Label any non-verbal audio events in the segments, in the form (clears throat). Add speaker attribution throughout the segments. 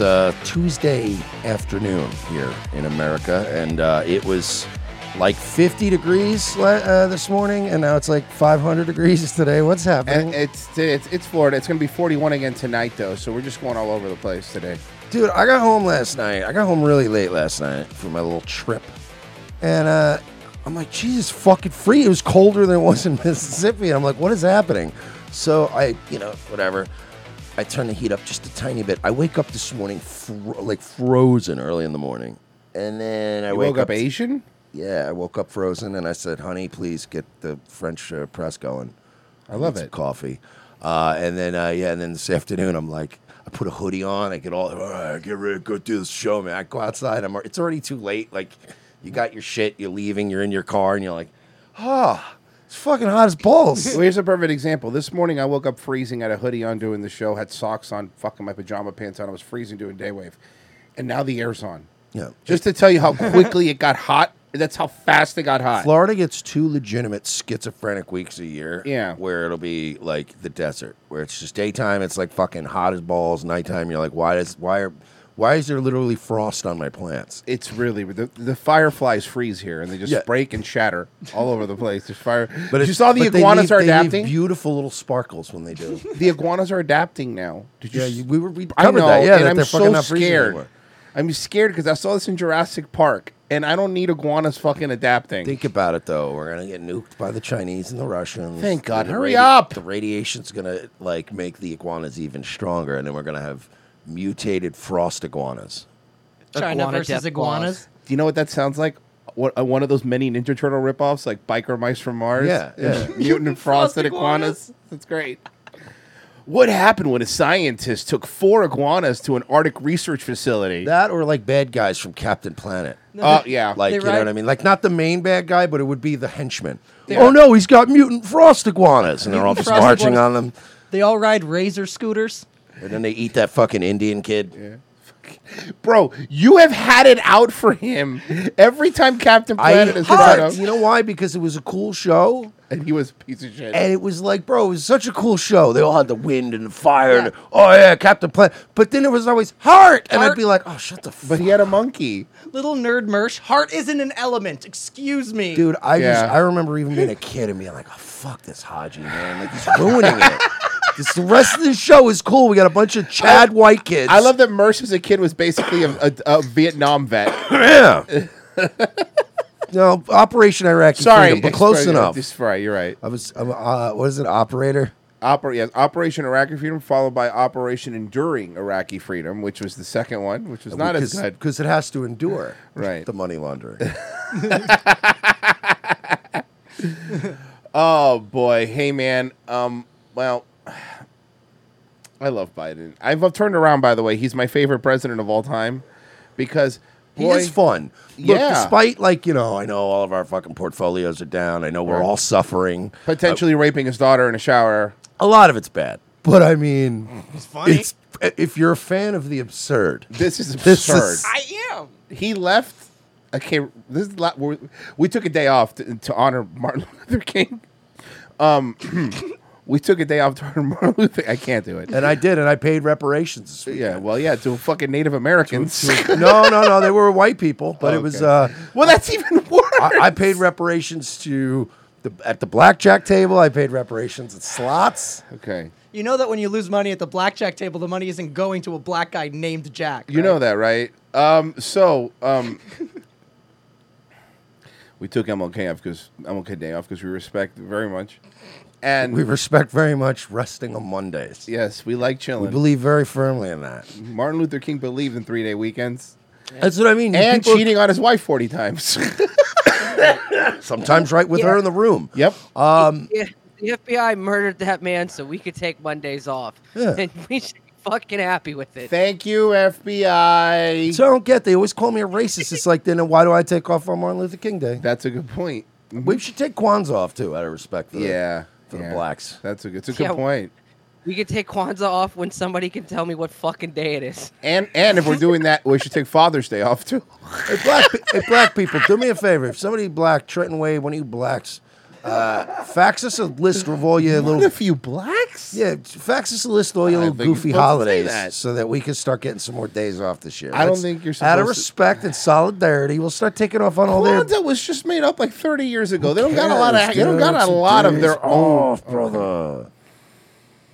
Speaker 1: uh, Tuesday afternoon here in America, and uh, it was like 50 degrees le- uh, this morning, and now it's like 500 degrees (laughs) today. What's happening?
Speaker 2: And Eh, it's, it's it's Florida. It's going to be 41 again tonight, though. So we're just going all over the place today.
Speaker 1: Dude, I got home last night. I got home really late last night for my little trip. And uh, I'm like, Jesus fucking free. It was colder than it was in (laughs) Mississippi. I'm like, what is happening? So I, you know, whatever. I turn the heat up just a tiny bit. I wake up this morning fro- like frozen early in the morning. And then I
Speaker 2: You
Speaker 1: wake
Speaker 2: woke up
Speaker 1: t-
Speaker 2: Asian.
Speaker 1: yeah, I woke up frozen and I said, honey, please get the French uh, press going. I
Speaker 2: love
Speaker 1: need some
Speaker 2: it.
Speaker 1: Coffee. Uh, and then, uh, yeah, and then this afternoon, I'm like, I put a hoodie on. I get all, all right, get ready to go do this show, man. I go outside. I'm, it's already too late. Like, you got your shit, you're leaving, you're in your car, and you're like, ah, it's fucking hot as balls.
Speaker 2: Well, here's a perfect example. This morning I woke up freezing, had a hoodie on doing the show, had socks on, fucking my pajama pants on. I was freezing doing day wave, and now the air's on.
Speaker 1: yeah.
Speaker 2: Just to tell you how quickly it got hot. That's how fast it got hot.
Speaker 1: Florida gets two legitimate schizophrenic weeks a year.
Speaker 2: Yeah.
Speaker 1: Where it'll be like the desert, where it's just daytime, it's like fucking hot as balls. Nighttime, you're like, why is why are why is there literally frost on my plants?
Speaker 2: It's really the, the fireflies freeze here, and they just
Speaker 1: Yeah.
Speaker 2: break and shatter all over the place. There's fire.
Speaker 1: But
Speaker 2: But you
Speaker 1: it's-
Speaker 2: saw the
Speaker 1: but they
Speaker 2: iguanas
Speaker 1: leave-
Speaker 2: are
Speaker 1: they leave
Speaker 2: adapting.
Speaker 1: beautiful little sparkles when they do.
Speaker 2: the iguanas are adapting now. Did you?
Speaker 1: yeah,
Speaker 2: s-
Speaker 1: you, we were we
Speaker 2: I
Speaker 1: covered
Speaker 2: know,
Speaker 1: that. Yeah,
Speaker 2: and
Speaker 1: that
Speaker 2: I'm
Speaker 1: they're fucking
Speaker 2: so
Speaker 1: not freezing
Speaker 2: scared.
Speaker 1: anymore.
Speaker 2: I'm scared because I saw this in Jurassic Park, and I don't need iguanas fucking adapting.
Speaker 1: Think about it though. We're gonna get nuked by the Chinese and the Russians.
Speaker 2: Thank God.
Speaker 1: The
Speaker 2: Hurry up.
Speaker 1: The radiation's gonna like make the iguanas even stronger, and then we're gonna have mutated frost iguanas.
Speaker 3: China
Speaker 4: Iguana
Speaker 3: versus
Speaker 4: death
Speaker 3: iguanas.
Speaker 2: Do you know what that sounds like? What uh, one of those many Ninja Turtle ripoffs, like Biker Mice from Mars?
Speaker 1: Yeah, yeah.
Speaker 2: (laughs) Mutant and Frosted Iguanas. That's great. What happened when a scientist took four iguanas to an Arctic research facility?
Speaker 1: That or like bad guys from Captain Planet.
Speaker 2: Oh, yeah.
Speaker 1: Like,
Speaker 3: They
Speaker 1: you know
Speaker 3: ride-
Speaker 1: what I mean? Like, not the main bad guy, but it would be the henchman.
Speaker 3: They
Speaker 1: Oh,
Speaker 3: ride-
Speaker 1: no, he's got mutant frost iguanas. And they're all
Speaker 3: Mutant
Speaker 1: just
Speaker 3: frost
Speaker 1: marching on
Speaker 3: iguanas.
Speaker 1: them.
Speaker 3: They all ride razor scooters.
Speaker 1: And then they eat that fucking Indian kid.
Speaker 2: Bro, you have had it out for him every time Captain
Speaker 1: I,
Speaker 2: Planet is
Speaker 1: Hot!
Speaker 2: brought up,
Speaker 1: (laughs) you know why? Because it was a cool show.
Speaker 2: and he was a piece of shit.
Speaker 1: And it was like, bro, it was such a cool show. They all had the wind and the fire. And, oh, yeah, Captain Planet. But then it was always heart. And I'd
Speaker 3: Heart.
Speaker 1: be like, oh, shut the fuck
Speaker 2: but he had a monkey.
Speaker 3: Little nerd merch. Heart isn't an element. Excuse me.
Speaker 1: Dude, I just
Speaker 2: Yeah.
Speaker 1: I remember even being a kid and being like, oh, "Fuck this Haji man, like he's ruining it." This, the rest of this show is cool. We got a bunch of Chad White kids.
Speaker 2: I love that Merce as a kid was basically a, a, a Vietnam vet.
Speaker 1: (laughs) Yeah. (laughs) no, Operation
Speaker 2: (laughs)
Speaker 1: Iraqi
Speaker 2: Sorry,
Speaker 1: Freedom, but close
Speaker 2: Sorry,
Speaker 1: enough.
Speaker 2: This, right, you're right.
Speaker 1: I was, I'm, uh, what is it, Operator?
Speaker 2: Oper- yes, Operation Iraqi Freedom, followed by Operation Enduring Iraqi Freedom, which was the second one, which was not as good.
Speaker 1: Uh, because it has to endure.
Speaker 2: Right.
Speaker 1: the money (laughs) laundering.
Speaker 2: Oh boy, hey man. Um, well, I love Biden. I've I've turned around. By the way, he's my favorite president of all time because
Speaker 1: He
Speaker 2: boy,
Speaker 1: is fun. Look,
Speaker 2: Yeah.
Speaker 1: despite like you know, I know all of our fucking portfolios are down. I know we're
Speaker 2: Right.
Speaker 1: all suffering.
Speaker 2: potentially raping his daughter in a shower.
Speaker 1: A lot of it's bad, but I mean,
Speaker 3: it's funny.
Speaker 1: It's if you're a fan of the absurd.
Speaker 2: This is absurd.
Speaker 1: This is-
Speaker 3: I am.
Speaker 2: he left. Okay, this is la- we we took a day off to, to honor Martin (laughs) Luther King. Um, (clears throat) we took a day off to honor Martin (laughs) Luther. I can't do it.
Speaker 1: And I did, and I paid reparations. this week.
Speaker 2: Yeah, well, yeah, to fucking Native Americans.
Speaker 1: no, no, no. They were white people, but it was.
Speaker 2: Okay.
Speaker 1: Uh,
Speaker 2: (laughs) well, that's even worse.
Speaker 1: I, I paid reparations to the at the blackjack table. I paid reparations at slots.
Speaker 2: okay,
Speaker 3: You know that when you lose money at the blackjack table, the money isn't going to a black guy named Jack.
Speaker 2: you know that, right? Um, so um, (laughs) we took MLK off because MLK Day off because we respect very much, and
Speaker 1: We respect very much resting on Mondays.
Speaker 2: yes, we like
Speaker 1: We
Speaker 2: chilling.
Speaker 1: believe very firmly in that.
Speaker 2: Martin Luther King believed in three day weekends.
Speaker 1: That's what I mean.
Speaker 2: and
Speaker 1: People-
Speaker 2: cheating on his wife 40 times.
Speaker 1: (laughs) sometimes right with her in the room. Um,
Speaker 2: yep.
Speaker 4: Yeah, the FBI murdered that man so we could take Mondays off.
Speaker 1: Yeah.
Speaker 4: And (laughs) we should be fucking happy with it.
Speaker 2: Thank you, FBI.
Speaker 1: So I don't get. They always call me a racist. It's like then why do I take off on Martin Luther King Day?
Speaker 2: That's a good point. Mm-hmm.
Speaker 1: We should take Kwanzaa off too, out of respect for the-
Speaker 2: yeah.
Speaker 1: for
Speaker 2: yeah.
Speaker 1: the blacks.
Speaker 2: That's a good, it's a
Speaker 4: Yeah.
Speaker 2: good point.
Speaker 4: we could take Kwanzaa off when somebody can tell me what fucking day it is. (laughs)
Speaker 2: And and if we're doing that, we should take Father's Day off too.
Speaker 1: Hey, black, pe- hey, black people, do me a favor. If somebody black, Trenton Wade, one of you blacks, Uh, fax us a list of all your little.
Speaker 2: a few blacks.
Speaker 1: Yeah, fax us a list of all your
Speaker 2: I
Speaker 1: little
Speaker 2: don't think you're
Speaker 1: goofy
Speaker 2: supposed to say
Speaker 1: holidays
Speaker 2: that.
Speaker 1: so that we can start getting some more days off this year.
Speaker 2: I don't think you're
Speaker 1: Out
Speaker 2: supposed
Speaker 1: of
Speaker 2: to-
Speaker 1: respect and solidarity, we'll start taking off on all their.
Speaker 2: Kwanzaa was just made up like 30 years ago. They don't got a lot of. They don't got a
Speaker 1: Cares,
Speaker 2: lot of
Speaker 1: days
Speaker 2: their own.
Speaker 1: off, brother.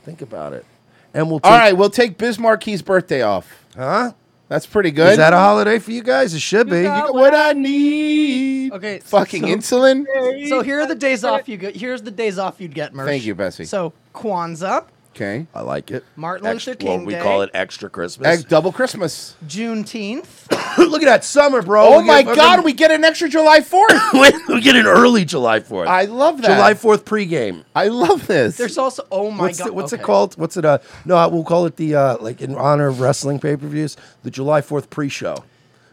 Speaker 1: Think about it. And we'll take.
Speaker 2: All right, we'll take Bismarck's birthday off.
Speaker 1: Huh?
Speaker 2: That's pretty good.
Speaker 1: Oh. Is that a holiday for you guys? It should be.
Speaker 2: You got what I need.
Speaker 3: Okay,
Speaker 2: Fucking
Speaker 3: so-
Speaker 2: insulin.
Speaker 3: So here are the days off you get. Here's the days off you'd get, Mersh.
Speaker 2: Thank you, Bessie.
Speaker 3: So Kwanzaa,
Speaker 2: Okay.
Speaker 1: I like it.
Speaker 3: Martin
Speaker 1: Ex-
Speaker 3: Luther
Speaker 1: well,
Speaker 3: King
Speaker 1: we
Speaker 3: Day.
Speaker 1: call it extra Christmas.
Speaker 2: Egg double Christmas.
Speaker 3: Juneteenth,
Speaker 1: (coughs) Look at that summer, bro.
Speaker 2: Oh
Speaker 1: We
Speaker 2: my
Speaker 1: get fucking-
Speaker 2: God, we get an extra July
Speaker 1: (laughs)
Speaker 2: 4th.
Speaker 1: we get an early July Fourth.
Speaker 2: I love that.
Speaker 1: July Fourth pregame.
Speaker 2: I love this.
Speaker 3: There's also oh my
Speaker 1: What's
Speaker 3: god,
Speaker 1: it, what's
Speaker 3: okay.
Speaker 1: it called? What's it? Uh, no, we'll call it the uh, like in honor of wrestling pay per views. The July Fourth pre-show.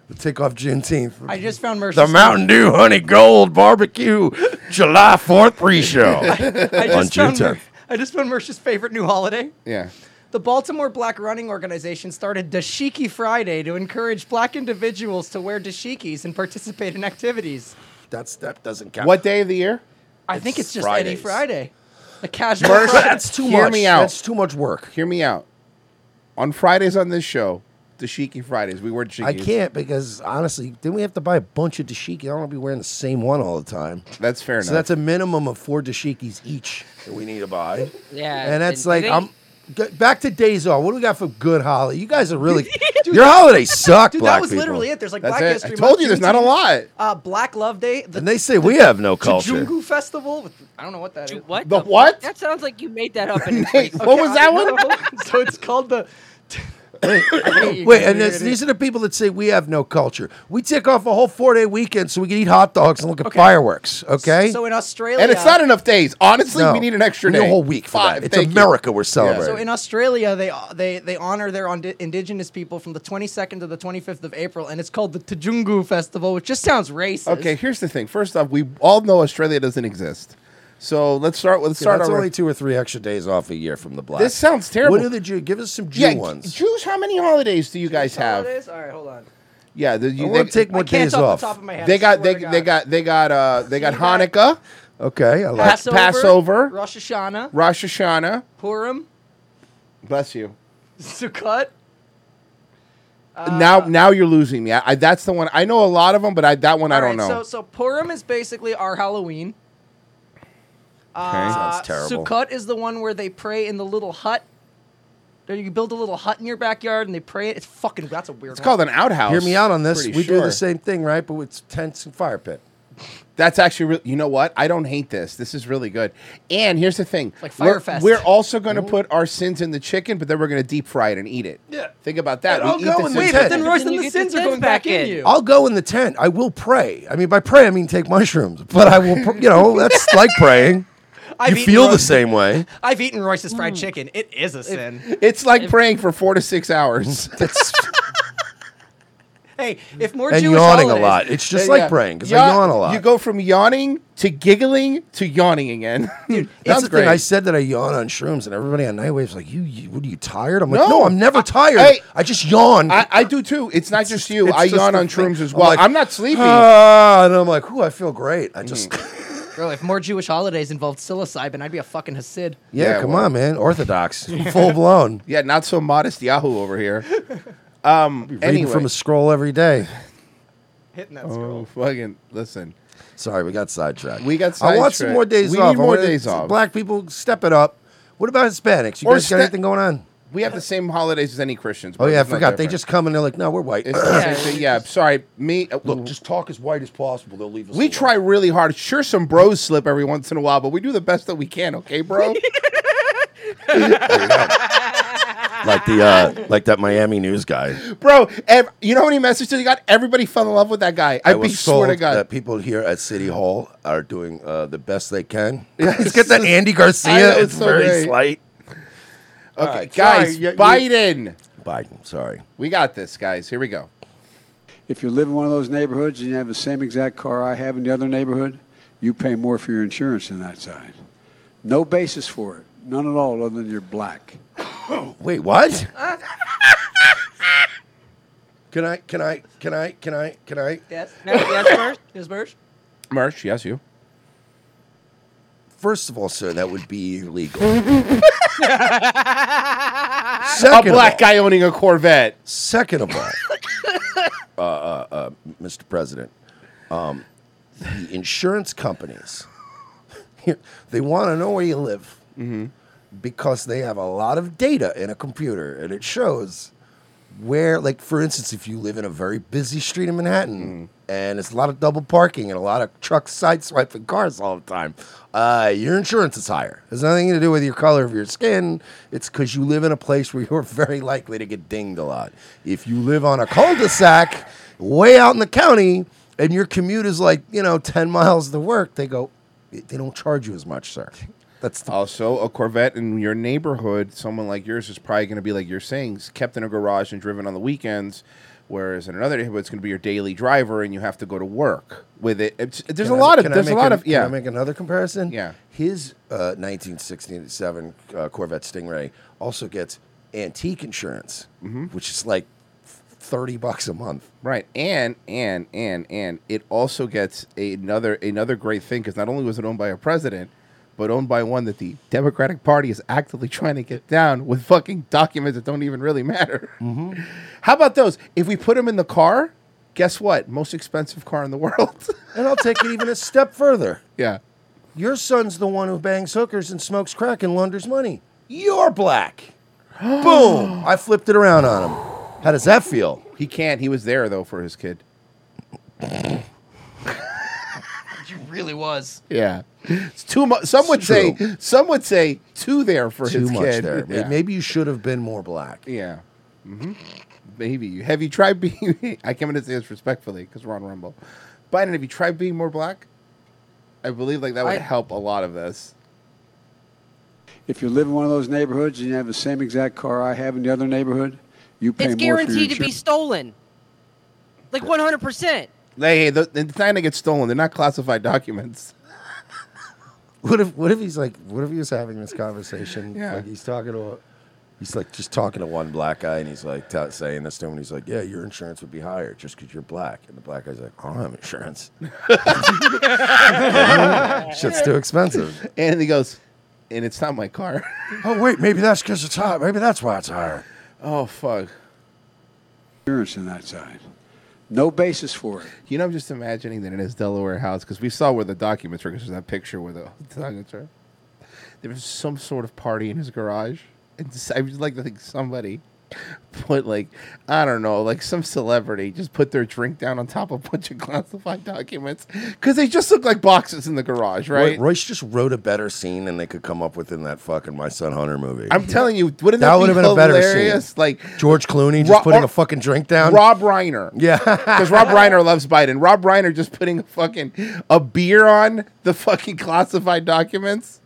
Speaker 1: We'll take off Juneteenth.
Speaker 3: I just found Mersh.
Speaker 1: the Mountain Dew Honey Gold Barbecue July Fourth pre-show.
Speaker 3: (laughs) I
Speaker 1: on
Speaker 3: just found
Speaker 1: Juneteenth.
Speaker 3: I just found Mersh's favorite new holiday.
Speaker 2: yeah.
Speaker 3: The Baltimore Black Running Organization started Dashiki Friday to encourage black individuals to wear dashikis and participate in activities.
Speaker 1: That's that doesn't count.
Speaker 2: What day of the year?
Speaker 3: I think it's just Eddie
Speaker 1: Fridays.
Speaker 3: Friday. A casual Friday.
Speaker 1: That's
Speaker 3: (laughs)
Speaker 1: too
Speaker 2: Hear
Speaker 1: much.
Speaker 2: me out.
Speaker 1: That's too much work.
Speaker 2: Hear me out. On Fridays on this show, Dashiki Fridays, we were Dashiki.
Speaker 1: I can't because honestly, then we have to buy a bunch of dashiki. I don't want to be wearing the same one all the time.
Speaker 2: That's fair
Speaker 1: So
Speaker 2: enough.
Speaker 1: that's a minimum of four dashikis each that we need to buy.
Speaker 4: Yeah,
Speaker 1: And that's
Speaker 4: and
Speaker 1: like
Speaker 4: they-
Speaker 1: I'm g- back to days off. What do we got for good holiday? You guys are
Speaker 3: (laughs)
Speaker 1: really your holidays suck,
Speaker 3: Dude,
Speaker 1: black
Speaker 3: that was
Speaker 1: people.
Speaker 3: literally it. There's like
Speaker 2: That's
Speaker 3: Black
Speaker 2: it. I
Speaker 3: History.
Speaker 2: told
Speaker 3: Month,
Speaker 2: you there's not a
Speaker 3: Juneteenth,
Speaker 2: lot.
Speaker 3: Uh, Black Love Day, the
Speaker 1: And they say we have no culture.
Speaker 3: Jungu Festival. With, I don't know what that is.
Speaker 4: Dude, what?
Speaker 2: The
Speaker 4: fuck?
Speaker 2: what?
Speaker 4: That sounds like you made that up. And
Speaker 2: Nate, what was that one?
Speaker 3: one? (laughs) so it's called the. (laughs)
Speaker 1: Wait, and it's, these are the people that say we have no culture. We take off a whole four day weekend so we can eat hot dogs and look at
Speaker 3: Okay.
Speaker 1: fireworks. Okay,
Speaker 3: So in Australia,
Speaker 2: and it's not enough days. Honestly,
Speaker 1: No.
Speaker 2: we need an extra
Speaker 1: We need
Speaker 2: day.
Speaker 1: a whole week for
Speaker 2: Five.
Speaker 1: that. It's
Speaker 2: Thank you.
Speaker 1: America we're celebrating.
Speaker 3: So in Australia, they they they honor their und- indigenous people from the 22nd to the 25th of April, and it's called the Tajungu Festival, which just sounds racist.
Speaker 2: Okay, here's the thing. First off, we all know Australia doesn't exist. So let's start with let's
Speaker 1: Yeah,
Speaker 2: start
Speaker 1: that's
Speaker 2: our
Speaker 1: only two or three extra days off a year from the black.
Speaker 2: This sounds terrible.
Speaker 1: What are the Jew? Give us some Jew
Speaker 2: yeah,
Speaker 1: ones.
Speaker 2: Jews. How many holidays do you guys have?
Speaker 3: Holidays? All right, hold on.
Speaker 2: Yeah, the,
Speaker 1: I
Speaker 2: you, they,
Speaker 1: want to take more
Speaker 3: I can't
Speaker 1: days
Speaker 3: off,
Speaker 1: off.
Speaker 3: the top of my head.
Speaker 2: they
Speaker 3: I
Speaker 2: got
Speaker 3: swear
Speaker 2: they,
Speaker 3: to
Speaker 2: they
Speaker 3: God.
Speaker 2: got they got uh they got
Speaker 3: You got-
Speaker 2: Hanukkah,
Speaker 1: Okay, I like.
Speaker 2: Pass- Passover.
Speaker 3: Rosh Hashanah,
Speaker 2: Rosh Hashanah.
Speaker 3: Purim, (laughs)
Speaker 2: Bless you.
Speaker 3: Sukkot. Uh,
Speaker 2: now now you're losing me. I, I, that's the one I know a lot of them, but I, that one I
Speaker 3: All
Speaker 2: don't
Speaker 3: right,
Speaker 2: know.
Speaker 3: So so Purim is basically our Halloween. Uh,
Speaker 2: okay.
Speaker 1: Sounds terrible.
Speaker 3: Sukkot is the one where they pray in the little hut. There you build a little hut in your backyard and they pray it. It's fucking that's a weird
Speaker 2: It's called an outhouse.
Speaker 1: Hear me out on this.
Speaker 2: pretty
Speaker 1: We do
Speaker 2: sure.
Speaker 1: the same thing, right? But with tents and fire pit.
Speaker 2: That's actually, re- you know what? I don't hate this. This is really good. And here's the thing:
Speaker 3: Like
Speaker 2: we're,
Speaker 3: Firefest.
Speaker 2: we're also going to put our sins in the chicken, but then we're going to deep fry it and eat it.
Speaker 1: Yeah.
Speaker 2: Think about that.
Speaker 1: It all
Speaker 2: We eat
Speaker 1: go
Speaker 2: the
Speaker 1: in
Speaker 2: sins
Speaker 1: the
Speaker 2: in
Speaker 1: tent.
Speaker 2: the
Speaker 3: Then
Speaker 2: chicken.
Speaker 3: Royce,
Speaker 4: Then
Speaker 3: then
Speaker 4: you
Speaker 3: the
Speaker 4: get the
Speaker 3: sins are going
Speaker 4: sins
Speaker 3: back
Speaker 4: back
Speaker 3: in
Speaker 4: in.
Speaker 3: you.
Speaker 1: I'll go in the tent. I will pray. I mean, by pray, I mean take mushrooms. (laughs) But I will, pr- you
Speaker 2: (laughs)
Speaker 1: know, that's like praying.
Speaker 3: I've
Speaker 1: you
Speaker 3: eaten
Speaker 1: feel the
Speaker 3: roast-
Speaker 1: same way.
Speaker 3: I've eaten Royce's fried chicken. It is a sin.
Speaker 2: It's like praying for four to six hours.
Speaker 1: (laughs) That's,
Speaker 3: (laughs) Hey, if more
Speaker 1: and
Speaker 3: Jewish
Speaker 1: yawning a
Speaker 3: holidays-
Speaker 1: lot. It's just
Speaker 2: Yeah.
Speaker 1: like praying because
Speaker 2: Ya-
Speaker 1: I yawn a lot.
Speaker 2: You go from yawning (laughs) to giggling to yawning again. (laughs) Dude,
Speaker 1: That's the thing. I said that I yawn on shrooms, and everybody on Nightwave's like, "You, you what are you tired?" I'm like,
Speaker 2: No.
Speaker 1: "No, I'm never tired.
Speaker 2: hey.
Speaker 1: I just yawn."
Speaker 2: I, I do too. It's not just you.
Speaker 1: It's
Speaker 2: I
Speaker 1: just
Speaker 2: yawn
Speaker 1: the
Speaker 2: on
Speaker 1: thing.
Speaker 2: shrooms as well. I'm,
Speaker 1: like,
Speaker 2: not Mm. sleepy.
Speaker 1: "Ah," and I'm like, "Ooh, I feel great." I just, (laughs)
Speaker 3: Girl, if more Jewish holidays involved psilocybin, I'd be a fucking Hasid.
Speaker 1: yeah,
Speaker 2: Yeah,
Speaker 1: come
Speaker 2: well.
Speaker 1: on,
Speaker 2: (laughs)
Speaker 1: man, Orthodox, full blown,
Speaker 2: yeah, not so modest Yahoo over here. Um,
Speaker 1: reading
Speaker 2: anyway,
Speaker 1: from a scroll every day.
Speaker 3: Hitting that
Speaker 2: oh,
Speaker 3: scroll.
Speaker 2: fucking listen.
Speaker 1: Sorry, we got sidetracked.
Speaker 2: We got
Speaker 1: I want some
Speaker 2: sidetracked.
Speaker 1: more days
Speaker 2: We
Speaker 1: off.
Speaker 2: need
Speaker 1: I
Speaker 2: more
Speaker 1: wanna-
Speaker 2: days off.
Speaker 1: Black people, step it up. What about Hispanics? You
Speaker 2: Or
Speaker 1: guys got
Speaker 2: ste-
Speaker 1: anything going on?
Speaker 2: We have the same holidays as any Christians.
Speaker 1: Oh
Speaker 2: but
Speaker 1: yeah, I
Speaker 2: it's not
Speaker 1: forgot. They
Speaker 2: different.
Speaker 1: just come and they're like, "No, we're white." (clears throat)
Speaker 2: It's the same thing. Yeah, sorry. Me, uh,
Speaker 1: Look, just talk as white as possible. They'll leave us.
Speaker 2: we
Speaker 1: alone.
Speaker 2: try really hard. Sure, some bros slip every once in a while, but we do the best that we can. Okay,
Speaker 1: (laughs)
Speaker 2: bro.
Speaker 1: (laughs) like the uh, like that Miami news guy.
Speaker 2: bro, ev- you know how many messages you got? Everybody fell in love with that guy. I,
Speaker 1: I
Speaker 2: be
Speaker 1: was
Speaker 2: swear
Speaker 1: told
Speaker 2: to God.
Speaker 1: that people here at City Hall are doing uh, the best they can. (laughs) Let's get that Andy Garcia.
Speaker 2: I know,
Speaker 1: it's
Speaker 2: it's so
Speaker 1: very
Speaker 2: great.
Speaker 1: slight.
Speaker 5: sorry,
Speaker 2: okay, guys,
Speaker 5: you- you-
Speaker 2: Biden.
Speaker 1: Biden, sorry.
Speaker 2: We got this, guys. Here we go.
Speaker 5: If you live in one of those neighborhoods and you have the same exact car I have in the other neighborhood, you pay more for your insurance than that side. No basis for it, none at all, other than you're black.
Speaker 1: (coughs) Wait, what? can I? Can I? Can I? Can I? Can I?
Speaker 3: Yes.
Speaker 4: No, yes, first.
Speaker 3: Yes, Birch?
Speaker 2: Marsh, yes, you.
Speaker 1: First of all, sir, that would be illegal.
Speaker 2: A
Speaker 1: second,
Speaker 2: black
Speaker 1: of all,
Speaker 2: guy owning a Corvette.
Speaker 1: second of
Speaker 2: (laughs)
Speaker 1: all, uh, uh, uh, Mr. President, um, the insurance companies (laughs) they want to know where you live
Speaker 2: Mm-hmm.
Speaker 1: because they have a lot of data in a computer, and it shows where, like, for instance, if you live in a very busy street in
Speaker 2: Mm.
Speaker 1: Manhattan and it's a lot of double parking and a lot of trucks sideswiping cars all the time, uh, your insurance is higher. It has nothing to do with your color of your skin. It's because you live in a place where (laughs) you're very likely to get dinged a lot. If you live on a cul-de-sac way out in the county and your commute is like, you know, 10 miles to work, they go, they don't charge you as much, sir. That's the
Speaker 2: Also, a Corvette in your neighborhood, someone like yours is probably going to be like you're saying, s- kept in a garage and driven on the weekends. Whereas in another neighborhood, it's going to be your daily driver, and you have to go to work with it. It's, there's
Speaker 1: Can
Speaker 2: a
Speaker 1: I-
Speaker 2: lot
Speaker 1: can
Speaker 2: of
Speaker 1: I
Speaker 2: there's a
Speaker 1: make
Speaker 2: lot
Speaker 1: an-
Speaker 2: of yeah.
Speaker 1: Can I make another comparison?
Speaker 2: Yeah.
Speaker 1: His uh, 1967 uh, Corvette Stingray also gets antique insurance,
Speaker 2: Mm-hmm.
Speaker 1: which is like f- 30 bucks a month.
Speaker 2: Right, and and and and it also gets another another great thing because not only was it owned by a president, but owned by one that the Democratic Party is actively trying to get down with fucking documents that don't even really matter. (laughs) How about those? If we put them in the car, guess what? Most expensive car in the (laughs) world.
Speaker 1: And I'll take it even a step further.
Speaker 2: yeah,
Speaker 1: Your son's the one who bangs hookers and smokes crack and launders money. You're (gasps) black. Boom. I flipped it around on him. How does that feel?
Speaker 2: he can't. He was there though for his kid.
Speaker 3: You really was.
Speaker 2: Yeah, it's too much. Some would say.
Speaker 1: true.
Speaker 2: Some would say too there for
Speaker 1: Too
Speaker 2: his
Speaker 1: much
Speaker 2: kid.
Speaker 1: there.
Speaker 2: Yeah.
Speaker 1: Maybe you should have been more black.
Speaker 2: Yeah. Mm-hmm. Maybe. Have you tried being? (laughs) I came in to say this respectfully because we're on Rumble. Biden, have you tried being more black? I believe like that would
Speaker 4: I-
Speaker 2: help a lot of this.
Speaker 5: If you live in one of those neighborhoods and you have the same exact car I have in the other neighborhood, you pay
Speaker 4: It's
Speaker 5: more for your
Speaker 4: guaranteed to be
Speaker 5: insurance.
Speaker 4: stolen. Like 100%.
Speaker 2: Like, hey, the, it's not gonna get stolen. They're not classified documents.
Speaker 1: (laughs) What if what if he's like what if he was having this conversation?
Speaker 2: Yeah.
Speaker 1: Like he's talking to a, he's like just talking to one black guy and he's like t- saying this to him and he's like, Yeah, your insurance would be higher just because you're black. And the black guy's like, I don't have insurance. (laughs) Shit's too expensive.
Speaker 2: And he goes, and it's not my car.
Speaker 1: (laughs) Oh wait, maybe that's because it's high. Maybe that's why it's higher.
Speaker 2: oh fuck.
Speaker 5: insurance on that side. No basis for it.
Speaker 2: You know, I'm just imagining that in his Delaware house because we saw where the documents were. Because there's that picture where the (laughs) documents are. There was some sort of party in his garage, and s- I would like to think somebody put like I don't know, like some celebrity just put their drink down on top of a bunch of (laughs) classified documents because they just look like boxes in the garage, right?
Speaker 1: Roy- Royce just wrote a better scene than they could come up with in that fucking My Son Hunter movie.
Speaker 2: I'm telling you, wouldn't that,
Speaker 1: That would've
Speaker 2: be
Speaker 1: been a better scene.
Speaker 2: hilarious? Like
Speaker 1: George Clooney just
Speaker 2: Ro-
Speaker 1: putting
Speaker 2: or-
Speaker 1: a fucking drink down.
Speaker 2: Rob Reiner.
Speaker 1: yeah.
Speaker 2: Because Rob Reiner loves Biden. Rob Reiner just putting a fucking a beer on the fucking classified documents.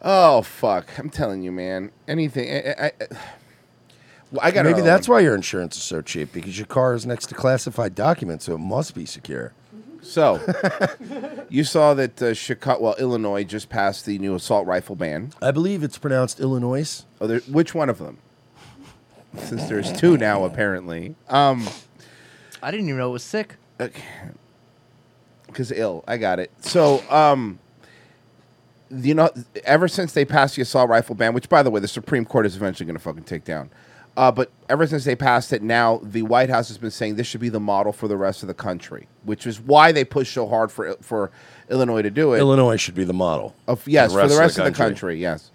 Speaker 2: Oh fuck! I'm telling you, man. Anything. I, I, I, Well, I got.
Speaker 1: Maybe
Speaker 2: another
Speaker 1: that's
Speaker 2: one.
Speaker 1: why your insurance is so cheap because your car is next to classified documents, so it must be secure. (laughs)
Speaker 2: So, you saw that uh, Chicago, well, Illinois just passed the new assault rifle ban.
Speaker 1: I believe it's pronounced Illinois.
Speaker 2: Oh, there, which one of them? Since there's two now, apparently. Um.
Speaker 3: I didn't even know it was sick.
Speaker 2: because ill. I got it. So, um, you know, ever since they passed the assault rifle ban, which by the way, the Supreme Court is eventually going to fucking take down. Uh, but ever since they passed it, now the White House has been saying this should be the model for the rest of the country, which is why they pushed so hard for for Illinois to do it.
Speaker 1: Illinois should be the model.
Speaker 2: Of yes, for the rest of the country, yes.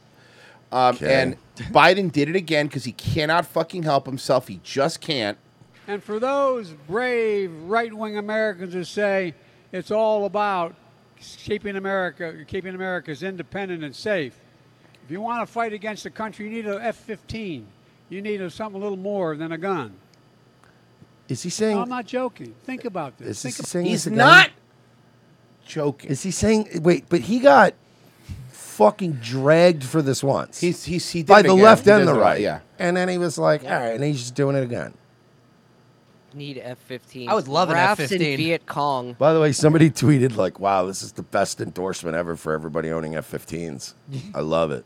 Speaker 2: Um,
Speaker 1: Okay.
Speaker 2: and Biden did it again because he cannot fucking help himself. He just can't.
Speaker 6: And for those brave right wing Americans who say it's all about keeping America, keeping America's independent and safe, if you want to fight against the country, you need an F 15. You need a, something a little more than a gun.
Speaker 1: Is he saying?
Speaker 6: I'm not joking. Think about this.
Speaker 1: is he
Speaker 6: Think about
Speaker 1: saying?
Speaker 2: He's
Speaker 1: this again?
Speaker 2: not joking.
Speaker 1: Is he saying? Wait, but he got fucking dragged for this once.
Speaker 2: He's he's he did
Speaker 1: by
Speaker 2: it
Speaker 1: the
Speaker 2: again.
Speaker 1: left
Speaker 2: He
Speaker 1: and
Speaker 2: does
Speaker 1: the
Speaker 2: it
Speaker 1: right.
Speaker 2: Yeah.
Speaker 1: And then he was like, all right, and he's just doing it again.
Speaker 4: Need F-15.
Speaker 3: I would love an
Speaker 4: Rafts
Speaker 3: F-15.
Speaker 4: in Viet Cong.
Speaker 1: By the way, somebody (laughs) tweeted like, "Wow, this is the best endorsement ever for everybody owning (laughs) F-15s. I love it."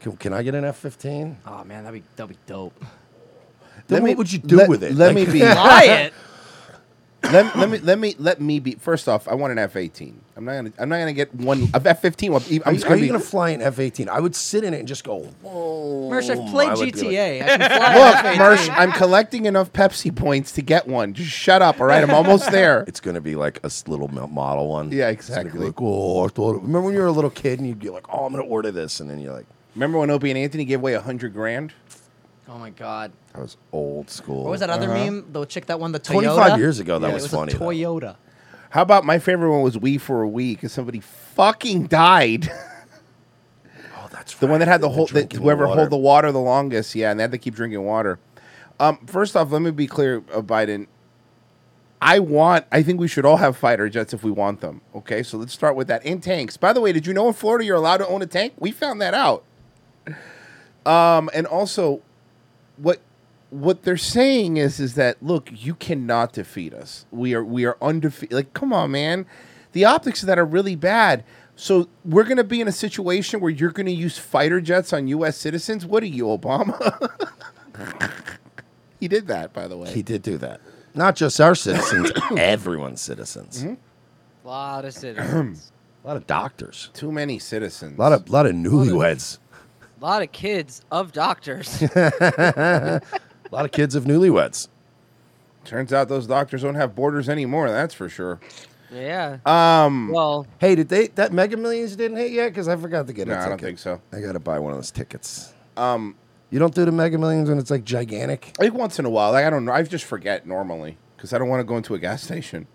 Speaker 1: Can, can I get an F-15?
Speaker 3: Oh man, that'd be that'd be dope.
Speaker 1: Then what would you do
Speaker 2: let-
Speaker 1: (laughs) with it?
Speaker 2: Let
Speaker 1: Like-
Speaker 2: me be.
Speaker 3: Buy it.
Speaker 2: (laughs) let, let me let me let me be. First off, I want an F eighteen. I'm not gonna I'm not gonna get one of F fifteen. I'm
Speaker 1: Are,
Speaker 2: just
Speaker 1: you- are
Speaker 2: gonna
Speaker 1: you
Speaker 2: be.
Speaker 1: going to fly an F 18? I would sit in it and just go, whoa.
Speaker 3: Mersh, I've played
Speaker 1: I would be like- (laughs)
Speaker 3: GTA. I can fly
Speaker 2: Look,
Speaker 3: an F-18.
Speaker 2: Mersh, I'm collecting enough Pepsi points to get one. Just shut up, all right? I'm almost
Speaker 1: (laughs)
Speaker 2: there.
Speaker 1: it's going to be like a s- little mo- model one.
Speaker 2: Yeah,
Speaker 1: It's gonna be
Speaker 2: exactly.
Speaker 1: like, oh, I thought. It. Remember when you were a little kid and you'd be like, oh, I'm going to order this, and then you're like,
Speaker 2: Remember when Opie and Anthony gave away a hundred grand?
Speaker 3: Oh my god.
Speaker 1: that was old school.
Speaker 3: What was that other meme? The chick that won the Toyota.
Speaker 1: 25 Uh-huh. years ago, that
Speaker 3: Yeah,
Speaker 1: was
Speaker 3: it
Speaker 1: funny,
Speaker 3: was A
Speaker 1: though.
Speaker 3: Toyota.
Speaker 2: How about my favorite one was We for a Week because somebody fucking died. (laughs)
Speaker 1: Oh, that's
Speaker 2: The one that had the whole, that
Speaker 1: drinking
Speaker 2: whoever
Speaker 1: water.
Speaker 2: hold the water the longest, yeah, and they had to keep drinking water. Um, first off, let me be clear, uh, Biden. I want. I think we should all have fighter jets if we want them. Okay, so let's start with that. And tanks. By the way, did you know in Florida you're allowed to own a tank? We found that out. Um, and also, what what they're saying is is that look, you cannot defeat us. We are we are undefeated. Like, come on, man. The optics of that are really bad. So we're gonna be in a situation where you're gonna use fighter jets on U.S. citizens. What are you, Obama? (laughs) he did that, by the way.
Speaker 1: He did do that. Not just our (coughs) citizens, everyone's citizens.
Speaker 4: A lot of citizens.
Speaker 1: A lot of doctors.
Speaker 2: Too many citizens.
Speaker 1: A lot of lot of newlyweds.
Speaker 4: a lot of kids
Speaker 1: (laughs)
Speaker 4: of doctors.
Speaker 1: (laughs) A lot of kids of newlyweds.
Speaker 2: Turns out those doctors don't have borders anymore. That's for sure.
Speaker 4: yeah.
Speaker 2: Um,
Speaker 4: Well,
Speaker 1: Hey, did they that Mega Millions didn't hit yet? Because I forgot to get
Speaker 2: no,
Speaker 1: a
Speaker 2: I
Speaker 1: ticket.
Speaker 2: don't think so.
Speaker 1: I gotta buy one of those tickets.
Speaker 2: Um,
Speaker 1: You don't do the Mega Millions when it's like gigantic.
Speaker 2: like once in a while, like I don't know. I just forget normally because I don't want to go into a gas
Speaker 1: (laughs)
Speaker 2: station.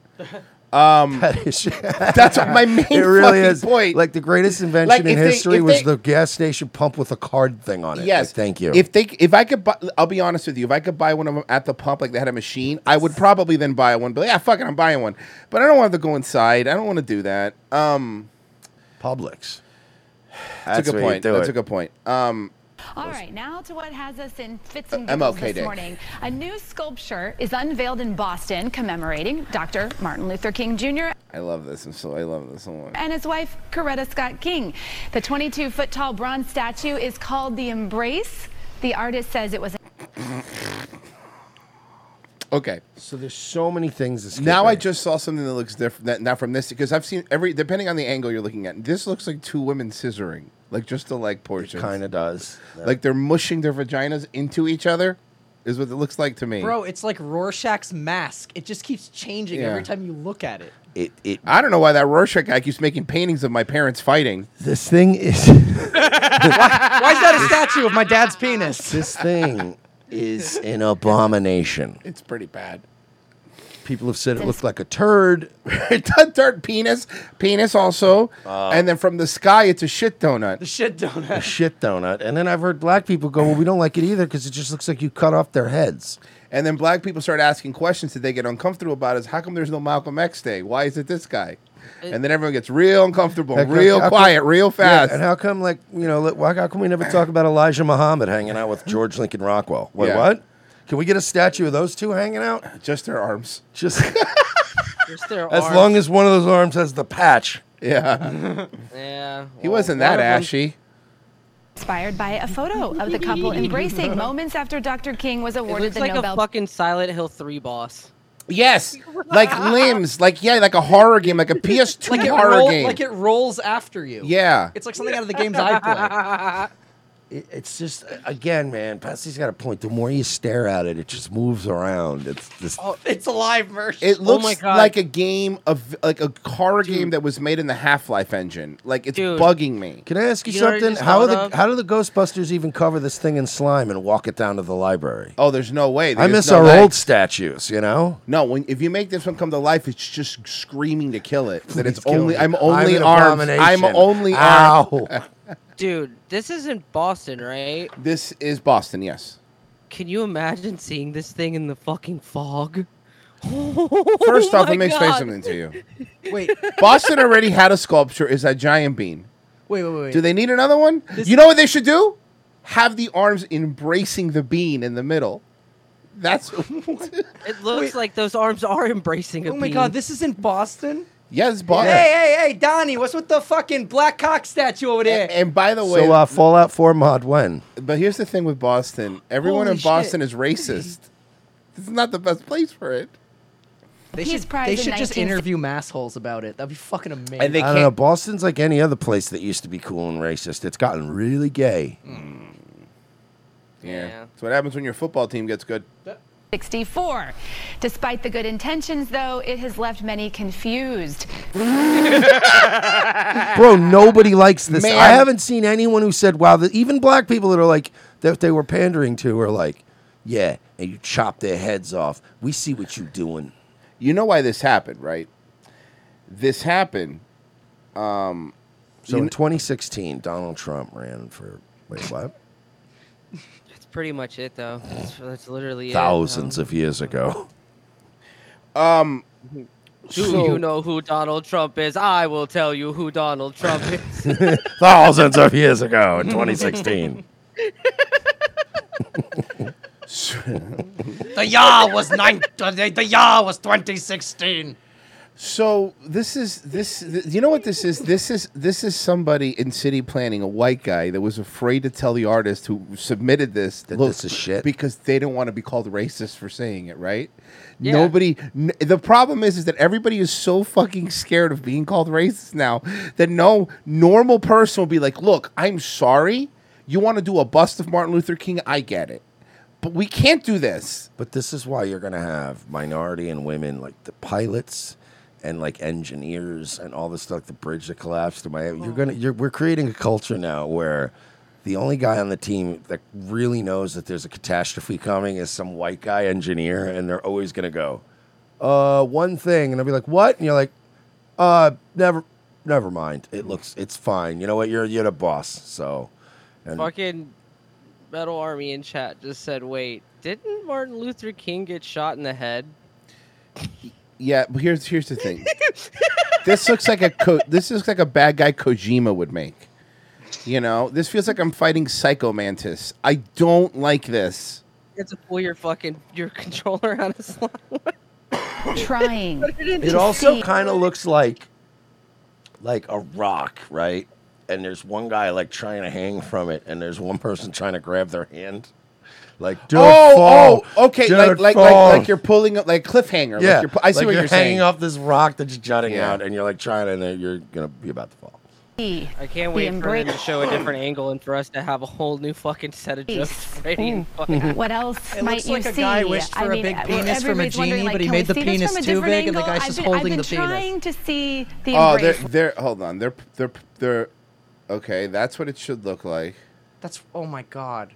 Speaker 2: Um,
Speaker 1: That is
Speaker 2: (laughs) that's my main
Speaker 1: (laughs) it really
Speaker 2: fucking
Speaker 1: is.
Speaker 2: point.
Speaker 1: Like the greatest invention
Speaker 2: Like,
Speaker 1: in
Speaker 2: if they-
Speaker 1: history
Speaker 2: if
Speaker 1: was
Speaker 2: they-
Speaker 1: the gas station pump with a card thing on it.
Speaker 2: Yes,
Speaker 1: Like, thank you.
Speaker 2: If they, if I could, buy, I'll be honest with you. If I could buy one of them at the pump, like they had a machine, I would probably then buy one. But yeah, fuck it, I'm buying one. But I don't want to go inside. I don't want to do that. Um,
Speaker 1: Publix.
Speaker 2: that's a good
Speaker 1: where you
Speaker 2: point.
Speaker 1: do
Speaker 2: That's
Speaker 1: it.
Speaker 2: a good point. Um,
Speaker 7: All right, now to what has us in fits and
Speaker 2: Uh,
Speaker 7: giggles
Speaker 2: MLK
Speaker 7: this
Speaker 2: Day.
Speaker 7: morning. A new sculpture is unveiled in Boston commemorating Dr. Martin Luther King Jr.
Speaker 2: I love this. I'm so I love this so much.
Speaker 7: and his wife, Coretta Scott King. The 22 foot tall bronze statue is called The Embrace. The artist says it was
Speaker 2: (laughs) Okay.
Speaker 1: So there's so many things. This
Speaker 2: Now I just saw something that looks different. That, not from this because I've seen every depending on the angle you're looking at. This looks like two women scissoring, like just the leg portion.
Speaker 1: kind of does.
Speaker 2: like they're mushing their vaginas into each other, is what it looks like to me.
Speaker 3: Bro, it's like Rorschach's mask. It just keeps changing
Speaker 2: Yeah.
Speaker 3: every time you look at it.
Speaker 1: it, it
Speaker 2: I don't know why that Rorschach guy keeps making paintings of my parents fighting.
Speaker 1: this thing
Speaker 3: (laughs)
Speaker 1: is.
Speaker 3: Why is that a statue of my dad's penis?
Speaker 1: This thing is an abomination.
Speaker 2: It's pretty bad.
Speaker 1: People have said it looked like a turd. (laughs)
Speaker 2: Dirt penis, penis also,
Speaker 1: Uh,
Speaker 2: and then from the sky it's a shit
Speaker 1: (laughs)
Speaker 3: The
Speaker 2: donut.
Speaker 3: shit donut.
Speaker 1: Shit donut. And then I've heard black people go, well, we don't like it either because it just looks like you cut off their heads.
Speaker 2: And then black people start asking questions that they get uncomfortable about: is how come there's no Malcolm X Day? Why is it this guy? And then everyone gets real uncomfortable,
Speaker 1: How come-
Speaker 2: real
Speaker 1: how come-
Speaker 2: quiet, real fast.
Speaker 1: Yeah, and how come, like, you know, like, why, how come we never talk about Elijah Muhammad hanging out with George Lincoln Rockwell? Wait,
Speaker 2: Yeah.
Speaker 1: what? Can we get a statue of those two hanging
Speaker 2: (sighs)
Speaker 1: out?
Speaker 2: Just their arms. (laughs)
Speaker 1: Just
Speaker 4: just their
Speaker 1: as
Speaker 4: arms.
Speaker 1: long as one of those arms has the patch.
Speaker 2: Yeah,
Speaker 1: (laughs)
Speaker 4: Yeah.
Speaker 2: he
Speaker 4: well,
Speaker 2: wasn't
Speaker 4: one
Speaker 2: that
Speaker 4: of 'em-
Speaker 2: ashy.
Speaker 7: inspired by a photo of the
Speaker 4: (laughs)
Speaker 7: couple embracing moments after Dr. King was
Speaker 4: It
Speaker 7: awarded
Speaker 4: looks
Speaker 7: the
Speaker 4: like
Speaker 7: Nobel
Speaker 4: a fucking Silent Hill 3 boss.
Speaker 2: Yes, like limbs, like yeah, like a horror game,
Speaker 1: (laughs)
Speaker 2: like a PS2
Speaker 3: Like it,
Speaker 2: horror
Speaker 3: roll,
Speaker 2: game.
Speaker 3: like it rolls after you.
Speaker 2: yeah,
Speaker 3: It's like something out of the games I play.
Speaker 1: It, it's just, again, man, Patsy's got a point. The more you stare at it, it just moves around. It's this
Speaker 3: Oh, (laughs) it's alive, Mersh.
Speaker 2: It
Speaker 4: Oh
Speaker 2: looks
Speaker 4: my God.
Speaker 2: like a game of like a horror game that was made in the Half Life engine. Like it's
Speaker 4: Dude.
Speaker 2: bugging me.
Speaker 1: Can I ask you,
Speaker 4: You know what I
Speaker 1: something?
Speaker 4: just
Speaker 1: How are
Speaker 4: thought
Speaker 1: the
Speaker 4: of?
Speaker 1: how do the Ghostbusters even cover this thing in slime and walk it down to the library?
Speaker 2: Oh, there's no way.
Speaker 1: I
Speaker 2: There's
Speaker 1: miss
Speaker 2: no
Speaker 1: our
Speaker 2: way.
Speaker 1: old statues, you know.
Speaker 2: No, when if you make this one come to life, it's just screaming to kill it. That it's
Speaker 1: Please kill
Speaker 2: only
Speaker 1: me.
Speaker 2: I'm only
Speaker 1: an
Speaker 2: arms. I'm
Speaker 1: abomination.
Speaker 2: only arms.
Speaker 1: Ow.
Speaker 2: (laughs)
Speaker 4: Dude, this is in Boston, right?
Speaker 2: This is Boston. Yes.
Speaker 4: Can you imagine seeing this thing in the fucking fog? (laughs)
Speaker 2: First
Speaker 4: (laughs) Oh
Speaker 2: off,
Speaker 4: my
Speaker 2: let me explain
Speaker 4: God.
Speaker 2: something to
Speaker 4: (laughs)
Speaker 2: you.
Speaker 3: Wait,
Speaker 2: Boston already had a sculpture. Is that giant bean?
Speaker 3: wait, wait, wait.
Speaker 2: Do they need another one? you know what they should do? Have the arms embracing the bean in the
Speaker 3: (laughs)
Speaker 2: middle. That's
Speaker 4: It looks like those arms are embracing a
Speaker 3: oh my
Speaker 4: bean.
Speaker 3: god, this is in Boston?
Speaker 2: yes, Boston.
Speaker 3: Hey, hey, hey, Donnie, what's with the fucking black cock statue over there?
Speaker 2: And, and by the way,
Speaker 1: so uh, Fallout Four mod when?
Speaker 2: but here's the thing with Boston: everyone
Speaker 4: Holy
Speaker 2: in Boston
Speaker 4: shit.
Speaker 2: is racist. this is not the best place for it.
Speaker 3: They
Speaker 7: He's
Speaker 3: should,
Speaker 7: prized
Speaker 3: they
Speaker 7: in
Speaker 3: should just
Speaker 7: 1960
Speaker 3: interview massholes about it. That'd be fucking amazing.
Speaker 2: And they
Speaker 1: I don't know.
Speaker 2: can't.
Speaker 1: Boston's like any other place that used to be cool and racist. It's gotten
Speaker 2: (laughs)
Speaker 1: really gay.
Speaker 3: Mm.
Speaker 2: Yeah.
Speaker 4: Yeah.
Speaker 2: That's what happens when your football team gets good.
Speaker 7: 64. Despite the good intentions, though, it has left
Speaker 4: (laughs)
Speaker 7: many confused.
Speaker 1: Bro, nobody likes this.
Speaker 2: Man.
Speaker 1: I haven't seen anyone who said, wow, the, even black people that are like, that they were pandering to are like, yeah, and you chop their heads off. We see what you're doing.
Speaker 2: You know why this happened, right? This happened. um,
Speaker 1: So in 2016, Donald Trump ran for, wait, what?
Speaker 4: That's pretty much it, though. That's, that's literally
Speaker 1: Thousands
Speaker 4: it,
Speaker 1: of years ago. (laughs)
Speaker 3: Um,
Speaker 4: though. Do
Speaker 2: so-
Speaker 4: you know who Donald Trump is? I will tell you who Donald Trump
Speaker 2: (laughs)
Speaker 4: is.
Speaker 1: Thousands of years ago in (laughs) 2016.
Speaker 2: (laughs)
Speaker 3: the yaw was nine. The, the yaw was 2016.
Speaker 2: So this is this. th- you know what this is? This is this is somebody in city planning, a white guy that was afraid to tell the artist who submitted this that
Speaker 1: Look, this is shit.
Speaker 2: because they don't want to be called racist for saying it, right?
Speaker 4: Yeah.
Speaker 2: Nobody. N- the problem is, is that everybody is so fucking scared of being called racist now that no normal person will be like, "Look, I'm sorry. You want to do a bust of Martin Luther King? I get it, but we can't do this."
Speaker 1: But this is why you're going to have minority and women, like the pilots and like engineers and all this stuff, like the bridge that collapsed in Miami. You're going to, you're, we're creating a culture now where the only guy on the team that really knows that there's a catastrophe coming is some white guy engineer, and they're always going to go, uh, one thing. And I'll be like, what? And you're like, uh, never, never mind. It looks, it's fine. You know what? You're, you're the boss. So, and
Speaker 4: Fucking Metal Army in chat just said, "Wait, didn't Martin Luther King get shot in the head?"
Speaker 2: Yeah, but here's here's the thing. this looks like a co- this looks like a bad guy Kojima would make. You know, this feels like I'm fighting Psycho Mantis. I don't like this.
Speaker 4: You have to pull your fucking your (laughs) controller out of slot.
Speaker 7: (coughs) Trying.
Speaker 1: It also kind of looks like like a rock, right? And there's one guy like trying to hang from it, and there's one person trying to grab their hand. Like, don't
Speaker 2: oh,
Speaker 1: fall.
Speaker 2: oh, okay,
Speaker 1: Don't
Speaker 2: like like, like
Speaker 1: fall.
Speaker 2: like you're pulling up like cliffhanger.
Speaker 1: yeah.
Speaker 2: like you're pu- I see
Speaker 1: like
Speaker 2: what
Speaker 1: you're,
Speaker 2: you're,
Speaker 1: hanging
Speaker 2: saying.
Speaker 1: off this rock that's jutting
Speaker 2: Yeah.
Speaker 1: out, and you're like trying, and then you're gonna be about to fall.
Speaker 7: See.
Speaker 4: I can't
Speaker 7: The
Speaker 4: wait for them to
Speaker 7: embrace-
Speaker 4: show a different angle and for us to have a whole new fucking set of jokes (laughs)
Speaker 7: Peace. Mm-hmm.
Speaker 4: ready. and fucking-
Speaker 7: What else
Speaker 3: It
Speaker 7: might
Speaker 3: looks
Speaker 7: you
Speaker 3: like a
Speaker 7: see?
Speaker 3: guy wished for
Speaker 7: I
Speaker 3: a
Speaker 7: mean,
Speaker 3: big
Speaker 7: uh,
Speaker 3: penis from a
Speaker 7: everybody's wondering,
Speaker 3: genie, but he
Speaker 7: can
Speaker 3: made the
Speaker 7: we see this
Speaker 3: penis
Speaker 7: from a
Speaker 3: too
Speaker 7: different
Speaker 3: big, and the
Speaker 7: angle?
Speaker 3: guy's
Speaker 7: I've
Speaker 3: just
Speaker 7: been-
Speaker 3: holding
Speaker 7: I've been
Speaker 3: the penis.
Speaker 7: trying to see the
Speaker 2: Oh, they're
Speaker 7: embrace.
Speaker 2: they're hold on. They're they're they're okay. That's what it should look like.
Speaker 3: That's oh my god.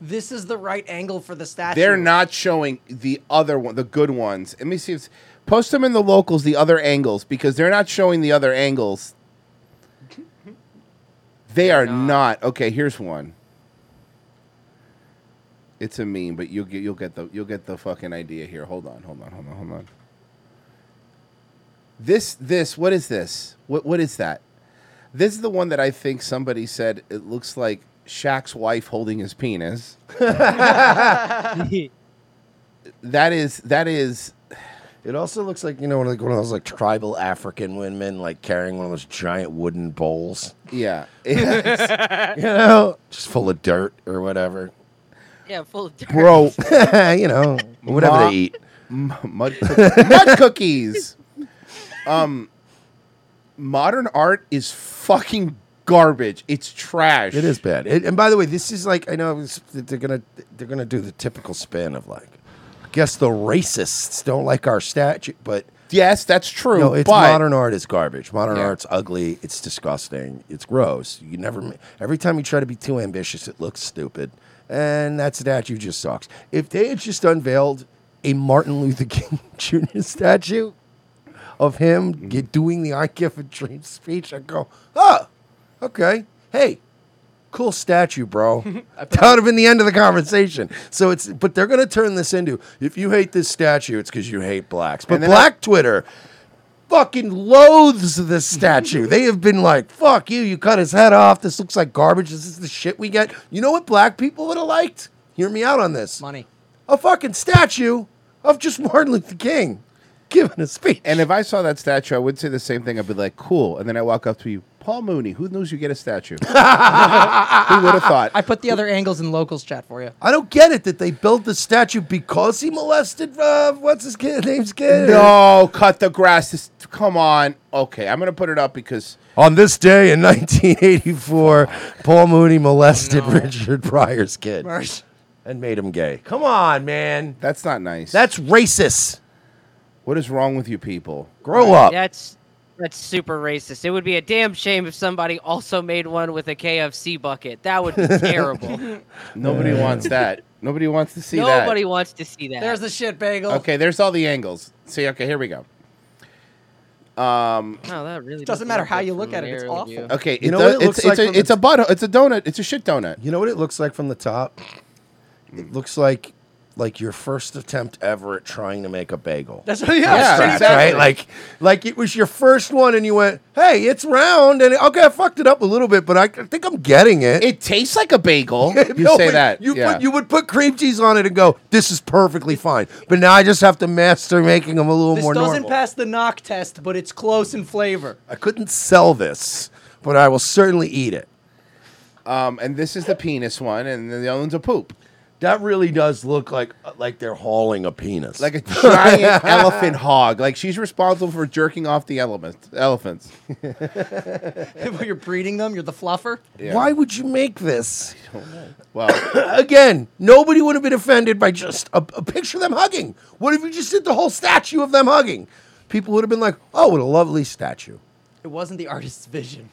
Speaker 3: This is the right angle for the statue.
Speaker 2: They're not showing the other one, the good ones. Let me see. If, it's- post them in the locals, the other angles, because they're not showing the other angles. They are not. Okay, here's one. It's a meme, but you'll get you'll get the you'll get the fucking idea here. Hold on, hold on, hold on, hold on. This this what is this? What what is that? This is the one that I think somebody said it looks like Shaq's wife holding his penis. That is that is
Speaker 1: It also looks like you know one of, like, one of those like tribal African women like carrying one of those giant wooden bowls, (laughs)
Speaker 2: yeah.
Speaker 1: you (laughs) know, just full of dirt or whatever.
Speaker 4: yeah, full of dirt.
Speaker 1: Bro, (laughs) you know, whatever
Speaker 2: Ma-
Speaker 1: they eat.
Speaker 2: M-
Speaker 1: (laughs)
Speaker 2: mud, cook- mud cookies. Um, modern art is fucking garbage. It's trash.
Speaker 1: It is bad. It, and by the way, this is like I know it was- they're gonna they're gonna do the typical spin of like, I guess the racists don't like our statue, but
Speaker 2: Yes, that's true.
Speaker 1: no, it's
Speaker 2: but
Speaker 1: modern art is garbage. Modern
Speaker 2: Yeah.
Speaker 1: art's ugly. It's disgusting. It's gross. You never ma- every time you try to be too ambitious, it looks stupid, and that statue just sucks. If they had just unveiled a Martin Luther King (laughs) Jr. statue of him get, doing the I Give a Dream speech, I go, oh, okay, hey, cool statue,
Speaker 2: (laughs)
Speaker 1: bro. that would have been the end of the conversation. So it's, but they're going to turn this into if you hate this statue, it's because you hate blacks. But
Speaker 2: And then
Speaker 1: Black Twitter fucking loathes this statue. they have been like, fuck you, you cut his head off. This looks like garbage. This is the shit we get. You know what black people would have liked? Hear me out on this.
Speaker 3: money.
Speaker 1: A fucking statue of just Martin Luther King giving a speech.
Speaker 2: And if I saw that statue, I would say the same thing. I'd be like, "Cool," and then I walk up to you. Paul Mooney. Who knows you get a
Speaker 1: (laughs)
Speaker 2: statue? Who would
Speaker 3: Ah,
Speaker 2: have thought?
Speaker 3: I put the other angles in locals chat for you.
Speaker 1: I don't get it that they built the statue because he molested uh, what's his kid name's kid.
Speaker 2: No, cut the grass. This, come on. Okay, I'm gonna put it up because
Speaker 1: On this day in (laughs) 1984, Paul Mooney molested Richard Pryor's kid
Speaker 3: Mersh.
Speaker 1: and made him gay. Come on, man.
Speaker 2: that's not nice.
Speaker 1: That's racist.
Speaker 2: what is wrong with you people?
Speaker 1: Grow up.
Speaker 4: That's that's super racist. It would be a damn shame if somebody also made one with a KFC bucket. That would be terrible.
Speaker 2: Nobody wants that. Nobody wants to see that.
Speaker 4: Nobody wants to see that.
Speaker 3: There's the shit bagel.
Speaker 2: Okay, there's all the angles. See, okay, here we go. Um,
Speaker 4: No, that really
Speaker 3: Doesn't
Speaker 4: doesn't
Speaker 3: matter
Speaker 4: look
Speaker 3: how
Speaker 4: good
Speaker 3: you
Speaker 4: from
Speaker 3: look at
Speaker 4: an
Speaker 3: it, it's
Speaker 4: aerial
Speaker 3: awful.
Speaker 4: view.
Speaker 2: okay, it
Speaker 1: You know
Speaker 2: does-
Speaker 1: what it looks
Speaker 2: it's it's
Speaker 1: like
Speaker 2: a
Speaker 1: from
Speaker 2: it's a butt it's a donut. It's a shit donut.
Speaker 1: You know what it looks like from the top? It looks like like your first attempt ever at trying to make a bagel.
Speaker 3: That's what, yeah,
Speaker 2: Yeah,
Speaker 3: that's pretty
Speaker 1: That's
Speaker 2: exactly.
Speaker 1: right? Like like it was your first one and you went, "Hey, it's round." And okay, I fucked it up a little bit, but I, I think I'm getting it.
Speaker 2: It tastes like a
Speaker 1: (laughs)
Speaker 2: bagel. You
Speaker 1: No,
Speaker 2: say
Speaker 1: but
Speaker 2: that.
Speaker 1: You
Speaker 2: yeah.
Speaker 1: put, you would put cream cheese on it and go, "This is perfectly fine." But now I just have to master making them a little
Speaker 3: This
Speaker 1: more
Speaker 3: doesn't
Speaker 1: normal.
Speaker 3: pass the knock test, but it's close in flavor.
Speaker 1: I couldn't sell this, but I will certainly eat it.
Speaker 2: um, and this is the penis one, and then the other one's a poop,
Speaker 1: That really does look like uh, like they're hauling a penis. (laughs)
Speaker 2: like a giant elephant hog. Like she's responsible for jerking off the element
Speaker 1: (laughs)
Speaker 2: elephants.
Speaker 3: When you're breeding them, you're the fluffer.
Speaker 2: Yeah.
Speaker 1: why would you make this?
Speaker 2: Well,
Speaker 1: (coughs) Again, nobody would have been offended by just a, a picture of them hugging. What if you just did the whole statue of them hugging? People would have been like, "Oh, what a lovely statue."
Speaker 3: It wasn't the artist's vision.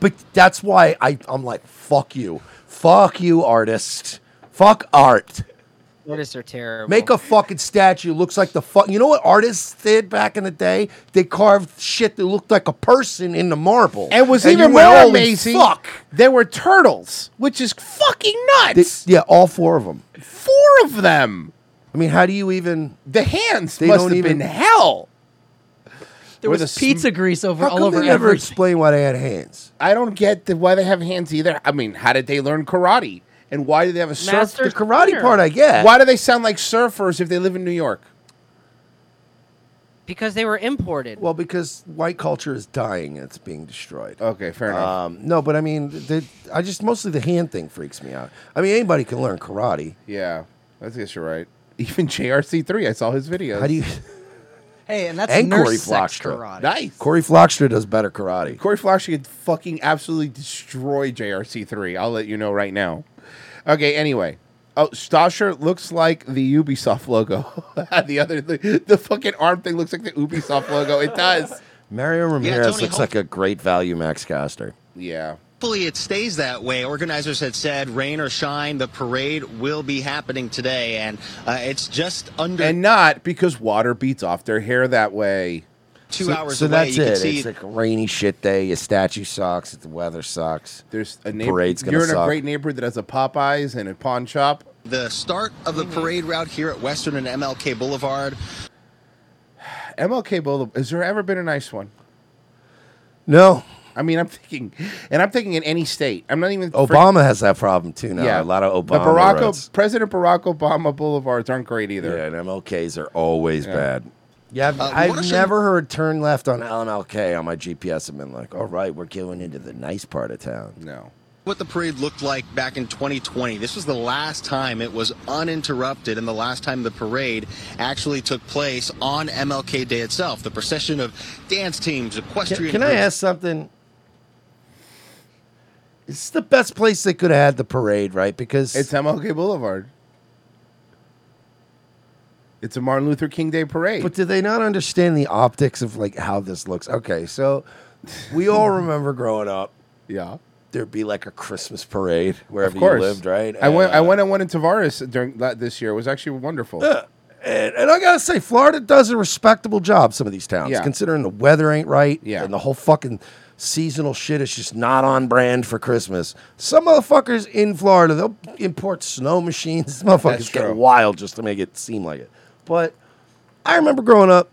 Speaker 1: But that's why I, I'm like, "Fuck you, fuck you, artist, fuck art."
Speaker 4: Artists are terrible.
Speaker 1: Make a fucking statue looks like the fuck. You know what artists did back in the day? They carved shit that looked like a person in the marble.
Speaker 2: and was
Speaker 1: you
Speaker 2: even
Speaker 1: went,
Speaker 2: more
Speaker 1: "Holy
Speaker 2: amazing.
Speaker 1: Fuck.
Speaker 2: There were turtles, which is fucking
Speaker 1: They-
Speaker 2: nuts.
Speaker 1: yeah, all four of them.
Speaker 2: Four of them.
Speaker 1: I mean, how do you even?
Speaker 2: The hands
Speaker 1: They
Speaker 2: must
Speaker 1: don't
Speaker 2: have
Speaker 1: even-
Speaker 2: been hell.
Speaker 3: There
Speaker 2: With
Speaker 3: was
Speaker 2: a sm-
Speaker 3: pizza grease over
Speaker 1: How
Speaker 3: all
Speaker 1: come
Speaker 3: over
Speaker 1: they never
Speaker 3: every.
Speaker 1: explain why they had hands?
Speaker 2: I don't get the, why they have hands either. I mean, how did they learn karate? And why do they have a surf?
Speaker 4: Master
Speaker 1: The karate
Speaker 4: Splinter.
Speaker 1: part I get.
Speaker 2: Why do they sound like surfers if they live in New York? (laughs)
Speaker 4: because they were imported.
Speaker 1: Well, because white culture is dying and it's being destroyed.
Speaker 2: Okay, fair enough.
Speaker 1: Um, no, but I mean, the, I just mostly the hand thing freaks me out. I mean, anybody can learn karate.
Speaker 2: yeah, I guess you're right. Even JRC3, I saw his videos.
Speaker 1: How do you?
Speaker 3: Hey, and (laughs) that's
Speaker 1: And Cory
Speaker 3: nurse sex
Speaker 1: Flockhart.
Speaker 3: karate.
Speaker 2: Nice. Corey,
Speaker 1: Corey Flockstra does better karate.
Speaker 2: Corey Flash could fucking absolutely destroy JRC3. I'll let you know right now. Okay, anyway. Oh, Stasher looks like the Ubisoft logo. (laughs) the other, the, the fucking arm thing looks like the Ubisoft logo. It does.
Speaker 1: Mario Ramirez
Speaker 8: Tony
Speaker 1: looks
Speaker 8: Hawk.
Speaker 1: like a great value Max Caster.
Speaker 2: Yeah.
Speaker 8: Hopefully it stays that way. Organizers had said, rain or shine, the parade will be happening today, and uh, it's just under
Speaker 2: And not because water beats off their hair that way.
Speaker 8: two
Speaker 1: so,
Speaker 8: hours
Speaker 1: so
Speaker 8: away.
Speaker 1: that's
Speaker 8: you
Speaker 1: it.
Speaker 8: can see
Speaker 1: it's like a rainy shit day. Your statue sucks. The weather sucks.
Speaker 2: There's a neighborhood.
Speaker 1: parade's gonna
Speaker 2: You're in a
Speaker 1: suck.
Speaker 2: great neighborhood that has a Popeyes and a pawn shop.
Speaker 8: the start of the parade route here at Western and MLK Boulevard.
Speaker 2: MLK Boulevard. Has there ever been a nice one?
Speaker 1: No,
Speaker 2: I mean, I'm thinking, and I'm thinking in any state. I'm not even.
Speaker 1: Obama has that problem too now. a lot of
Speaker 2: The
Speaker 1: Obama.
Speaker 2: Barack,
Speaker 1: roads.
Speaker 2: O- President Barack Obama boulevards aren't great either.
Speaker 1: Yeah, and MLKs are always bad. Yeah, I've,
Speaker 8: Uh, what are
Speaker 1: I've
Speaker 8: some-
Speaker 1: never heard turn left on LMLK on my GPS and been like, all right, we're going into the nice part of town.
Speaker 2: No.
Speaker 8: What the parade looked like back in 2020. This was the last time it was uninterrupted and the last time the parade actually took place on MLK Day itself. The procession of dance teams,
Speaker 1: Can,
Speaker 8: equestrian
Speaker 1: can I
Speaker 8: groups,
Speaker 1: ask something? It's the best place they could have had the parade, right? Because
Speaker 2: It's MLK Boulevard. It's a Martin Luther King Day parade.
Speaker 1: But do they not understand the optics of like how this looks? Okay, so
Speaker 2: (laughs)
Speaker 1: we all remember growing up,
Speaker 2: yeah.
Speaker 1: there'd be like a Christmas parade wherever
Speaker 2: Of course.
Speaker 1: you lived, right?
Speaker 2: I went.
Speaker 1: And,
Speaker 2: I
Speaker 1: uh,
Speaker 2: went on one in Tavares during la- this year. It was actually wonderful.
Speaker 1: Uh, And, and I gotta say, Florida does a respectable job. Some of these towns,
Speaker 2: Yeah.
Speaker 1: considering the weather ain't right,
Speaker 2: Yeah.
Speaker 1: and the whole fucking seasonal shit is just not on brand for Christmas. Some motherfuckers in Florida they'll import snow machines. These motherfuckers
Speaker 2: true.
Speaker 1: get wild just to make it seem like it. But I remember growing up.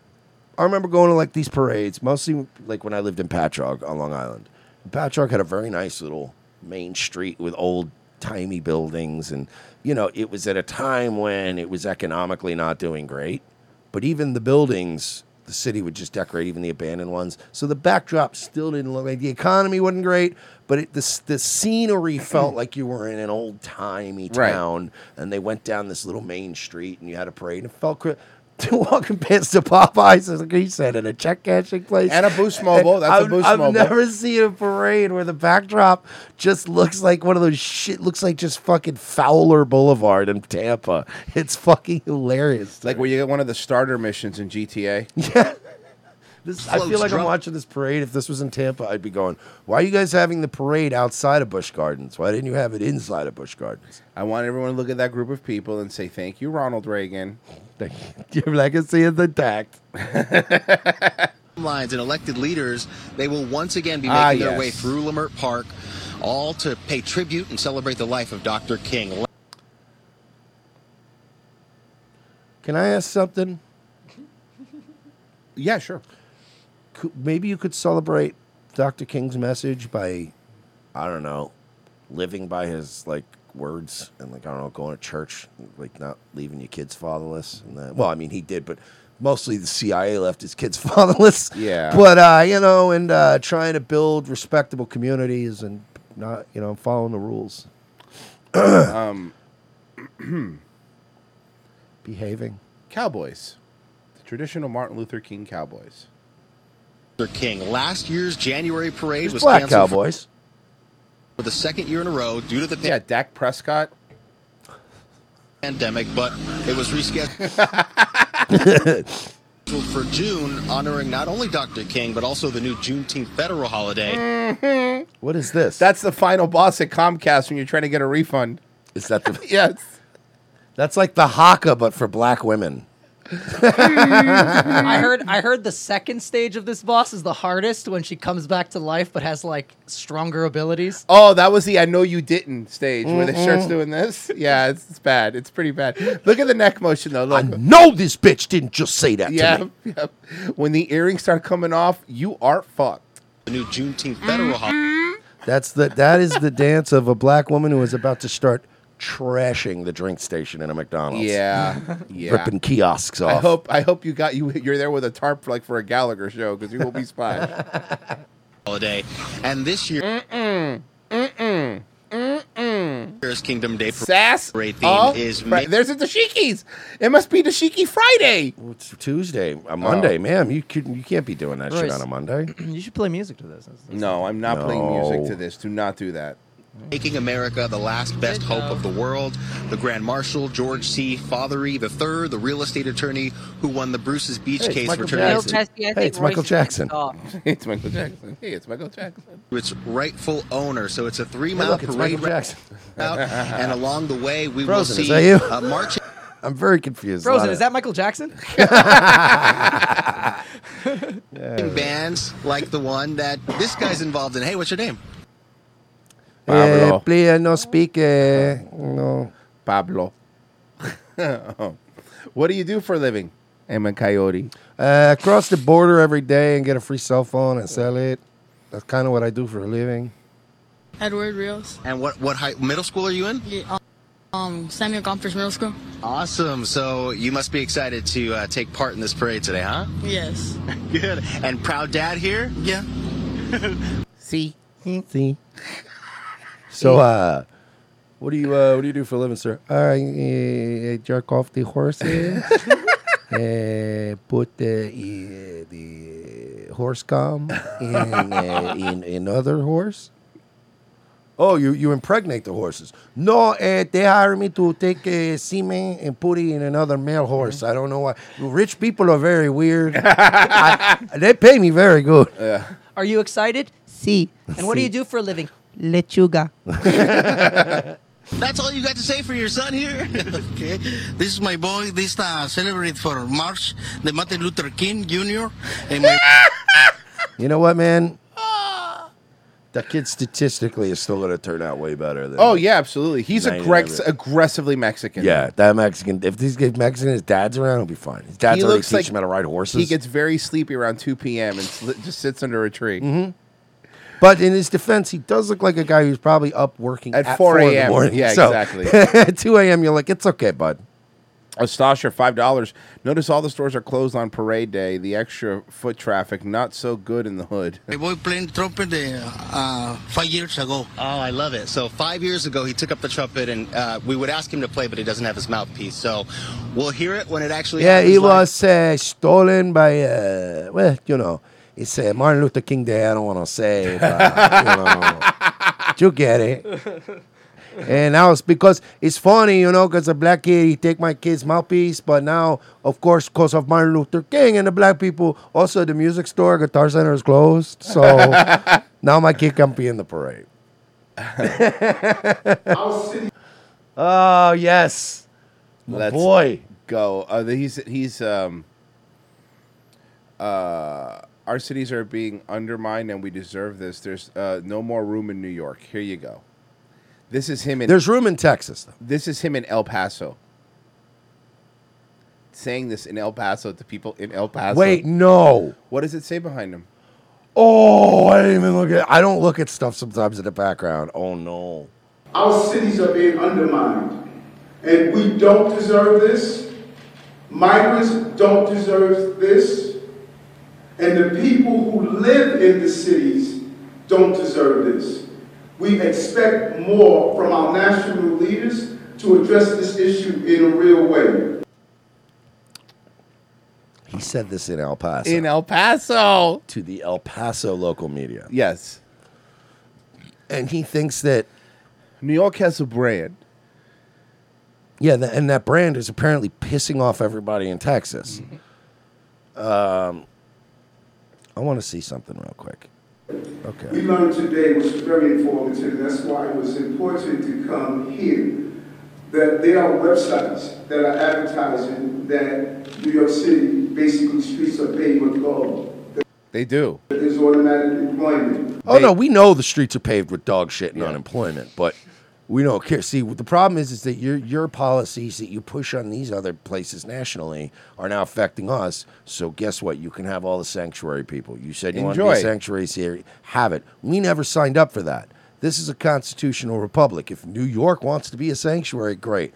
Speaker 1: I remember going to like these parades, mostly like when I lived in Patchogue on Long Island. Patchogue had a very nice little main street with old timey buildings, and you know it was at a time when it was economically not doing great. But even the buildings the city would just decorate even the abandoned ones. So the backdrop still didn't look like the economy wasn't great, but it, the, the scenery (clears throat) felt like you were in an old timey
Speaker 2: Right.
Speaker 1: town. And they went down this little main street and you had a parade. And it felt (laughs) cr- walking past the Popeyes, like he said, and a check cashing place.
Speaker 2: And a Boost Mobile. That's a
Speaker 1: I've-
Speaker 2: Boost
Speaker 1: I've
Speaker 2: Mobile.
Speaker 1: never seen a parade where the backdrop just looks like one of those shit, looks like just fucking Fowler Boulevard in Tampa. (laughs) It's fucking hilarious.
Speaker 2: Like where you get one of the starter missions in
Speaker 1: (laughs)
Speaker 2: GTA.
Speaker 1: This, I feel like I'm watching this parade. If this was in Tampa, I'd be going, why are you guys having the parade outside of Busch Gardens? Why didn't you have it inside (laughs) of Busch Gardens?
Speaker 2: I want everyone to look at that group of people and say, "Thank you, Ronald Reagan."
Speaker 1: Your legacy is intact.
Speaker 8: lines and elected leaders, they will once again be making
Speaker 2: Ah,
Speaker 8: their
Speaker 2: yes.
Speaker 8: way through Lamert Park, all to pay tribute and celebrate the life of Dr. King.
Speaker 1: Can I ask something?
Speaker 2: (laughs) Yeah, sure.
Speaker 1: Cou- Maybe you could celebrate Dr. King's message by, I don't know, living by his like words and like I don't know, going to church, like not leaving your kids fatherless. And that, well, I mean he did, but mostly the CIA left his kids (laughs) fatherless.
Speaker 2: Yeah.
Speaker 1: But uh, you know, and uh, trying to build respectable communities and not you know following
Speaker 2: (clears throat)
Speaker 1: the rules,
Speaker 2: (laughs)
Speaker 1: (laughs)
Speaker 2: Um,
Speaker 1: behaving.
Speaker 2: cowboys, the traditional Martin Luther King cowboys.
Speaker 8: Dr. King. Last year's January parade
Speaker 1: There's
Speaker 8: was
Speaker 1: black
Speaker 8: canceled for-
Speaker 1: cowboys.
Speaker 8: for the second year in a row due to the
Speaker 2: Yeah, Dak Prescott.
Speaker 8: pandemic, but it was
Speaker 2: (laughs)
Speaker 8: rescheduled for June, honoring not only Dr. King, but also the new Juneteenth federal holiday.
Speaker 1: What is this?
Speaker 2: Mm-hmm. That's the final boss at Comcast when you're trying to get a refund.
Speaker 1: is that the,
Speaker 2: (laughs) Yes.
Speaker 1: that's like the haka, but for black women.
Speaker 3: I heard I heard the second stage of this boss is the hardest when she comes back to life but has like stronger abilities.
Speaker 2: Oh, that was the I know you didn't stage where
Speaker 1: Mm-hmm.
Speaker 2: the shirt's doing this. Yeah, it's, it's bad. It's pretty bad. Look at the neck motion though.
Speaker 1: I
Speaker 2: Look.
Speaker 1: know this bitch didn't just say that to
Speaker 2: Yeah,
Speaker 1: me.
Speaker 2: yeah. When the earrings start coming off, you are fucked. Mm-hmm.
Speaker 8: The new Juneteenth federal holiday.
Speaker 1: That's the that is the dance of a black woman who is about to start trashing the drink station in a
Speaker 2: (laughs)
Speaker 1: McDonald's.
Speaker 2: Yeah. Yeah.
Speaker 1: Ripping kiosks off.
Speaker 2: I hope I hope you got you you're there with a tarp like for a Gallagher show because you will be
Speaker 1: (laughs)
Speaker 2: spied.
Speaker 8: holiday. And this year, mm-mm, mm-mm, mm Kingdom Day parade.
Speaker 2: Sass
Speaker 8: Great theme
Speaker 2: all
Speaker 8: is
Speaker 2: Fri-
Speaker 8: ma-
Speaker 2: there's a dashikis. It must be dashiki Friday. Oh.
Speaker 1: Well, it's Tuesday, a Monday, ma'am. You can you can't be doing that shit
Speaker 3: Royce.
Speaker 1: on a Monday.
Speaker 3: (clears throat) You should play music to this. That's- that's-
Speaker 2: No, I'm not playing music
Speaker 1: No.
Speaker 2: to this. Do not do
Speaker 8: (laughs)
Speaker 2: that. (laughs)
Speaker 8: Making America the last best hope of the world. The Grand Marshal, George C. Fothery III, the real estate attorney who won the Bruce's Beach
Speaker 1: Hey, it's
Speaker 8: case,
Speaker 1: Michael
Speaker 8: returns
Speaker 1: Jackson. Hey, it's Michael Jackson.
Speaker 2: (laughs) it's Michael Jackson. Hey, it's Michael Jackson.
Speaker 8: to its rightful owner. So it's a three
Speaker 1: Hey,
Speaker 8: mile
Speaker 1: look, it's Michael
Speaker 8: parade
Speaker 1: Jackson.
Speaker 8: route. And along the way, we
Speaker 1: Frozen,
Speaker 8: will
Speaker 1: is
Speaker 8: see
Speaker 1: that you?
Speaker 8: Uh, march.
Speaker 1: (laughs) I'm (clears throat) very confused.
Speaker 3: Frozen,
Speaker 1: Lotta-
Speaker 3: is that Michael Jackson?
Speaker 8: (laughs)
Speaker 1: (laughs)
Speaker 8: bands like the one that this guy's involved in. Hey, what's your name?
Speaker 1: Eh,
Speaker 2: Pablo.
Speaker 1: please, no speak. eh, no.
Speaker 2: Pablo. Oh. what do you do for a
Speaker 8: (laughs)
Speaker 2: living? I'm a coyote.
Speaker 1: Uh, cross the border every day and get a free cell phone and sell it. That's kind of what I do for a living.
Speaker 9: Edward Rios,
Speaker 8: And what what high, middle school are you in?
Speaker 9: um, Samuel Gompers Middle School.
Speaker 8: Awesome. So you must be excited to uh, take part in this parade today, huh?
Speaker 9: Yes.
Speaker 8: Good. And proud dad here? Yeah.
Speaker 1: (laughs)
Speaker 2: See?
Speaker 1: See. So, uh, what do you uh, what do you do for a living, sir? I uh, jerk off the (laughs) horses. uh, put the uh, the uh, horse (laughs) cum in, uh, in another horse. Oh, you, you impregnate the horses? No, uh, they hire me to take uh, semen and put it in another male horse. I don't know why. Rich people are very weird. (laughs) I- they pay me very good.
Speaker 3: Are you excited? See. And what do you do for a living? Lechuga.
Speaker 8: (laughs) That's all you got to say for your
Speaker 9: (laughs)
Speaker 8: son here?
Speaker 10: Okay, this is my boy. This uh, celebrate for March, the Martin Luther King Jr. And my
Speaker 1: (laughs) You know what, man?
Speaker 3: Ah.
Speaker 1: That kid statistically is still going to turn out way better than.
Speaker 2: Oh yeah, absolutely. He's
Speaker 1: Ninety
Speaker 2: aggress-
Speaker 1: of it.
Speaker 2: aggressively Mexican.
Speaker 1: yeah. That Mexican. If these kids Mexican, his dad's around, he'll be fine. His dad's
Speaker 2: He
Speaker 1: already
Speaker 2: looks
Speaker 1: teach
Speaker 2: like
Speaker 1: him how to ride horses.
Speaker 2: He gets very sleepy around 2 p.m. and sli- just sits under a tree.
Speaker 1: Mm-hmm. but in his defense, he does look like a guy who's probably up working
Speaker 2: At
Speaker 1: in the
Speaker 2: 4 a.m..
Speaker 1: morning.
Speaker 2: Yeah,
Speaker 1: (laughs) So,
Speaker 2: exactly.
Speaker 1: At two a.m., you're like, it's okay, bud.
Speaker 2: Ostasha, five dollars. Notice all the stores are closed on parade day. The extra foot traffic not so good in the hood.
Speaker 10: My boy playing trumpet uh, five years ago.
Speaker 8: Oh, I love it. So five years ago, he took up the trumpet, and uh, we would ask him to play, but he doesn't have his mouthpiece. So we'll hear it when it actually.
Speaker 1: Yeah,
Speaker 8: happens
Speaker 1: it
Speaker 8: live.
Speaker 1: was uh, stolen by, uh, well, you know, it's uh, Martin Luther King Day. I don't want to say,
Speaker 2: (laughs)
Speaker 1: but, you know, you get it. And now it's because it's funny, you know, because a black kid, he take my kid's mouthpiece. But now, of course, because of Martin Luther King and the black people, also the music store, Guitar Center is closed. (laughs) So now my kid can't be in the (laughs) parade. (laughs)
Speaker 2: Oh yes,
Speaker 1: My boy.
Speaker 2: go. Uh, the- he's he's um. Uh, our cities are being undermined, and we deserve this. There's uh, no more room in New York. Here you go. This is him in.
Speaker 1: There's room in Texas, though.
Speaker 2: This is him in El Paso. Saying this in El Paso to people in El Paso.
Speaker 1: Wait, no.
Speaker 2: What does it say behind him?
Speaker 1: Oh, I didn't even look at. I don't look at stuff sometimes in the background. Oh no.
Speaker 11: Our cities are being undermined, and we don't deserve this. Migrants don't deserve this, and the people who live in the cities don't deserve this. We expect more from our national leaders to address this issue in a real way.
Speaker 1: He said this in El Paso.
Speaker 2: In El Paso.
Speaker 1: To the El Paso local media.
Speaker 2: Yes.
Speaker 1: And he thinks that
Speaker 2: New York has a brand.
Speaker 1: Yeah, tha- and that brand is apparently pissing off everybody in Texas.
Speaker 2: Mm-hmm.
Speaker 1: um, I want to see something real quick. Okay.
Speaker 11: We learned today, which is very informative, and that's why it was important to come here, that there are websites that are advertising that New York City, basically streets are paved with gold,
Speaker 2: They do.
Speaker 11: that there's automatic employment.
Speaker 1: Oh no, we know the streets are paved with dog shit and unemployment, but we don't care. See, what the problem is is that your your policies that you push on these other places nationally are now affecting us. So guess what? You can have all the sanctuary people. You said you want to
Speaker 2: Enjoy.
Speaker 1: be sanctuaries here. Have it. We never signed up for that. This is a constitutional republic. If New York wants to be a sanctuary, great.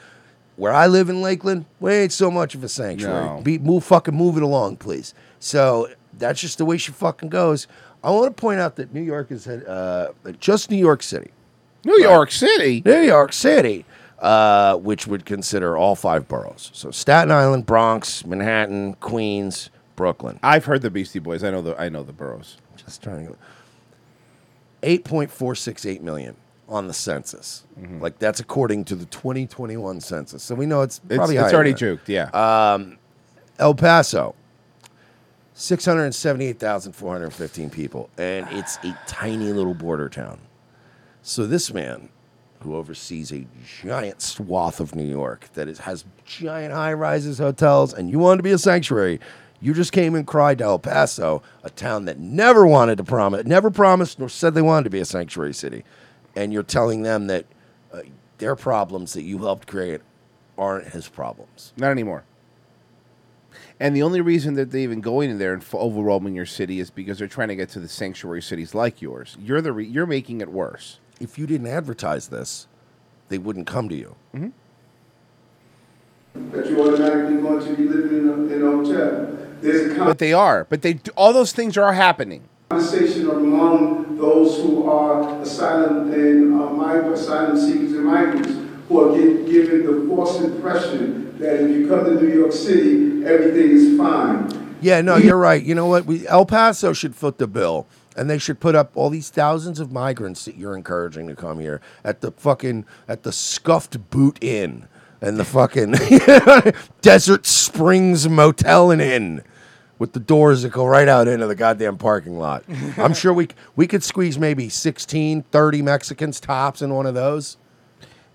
Speaker 1: Where I live in Lakeland, we ain't so much of a sanctuary.
Speaker 2: No.
Speaker 1: Be move fucking move it along, please. So that's just the way she fucking goes. I want to point out that New York is uh, just New York City.
Speaker 2: New York City.
Speaker 1: New York City, uh, which would consider all five boroughs. So Staten Island, Bronx, Manhattan, Queens, Brooklyn.
Speaker 2: I've heard the Beastie Boys. I know the I know the boroughs.
Speaker 1: Just trying to. Eight point four six eight million on the census.
Speaker 2: Mm-hmm.
Speaker 1: Like that's according to the 2021 census. So we know it's
Speaker 2: It's-
Speaker 1: probably
Speaker 2: it's
Speaker 1: higher
Speaker 2: already
Speaker 1: than
Speaker 2: juked, yeah.
Speaker 1: that. Um, El Paso, six hundred seventy-eight thousand four hundred fifteen people, and it's a tiny little border town. So this man, who oversees a giant swath of New York that is, has giant high-rises, hotels, and you wanted to be a sanctuary, you just came and cried to El Paso, a town that never wanted to promise, never promised nor said they wanted to be a sanctuary city, and you're telling them that uh, their problems that you helped create aren't his problems.
Speaker 2: Not anymore. And the only reason that they even going in there and f- overwhelming your city is because they're trying to get to the sanctuary cities like yours. You're the re- you're making it worse.
Speaker 1: If you didn't advertise this, they wouldn't come to you.
Speaker 2: Mm-hmm.
Speaker 11: That you're automatically going to be living in a, in a hotel. There's a
Speaker 2: But they are. But they do, all those things are happening.
Speaker 11: conversation among those who are asylum and uh, migrant asylum seekers and migrants who are gi- given the false impression that if you come to New York City, everything is fine.
Speaker 1: Yeah, no, you're right. You know what? We, El Paso should foot the bill, and they should put up all these thousands of migrants that you're encouraging to come here at the fucking at the scuffed boot inn and the fucking (laughs) Desert Springs Motel and Inn with the doors that go right out into the goddamn parking lot. I'm sure we c- we could squeeze maybe 16, 30 Mexicans tops in one of those.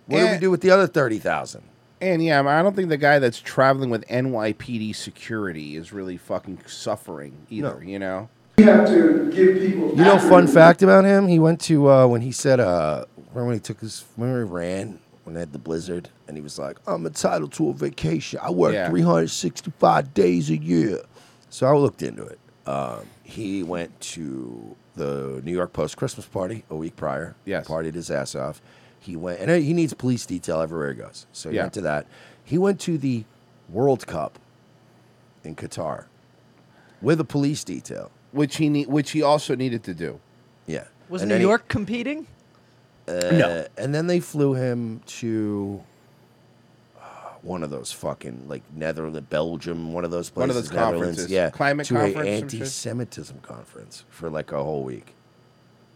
Speaker 1: What do we
Speaker 2: And-
Speaker 1: do with the other 30,000?
Speaker 2: And yeah, I don't think the guy that's traveling with NYPD security is really fucking suffering either. You know.
Speaker 11: We have to give people.
Speaker 1: You know, fun fact about him: he went to uh, when he said, uh, "Remember when he took his? Remember he ran when they had the blizzard, and he was like, I'm entitled to a vacation. I work
Speaker 2: Yeah.
Speaker 1: 365 days a year.'" So I looked into it. Um, he went to the New York Post Christmas party a week prior. Yes, partied his ass off. He went, and he needs police detail everywhere he goes. So he
Speaker 2: Yeah.
Speaker 1: went to that. He went to the World Cup in Qatar with a police detail.
Speaker 2: Which he need, which he also needed to do.
Speaker 1: Yeah.
Speaker 3: Was
Speaker 1: And
Speaker 3: New
Speaker 1: then he-
Speaker 3: York competing?
Speaker 1: Uh,
Speaker 3: No.
Speaker 1: And then they flew him to uh, one of those fucking like Netherlands, Belgium, one of those places.
Speaker 2: One of those
Speaker 1: Netherlands,
Speaker 2: conferences.
Speaker 1: yeah,
Speaker 2: Climate
Speaker 1: to
Speaker 2: conference, some
Speaker 1: an
Speaker 2: shit?
Speaker 1: anti-Semitism conference for like a whole week.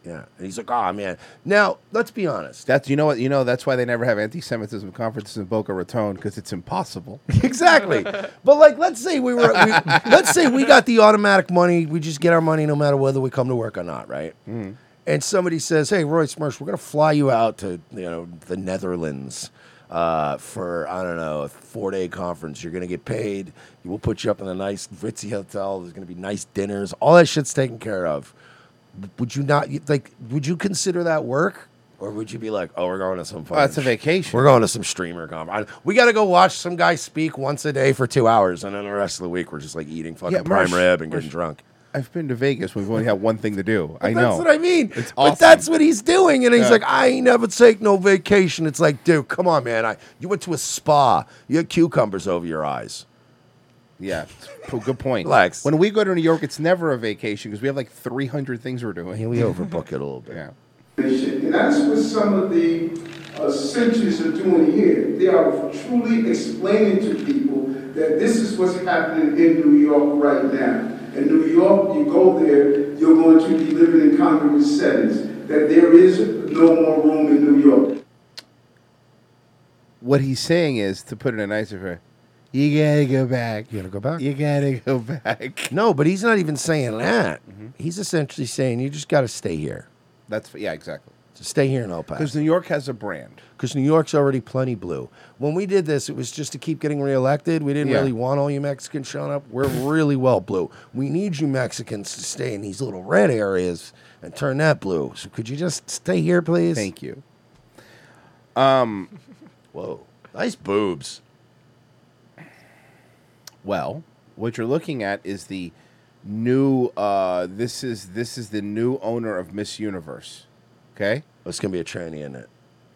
Speaker 1: Yeah, and he's like, "Oh man." Now let's be honest.
Speaker 2: That's you know what you know. That's why they never have anti-Semitism conferences in Boca Raton because it's impossible.
Speaker 1: (laughs) (laughs) exactly. But like, let's say we were, (laughs) we, let's say we got the automatic money. We just get our money no matter whether we come to work or not, right? And somebody says, "Hey, Roy Smirsch, we're gonna fly you out to you know the Netherlands uh, for I don't know a four day conference. You're gonna get paid. We'll put you up in a nice ritzy hotel. There's gonna be nice dinners. All that shit's taken care of. Would you not like? Would you consider that work?" Or would you be like, oh, we're going to some fucking?
Speaker 2: it's a vacation.
Speaker 1: We're going to some streamer conference. We got to go watch some guy speak once a day for two hours, and then the rest of the week we're just like eating fucking
Speaker 2: Yeah,
Speaker 1: prime
Speaker 2: Marsh-
Speaker 1: rib and getting
Speaker 2: Marsh-
Speaker 1: drunk.
Speaker 2: (laughs) I've been to Vegas. We've only had one thing to do. I
Speaker 1: (laughs) But
Speaker 2: know.
Speaker 1: That's what I mean.
Speaker 2: It's
Speaker 1: But
Speaker 2: awesome.
Speaker 1: that's what he's doing. And he's
Speaker 2: Yeah.
Speaker 1: like, I ain't never take no vacation. It's like, dude, come on, man. I you went to a spa. You had cucumbers over your eyes.
Speaker 2: Yeah, p- good point.
Speaker 1: Relax.
Speaker 2: When we go to New York, it's never a vacation because we have like 300 things we're doing.
Speaker 1: we overbook it a little bit.
Speaker 2: (laughs) Yeah.
Speaker 11: And that's what some of the uh, centuries are doing here. They are truly explaining to people that this is what's happening in New York right now. In New York, you go there, you're going to be living in congregate settings, that there is no more room in New York.
Speaker 2: What he's saying is, to put it in a nicer way, you gotta go back. You gotta go back. You gotta go back.
Speaker 1: No, but he's not even saying that. He's essentially saying you just got to stay here.
Speaker 2: That's yeah, exactly.
Speaker 1: Just stay here in El Paso.
Speaker 2: Because New York has a brand.
Speaker 1: because New York's already plenty blue. When we did this, it was just to keep getting reelected. We didn't
Speaker 2: Yeah.
Speaker 1: really want all you Mexicans showing up. We're really well blue. We need you Mexicans to stay in these little red areas and turn that blue. So could you just stay here, please? Thank
Speaker 2: you. Um,
Speaker 1: (laughs) whoa, nice boobs.
Speaker 2: Well, what you're looking at is the new. Uh, this is this is the new owner of Miss Universe. Okay.
Speaker 1: Oh, It's gonna be a tranny, isn't it?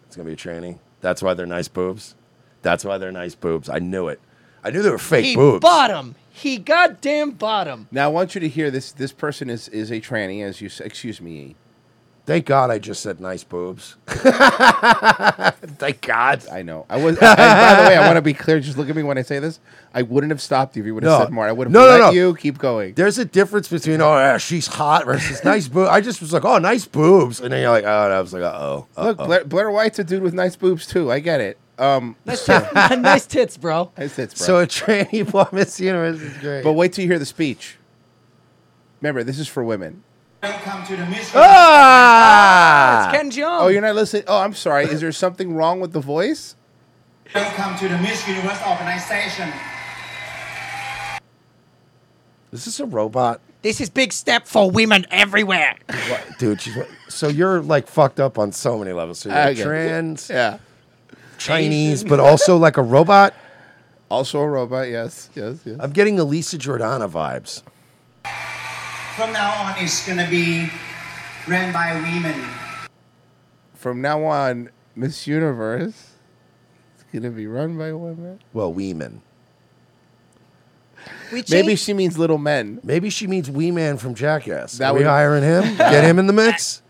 Speaker 1: It's gonna be a tranny. That's why they're nice boobs. That's why they're nice boobs. I knew it. I knew they were fake
Speaker 3: he
Speaker 1: boobs.
Speaker 3: bought 'em. He goddamn bought 'em.
Speaker 2: Now I want you to hear this. This person is is a tranny, as you s- excuse me.
Speaker 1: Thank God I just said nice
Speaker 2: (laughs)
Speaker 1: boobs. Thank God.
Speaker 2: I know. I was. I, by the way, I want to be clear. Just look at me when I say this. I wouldn't have stopped you if you would have said more. I would have let you keep going.
Speaker 1: There's a difference between oh yeah, she's hot versus nice boobs. I just was like oh nice boobs, and then you're like oh, and I was like uh oh.
Speaker 2: Look, Blair, Blair White's a dude with nice boobs too. I get it. Um,
Speaker 3: nice,
Speaker 2: (laughs)
Speaker 3: tits, nice tits, bro.
Speaker 2: Nice tits, bro.
Speaker 1: So a (laughs) tranny bought Miss Universe is great.
Speaker 2: But wait till you hear the speech. Remember, this is for women.
Speaker 12: Welcome to the mystery.
Speaker 1: Ah!
Speaker 12: It's Ken Jeong.
Speaker 2: Oh, you're not listening. Oh, I'm sorry. Is there something wrong with the voice?
Speaker 12: Welcome to the Miss Universe organization.
Speaker 1: Is this a robot,
Speaker 3: This is big step for women everywhere.
Speaker 1: dude? She's so you're like fucked up on so many levels. So you're
Speaker 2: I get it.
Speaker 1: trans,
Speaker 2: Yeah.
Speaker 1: Chinese, but also like a robot.
Speaker 2: Also a robot. Yes. Yes. Yes.
Speaker 1: I'm getting Elisa Jordana vibes.
Speaker 12: From now on, it's gonna be ran by women.
Speaker 2: From now on, Miss Universe is gonna be run by women.
Speaker 1: Well, women.
Speaker 3: We
Speaker 2: Maybe she means little men.
Speaker 1: Maybe she means Wee Man from Jackass.
Speaker 2: That
Speaker 1: Are we
Speaker 2: would-
Speaker 1: hiring
Speaker 2: (laughs)
Speaker 1: him? Get him in the mix.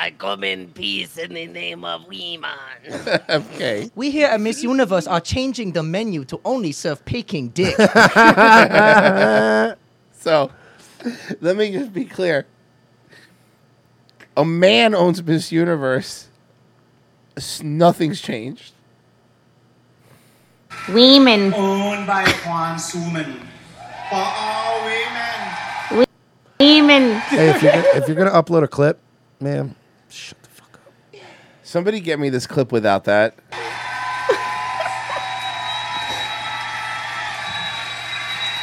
Speaker 4: I come in peace in the name of Weeman.
Speaker 2: okay.
Speaker 3: We here at Miss Universe are changing the menu to only serve Peking dick.
Speaker 2: (laughs) so, let me just (laughs) be clear. A man owns Miss Universe. S- Nothing's changed.
Speaker 12: Women. Owned by Kwan Suman. For all women. Women.
Speaker 1: hey, if you're, gonna, if you're gonna upload a clip, ma'am,
Speaker 2: Somebody get me this clip without that.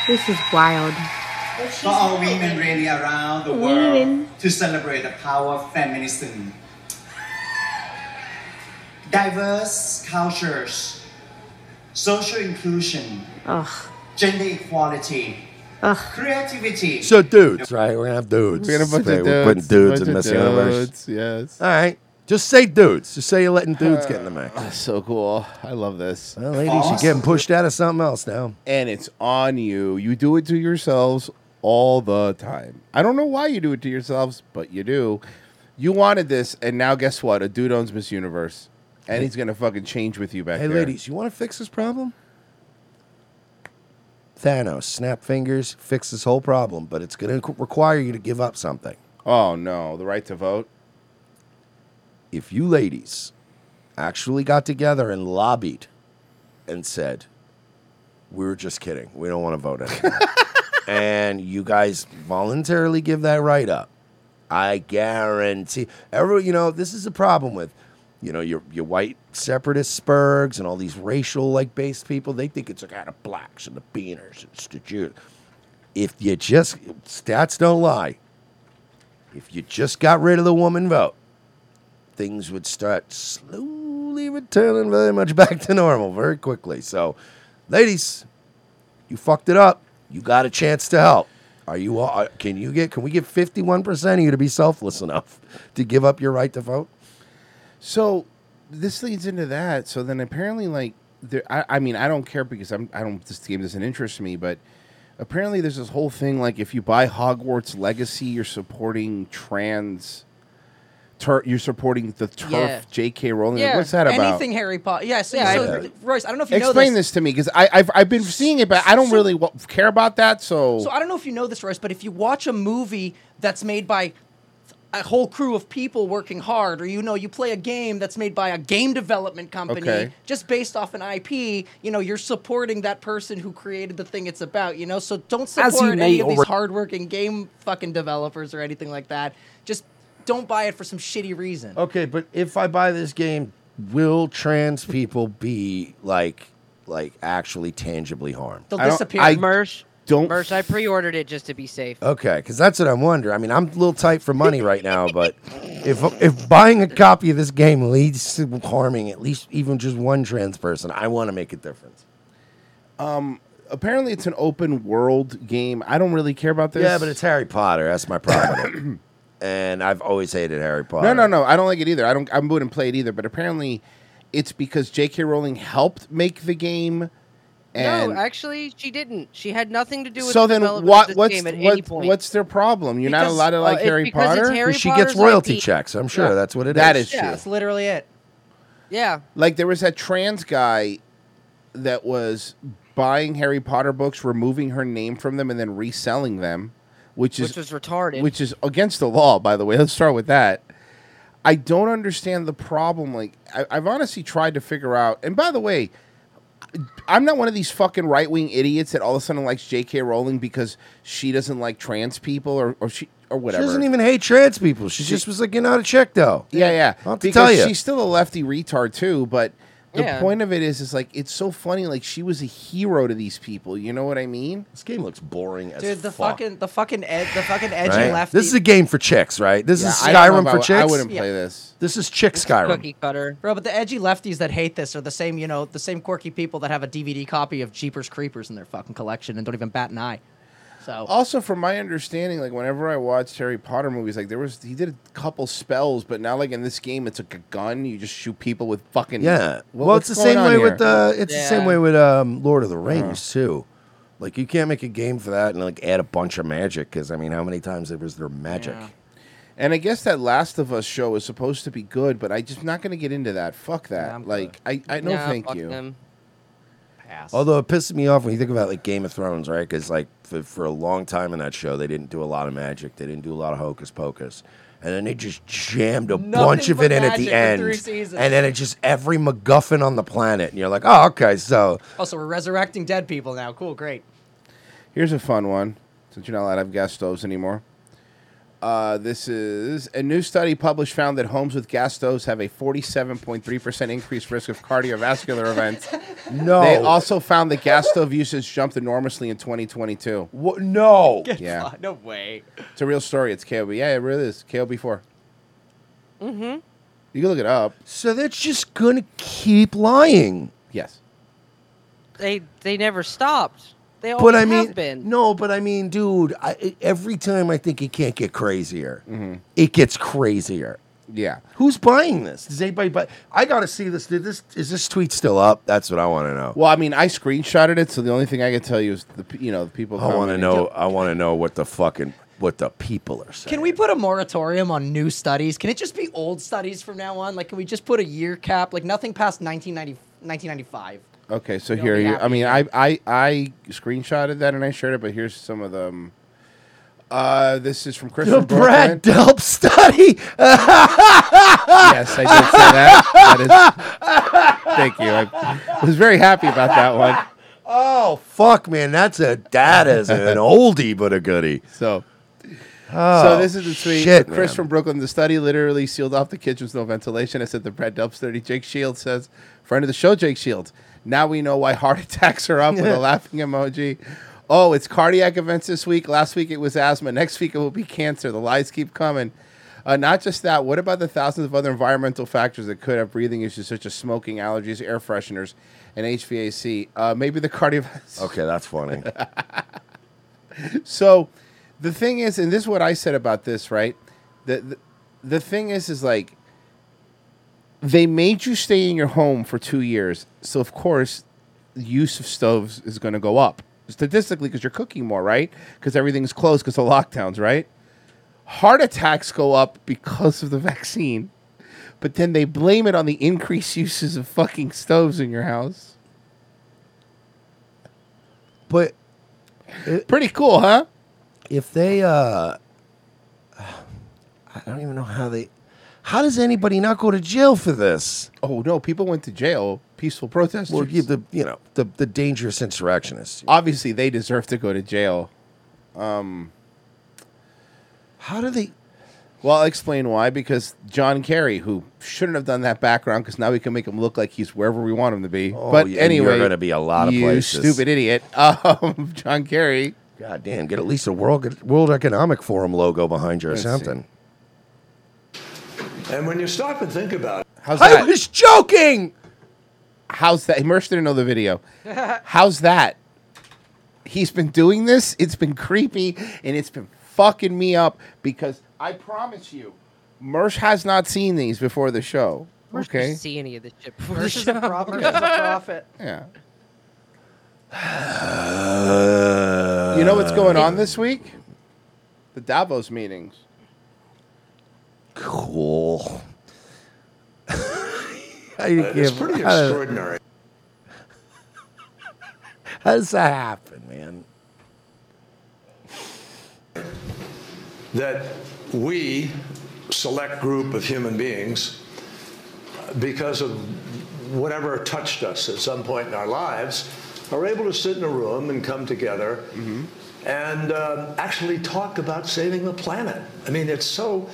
Speaker 12: This is wild. For all women really around the world
Speaker 9: Women.
Speaker 12: to celebrate the power of feminism. Diverse cultures, social inclusion, gender equality, creativity.
Speaker 1: So dudes, right? We're gonna have dudes.
Speaker 2: We're gonna have a bunch
Speaker 1: Right,
Speaker 2: of
Speaker 1: We're putting
Speaker 2: dudes,
Speaker 1: dudes
Speaker 2: bunch
Speaker 1: in
Speaker 2: of
Speaker 1: Miss Universe.
Speaker 2: dudes, Yes.
Speaker 1: All right. Just say dudes. Just say you're letting dudes get in
Speaker 2: (sighs)
Speaker 1: the mix.
Speaker 2: so cool. Oh, I love this.
Speaker 1: Well, ladies, you're getting pushed out of something else now.
Speaker 2: and it's on you. You do it to yourselves all the time. I don't know why you do it to yourselves, but you do. You wanted this, and now guess what? A dude owns Miss Universe, and he's gonna fucking change with you back
Speaker 1: Hey,
Speaker 2: there.
Speaker 1: ladies, you want to fix this problem? Thanos, snap fingers, fix this whole problem, but it's going to require you to give up something.
Speaker 2: Oh no, the right to vote.
Speaker 1: If you ladies actually got together and lobbied and said, "We were just kidding. We don't want to vote anymore," and you guys voluntarily give that right up, I guarantee every you know this is a problem with you know your your white separatist spurgs and all these racial like based people. They think it's like out of blacks and the beaners and it's the Jews. If you just stats don't lie, if you just got rid of the woman vote, things would start slowly returning very much (laughs) back to normal very quickly. So, ladies, you fucked it up. You got a chance to help. Are you? Are, can you get? Can we get fifty-one percent of you to be selfless enough to give up your right to vote?
Speaker 2: So this leads into that. So then apparently, like, there. I, I mean, I don't care because I'm. I don't. This game doesn't interest me, but. Apparently, there's this whole thing like if you buy Hogwarts Legacy, you're supporting trans, tur- you're supporting the turf.
Speaker 3: Yeah.
Speaker 2: J.K. Rowling. Like, what's that about?
Speaker 3: Anything Harry Potter. Yes,
Speaker 2: Yeah,
Speaker 3: yeah.
Speaker 2: I-
Speaker 3: So, Royce, I don't know if you
Speaker 2: Explain
Speaker 3: know this.
Speaker 2: this. to me because I've I've been seeing it, but I don't really wa- care about that. So,
Speaker 3: So I don't know if you know this, Royce, but if you watch a movie that's made by a whole crew of people working hard, or you know, you play a game that's made by a game development company,
Speaker 2: Okay.
Speaker 3: just based off an IP, you know, you're supporting that person who created the thing it's about, you know. So don't
Speaker 13: As you
Speaker 3: support
Speaker 13: may
Speaker 3: any of these
Speaker 13: already-
Speaker 3: hardworking game fucking developers or anything like that. Just don't buy it for some shitty reason.
Speaker 1: Okay, but if I buy this game, will trans people be like, like actually tangibly harmed?
Speaker 4: They'll I don't- disappear. I Mersh,
Speaker 1: Don't.
Speaker 4: Mersh, I pre-ordered it just to be safe.
Speaker 1: Okay, because that's what I'm wondering. I mean, I'm a little tight for money right now, but if if buying a copy of this game leads to harming at least even just one trans person, I want to make a difference.
Speaker 2: um, apparently it's an open world game. I don't really care about this.
Speaker 1: Yeah, but it's Harry Potter. That's my problem. (coughs) and I've always hated Harry Potter.
Speaker 2: no, no, no. I don't like it either. I don't. I wouldn't play it either. But apparently, it's because J.K. Rowling helped make the game. And
Speaker 4: no, actually, she didn't. She had nothing to do with
Speaker 2: so
Speaker 4: the
Speaker 2: then,
Speaker 4: development of
Speaker 2: what?
Speaker 4: this
Speaker 2: What's
Speaker 4: game at any
Speaker 2: what,
Speaker 4: point.
Speaker 2: what's their problem? You're not
Speaker 4: Because,
Speaker 2: allowed to
Speaker 4: uh,
Speaker 2: like
Speaker 4: it's
Speaker 2: Harry
Speaker 4: because it's
Speaker 2: Potter.
Speaker 4: Harry
Speaker 1: she gets royalty checks. I'm sure
Speaker 2: Yeah.
Speaker 1: that's what it is.
Speaker 2: That is Yeah, true.
Speaker 3: That's literally it.
Speaker 4: Yeah.
Speaker 2: Like there was that trans guy that was buying Harry Potter books, removing her name from them, and then reselling them, which is
Speaker 4: Which was retarded.
Speaker 2: which is against the law, by the way. Let's start with that. I don't understand the problem. Like I, I've honestly tried to figure out. And by the way, I'm not one of these fucking right wing idiots that all of a sudden likes J.K. Rowling because she doesn't like trans people or, or she or
Speaker 1: She
Speaker 2: whatever.
Speaker 1: doesn't even hate trans people. She, just was like, you're not a chick, though.
Speaker 2: Yeah, yeah.
Speaker 1: I'll have to
Speaker 2: because
Speaker 1: tell you.
Speaker 2: she's still a lefty retard too. But the
Speaker 1: Yeah.
Speaker 2: point of it is, is like it's so funny. Like she was a hero to these people. You know what I mean?
Speaker 1: This game looks boring as
Speaker 3: Dude, the fucking the fucking ed- the fucking edgy
Speaker 1: Right?
Speaker 3: lefty.
Speaker 1: This is a game for chicks, right? This
Speaker 2: Yeah,
Speaker 1: is
Speaker 2: I don't know
Speaker 1: Skyrim
Speaker 2: if I
Speaker 1: for
Speaker 2: would-
Speaker 1: chicks.
Speaker 2: I wouldn't play Yeah. this.
Speaker 1: This is chick Skyrim.
Speaker 4: cutter.
Speaker 3: Bro, but the edgy lefties that hate this are the same, you know, the same quirky people that have a DVD copy of Jeepers Creepers in their fucking collection and don't even bat an eye.
Speaker 4: Oh.
Speaker 3: So
Speaker 2: Also, from my understanding, like whenever I watched Harry Potter movies, like there was he did a couple spells, but now like in this game, it's like a gun. You just shoot people with fucking
Speaker 1: Yeah.
Speaker 2: What-
Speaker 1: well,
Speaker 2: what's
Speaker 1: it's the
Speaker 2: going
Speaker 1: same
Speaker 2: on
Speaker 1: way
Speaker 2: here? Uh-huh.
Speaker 1: with uh, it's the same way with um, Lord of the Rings too. Like you can't make a game for that and like add a bunch of magic because I mean, how many times there was there magic?
Speaker 2: And I guess that Last of Us show is supposed to be good, but I just not going to get into that. Fuck that. like I, I no,
Speaker 4: Nah,
Speaker 2: thank
Speaker 4: fuck
Speaker 2: you.
Speaker 4: them.
Speaker 1: Although it pisses me off when you think about like Game of Thrones, right? Because like for, for a long time in that show, they didn't do a lot of magic. They didn't do a lot of hocus pocus, and then they just jammed a
Speaker 3: Nothing
Speaker 1: bunch of
Speaker 3: but
Speaker 1: it in at
Speaker 3: magic
Speaker 1: the
Speaker 3: for
Speaker 1: end,
Speaker 3: three seasons.
Speaker 1: and then it just every MacGuffin on the planet, and you're like, oh, okay, so
Speaker 3: also we're resurrecting dead people now. Cool, great.
Speaker 2: Here's a fun one since you're not allowed to have gas stoves anymore. Uh, this is a new study published found that homes with gas stoves have a 47.3% increased risk of cardiovascular
Speaker 4: (laughs)
Speaker 2: events.
Speaker 1: No.
Speaker 2: They also found that gas stove usage jumped enormously in 2022.
Speaker 1: What? No.
Speaker 2: Yeah.
Speaker 3: No way.
Speaker 2: It's a real story. It's KOB. Yeah, it really is. KOB4.
Speaker 4: Mm-hmm.
Speaker 2: You can look it up.
Speaker 1: So that's just gonna keep lying.
Speaker 2: Yes.
Speaker 4: They they never stopped. They always
Speaker 1: But I mean,
Speaker 4: have been.
Speaker 1: no, but I e, mean,
Speaker 2: Mm-hmm.
Speaker 1: dude, I, every time I think it can't get crazier, it gets crazier.
Speaker 2: Yeah.
Speaker 1: Who's buying this? Does anybody buy? I gotta see this. Did this is this tweet still up? That's what I want to know.
Speaker 2: Well, I mean, I screenshotted it, so the only thing I can tell you is the p- you know the people.
Speaker 1: I want to
Speaker 2: commenting.
Speaker 1: know. I want to know what the fucking what the people are saying.
Speaker 3: Can we put a moratorium on new studies? Can it just be old studies from now on? Like, can we just put a year cap? Like, nothing past 1990, 1995.
Speaker 2: Okay, so here
Speaker 3: be
Speaker 2: you. I
Speaker 3: happy.
Speaker 2: mean, I I I screenshotted that and I shared it, but here's some of them. Uh, this is from Chris.
Speaker 1: The
Speaker 2: from Brooklyn.
Speaker 1: Brad Delp study. (laughs)
Speaker 2: yes, I did say that. that is, thank you. I was very happy about that one.
Speaker 1: Oh fuck, man, that's a that
Speaker 2: (laughs)
Speaker 1: is an oldie but a goodie.
Speaker 2: So,
Speaker 1: oh,
Speaker 2: so this is the tweet.
Speaker 1: Shit,
Speaker 2: Chris
Speaker 1: man.
Speaker 2: from Brooklyn. The study literally sealed off the kitchens, no ventilation. I said the Brad Delp study. Jake Shields says, friend of the show, Jake Shields. Now we know why heart (laughs) attacks are up with
Speaker 1: (laughs)
Speaker 2: a laughing emoji. Oh, it's cardiac events this week. Last week it was asthma. Next week it will be cancer. The lies keep coming. Uh, not just that. What about the thousands of other environmental factors that could have breathing issues, such as smoking, allergies, air fresheners, and HVAC? Uh, maybe the cardiovascular.
Speaker 1: Okay,
Speaker 2: (laughs)
Speaker 1: that's funny.
Speaker 2: so the thing is, and this is what I said about this, right? The, the the thing is, is like they made you stay in your home for two years, so of course, the use of stoves is going to go up statistically because you're cooking more, right? Because everything's closed because of lockdowns, right? Heart attacks go up because of the vaccine, but then they blame it on the increased uses of fucking stoves in your house.
Speaker 1: But
Speaker 2: pretty cool, huh?
Speaker 1: If they, uh (sighs) I don't even know how they. How does anybody not go to jail for this?
Speaker 2: Oh no, people went to jail. Peaceful protesters.
Speaker 1: Well, you, the you know the the dangerous insurrectionists.
Speaker 2: Obviously, they deserve to go to jail. Um,
Speaker 1: how do they?
Speaker 2: Well, I'll explain why. Because John Kerry, who shouldn't have done that background, because now we can make him look like he's wherever we want him to be.
Speaker 1: Oh,
Speaker 2: but
Speaker 1: yeah, and
Speaker 2: anyway,
Speaker 1: you're gonna be a lot of
Speaker 2: you
Speaker 1: places.
Speaker 2: Stupid idiot, (laughs) um, John Kerry.
Speaker 1: God damn, get at least a World World Economic Forum logo behind you or
Speaker 13: Let's see.
Speaker 1: something.
Speaker 13: And when you stop and think about it,
Speaker 2: How's
Speaker 1: I
Speaker 2: that?
Speaker 1: was joking.
Speaker 2: How's that? Mersh didn't know the video. How's that? He's been doing this. It's been creepy, and it's been fucking me up because I promise you, Mersh has not seen these before the show.
Speaker 4: Where's
Speaker 2: okay.
Speaker 4: See any of this shit? before
Speaker 3: This
Speaker 4: the
Speaker 3: is a
Speaker 4: show?
Speaker 3: profit. This is a
Speaker 1: (laughs)
Speaker 3: profit.
Speaker 2: Yeah. you know what's going on this week? The Davos meetings.
Speaker 1: Cool. I
Speaker 13: Uh, it's
Speaker 1: give-
Speaker 13: pretty
Speaker 1: how-
Speaker 13: extraordinary.
Speaker 1: (laughs) How does that happen, man?
Speaker 13: that we, select group of human beings, because of whatever touched us at some point in our lives, are able to sit in a room and come together
Speaker 1: Mm-hmm.
Speaker 13: and um, actually talk about saving the planet. I mean, it's so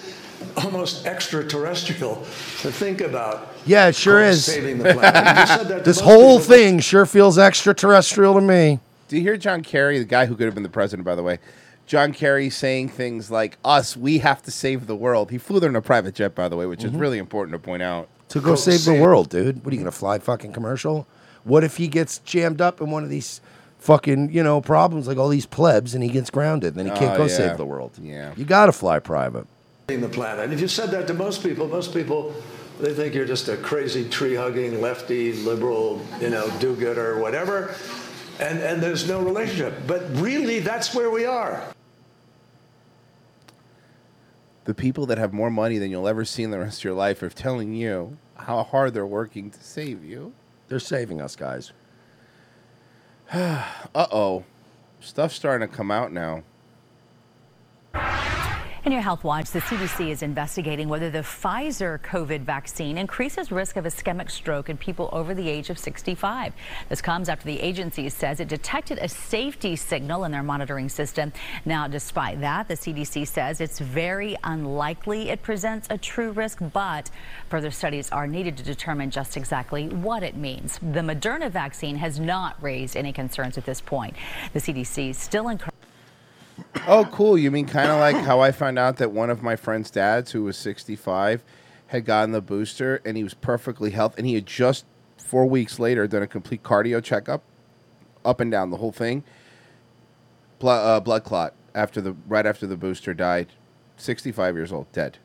Speaker 13: almost extraterrestrial to think about.
Speaker 1: Yeah, it sure
Speaker 13: Oh,
Speaker 1: is.
Speaker 13: saving the planet. You
Speaker 1: (laughs)
Speaker 13: said that to
Speaker 1: this
Speaker 13: most
Speaker 1: whole
Speaker 13: people.
Speaker 1: thing sure feels extraterrestrial to me.
Speaker 2: Do you hear John Kerry, the guy who could have been the president, by the way? John Kerry saying things like, Us, we have to save the world. He flew there in a private jet, by the way, which is
Speaker 1: Mhm.
Speaker 2: really important to point out.
Speaker 1: To go save the world, dude. What are you gonna fly fucking commercial? What if he gets jammed up in one of these fucking you know problems like all these plebs and he gets grounded and then he can't
Speaker 13: Oh,
Speaker 1: go
Speaker 13: yeah.
Speaker 1: save the world?
Speaker 2: Yeah,
Speaker 1: you gotta fly private.
Speaker 13: saving the planet. And if you said that to most people, most people, they think you're just a crazy tree-hugging lefty liberal, you know, do-gooder, whatever. And, and there's no relationship. But really, that's where we are.
Speaker 2: The people that have more money than you'll ever see in the rest of your life are telling you how hard they're working to save you.
Speaker 1: They're saving
Speaker 2: (sighs)
Speaker 1: us, guys.
Speaker 2: uh oh. Stuff's starting to come out now.
Speaker 14: In your Health Watch, the CDC is investigating whether the Pfizer COVID vaccine increases risk of ischemic stroke in people over the age of 65. This comes after the agency says it detected a safety signal in their monitoring system. Now, despite that, the CDC says it's very unlikely it presents a true risk, but further studies are needed to determine just exactly what it means. The Moderna vaccine has not raised any concerns at this point. The CDC still encourages
Speaker 2: Oh, cool. You mean kind of like how I found out that one of my friend's dads, who was 65, had gotten the booster and he was perfectly healthy. And he had just four weeks later done a complete cardio checkup, up and down the whole thing. Blood, uh, blood clot after the right after the booster died, 65 years old, dead.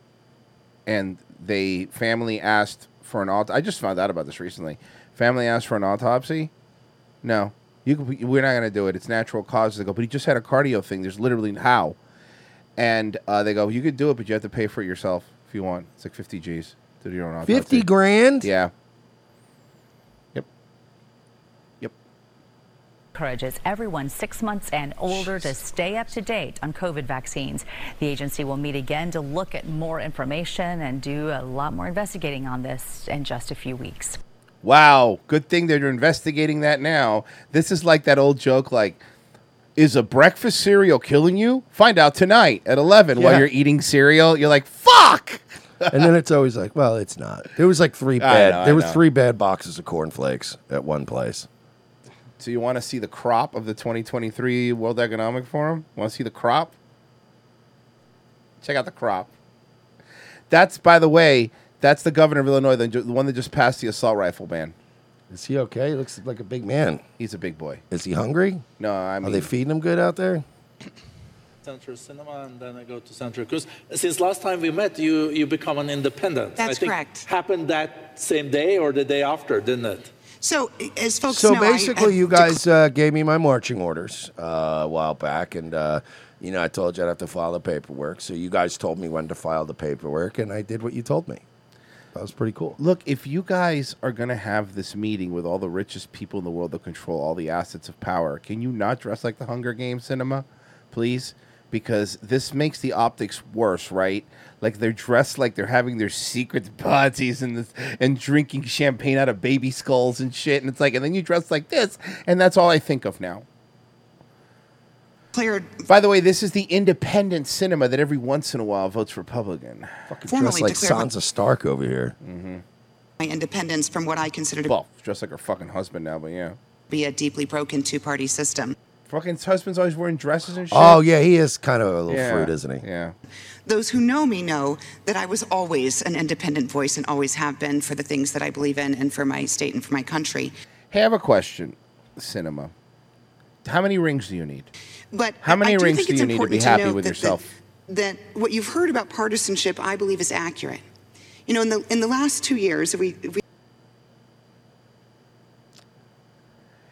Speaker 2: And they family asked for an auto. I just found out about this recently. Family asked for an autopsy. No, you could, we're not going to do it. It's natural causes. They go, but he just had a cardio thing. There's literally how, and uh, they go, you could do it, but you have to pay for it yourself if you want. It's like fifty G's to do your own autopsy.
Speaker 1: 50 grand?
Speaker 2: Yeah.
Speaker 14: encourages everyone six months and older to stay up to date on COVID vaccines. The agency will meet again to look at more information and do a lot more investigating on this in just a few weeks.
Speaker 2: Wow, good thing they're investigating that now. This is like that old joke like is a breakfast cereal killing you? Find out tonight at 11
Speaker 1: Yeah.
Speaker 2: while you're eating cereal. You're like, "Fuck!"
Speaker 1: and then it's always like, well, it's not. There was like
Speaker 13: (laughs)
Speaker 1: three
Speaker 2: I
Speaker 1: bad.
Speaker 2: know, I
Speaker 1: there was
Speaker 2: know.
Speaker 1: three bad boxes of cornflakes at one place.
Speaker 2: So you want to see the crop of the 2023 World Economic Forum? Want to see the crop? Check out the crop. That's by the way, that's the governor of Illinois, the, the one that just passed the assault rifle ban.
Speaker 1: Is he okay? He looks like a big man.
Speaker 2: He's a big boy.
Speaker 1: Is he hungry?
Speaker 2: No, I mean
Speaker 1: Are they feeding him good out there?
Speaker 15: Central Cinema, and then I go to Central Cruz. Since last time we met, you you become an independent.
Speaker 16: That's
Speaker 15: I think
Speaker 16: correct.
Speaker 15: Happened that same day or the day after, didn't it?
Speaker 16: So, as folks
Speaker 1: so
Speaker 16: know, I-
Speaker 1: basically,
Speaker 16: I-
Speaker 1: you guys uh, gave me my marching orders uh, a while back, and uh, you know I told you I'd have to file the paperwork. So you guys told me when to file the paperwork, and I did what you told me. That was pretty cool.
Speaker 2: Look, if you guys are going to have this meeting with all the richest people in the world that control all the assets of power, can you not dress like the Hunger Games cinema, please? Because this makes the optics worse, right? Like they're dressed like they're having their secret (laughs) parties and this, and drinking champagne out of baby skulls and shit. And it's like, and then you dress like this, and that's all I think of now. By the way, this is the independent cinema that every once in a while votes Republican.
Speaker 1: Fucking
Speaker 16: Formally
Speaker 1: like
Speaker 16: declared-
Speaker 1: Sansa Stark over here.
Speaker 2: Mm-hmm.
Speaker 16: my independence from what I consider to
Speaker 2: Well, dressed like her fucking husband now, but yeah.
Speaker 16: be a deeply broken two-party system.
Speaker 2: Fucking husband's always wearing dresses and shit.
Speaker 1: Oh yeah, he is kind of a little
Speaker 2: Yeah,
Speaker 1: fruit, isn't he?
Speaker 2: Yeah.
Speaker 16: Those who know me know that I was always an independent voice and always have been for the things that I believe in and for my state and for my country.
Speaker 2: Hey, I have a question, cinema. How many rings do you need?
Speaker 16: But
Speaker 2: How many
Speaker 16: I do
Speaker 2: rings
Speaker 16: think
Speaker 2: do
Speaker 16: it's
Speaker 2: you need to be
Speaker 16: important
Speaker 2: happy
Speaker 16: note
Speaker 2: with
Speaker 16: that-
Speaker 2: yourself?
Speaker 16: that what you've heard about partisanship, I believe, is accurate. You know, in the in the last two years, if we, if we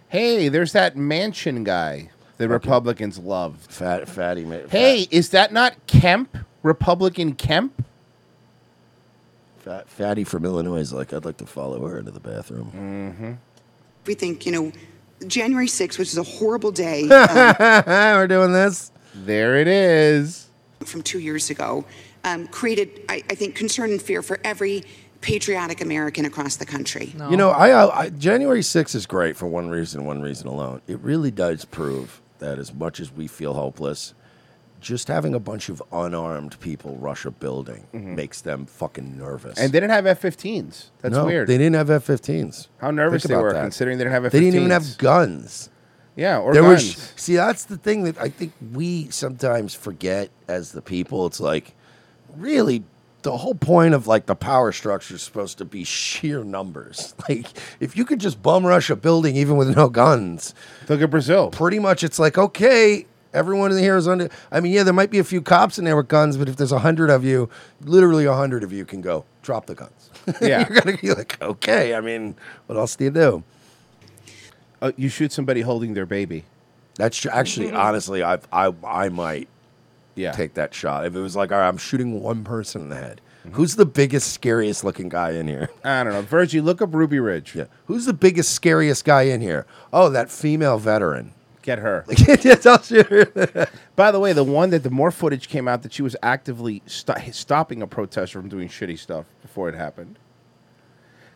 Speaker 2: hey, there's that mansion guy the Republicans love.
Speaker 1: Fat, fatty man.
Speaker 2: Hey, is that not Kemp? Republican Kemp?
Speaker 1: Fat, fatty from Illinois is like, I'd like to follow her into the bathroom. Mm-hmm.
Speaker 16: we think, you know, January 6th, which is a
Speaker 1: (laughs)
Speaker 16: horrible
Speaker 1: (laughs)
Speaker 16: day. um,
Speaker 1: We're doing this.
Speaker 2: There it is.
Speaker 16: from two years ago um, created, I, I think, concern and fear for every patriotic American across the country.
Speaker 1: You know, I, I, I January 6th is great for one reason, one reason alone. It really does prove that as much as we feel hopeless, just having a bunch of unarmed people rush a building makes them fucking nervous.
Speaker 2: Mm-hmm. And they didn't have F 15s. That's
Speaker 1: No,
Speaker 2: weird.
Speaker 1: They didn't have F-15s.
Speaker 2: How nervous
Speaker 1: Think
Speaker 2: they
Speaker 1: about
Speaker 2: were
Speaker 1: that.
Speaker 2: considering they didn't have F 15s.
Speaker 1: They didn't even have guns.
Speaker 2: Yeah, or
Speaker 1: There was-
Speaker 2: guns.
Speaker 1: see, that's the thing that I think we sometimes forget as the people. It's like really the whole point of like the power structure is supposed to be sheer numbers. (laughs) Like if you could just bum rush a building even with no guns,
Speaker 2: look at Brazil.
Speaker 1: Pretty much, it's like okay. Everyone in here is under. I mean, yeah, there might be a few cops in there with guns, but if there's a hundred of you, literally a hundred of you can go drop the guns. (laughs)
Speaker 2: Yeah.
Speaker 1: you're gonna be like, okay. I mean, what else do you do?
Speaker 2: Uh, you shoot somebody holding their baby.
Speaker 1: That's true. Actually,
Speaker 16: Mm-hmm.
Speaker 1: honestly, I I I might
Speaker 2: yeah.
Speaker 1: take that shot if it was like, all right, I'm shooting one person in the head. Who's the biggest, scariest looking guy in here?
Speaker 2: Mm-hmm. I don't know. Virgie, look up Ruby Ridge.
Speaker 1: Yeah. Who's the biggest, scariest guy in here? Oh, that female veteran.
Speaker 2: Get
Speaker 1: (laughs)
Speaker 17: (laughs)
Speaker 2: her.
Speaker 1: Like,
Speaker 2: By the way, the one that the more footage came out that she was actively sto- stopping a protester from doing shitty stuff before it happened.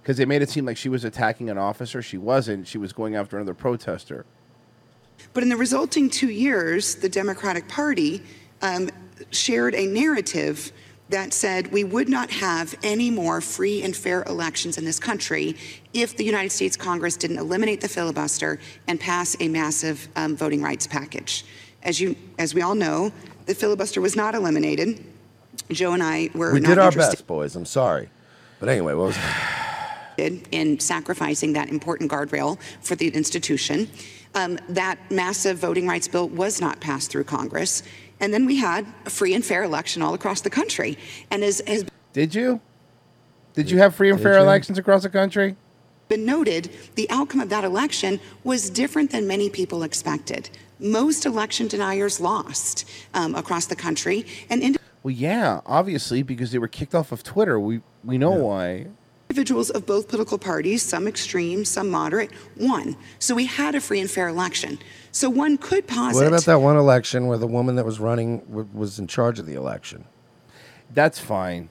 Speaker 2: Because they made it seem like she was attacking an officer. She wasn't. She was going after another protester.
Speaker 16: But in the resulting two years, the Democratic Party um, shared a narrative that said we would not have any more free and fair elections in this country if the United States Congress didn't eliminate the filibuster and pass a massive um, voting rights package. As you, as we all know, the filibuster was not eliminated. Joe and I were
Speaker 1: we
Speaker 16: not
Speaker 1: did our
Speaker 16: interested
Speaker 1: best, boys. I'm sorry, but anyway, what was?
Speaker 16: did in sacrificing that important guardrail for the institution. Um, that massive voting rights bill was not passed through Congress. And then we had a free and fair election all across the country. And as, as
Speaker 2: Did you? Did you have free and
Speaker 17: Did
Speaker 2: fair
Speaker 17: you?
Speaker 2: elections across the country?
Speaker 17: But noted, the outcome of that election was different than many people expected. Most election deniers lost um, across the country, and indi-
Speaker 2: Well, yeah, obviously because they were kicked off of Twitter. We we know why.
Speaker 17: individuals of both political parties, some extreme, some moderate, won. So we had a free and fair election. So one could posit.
Speaker 1: What about that one election where the woman that was running w- was in charge of the election?
Speaker 2: That's fine.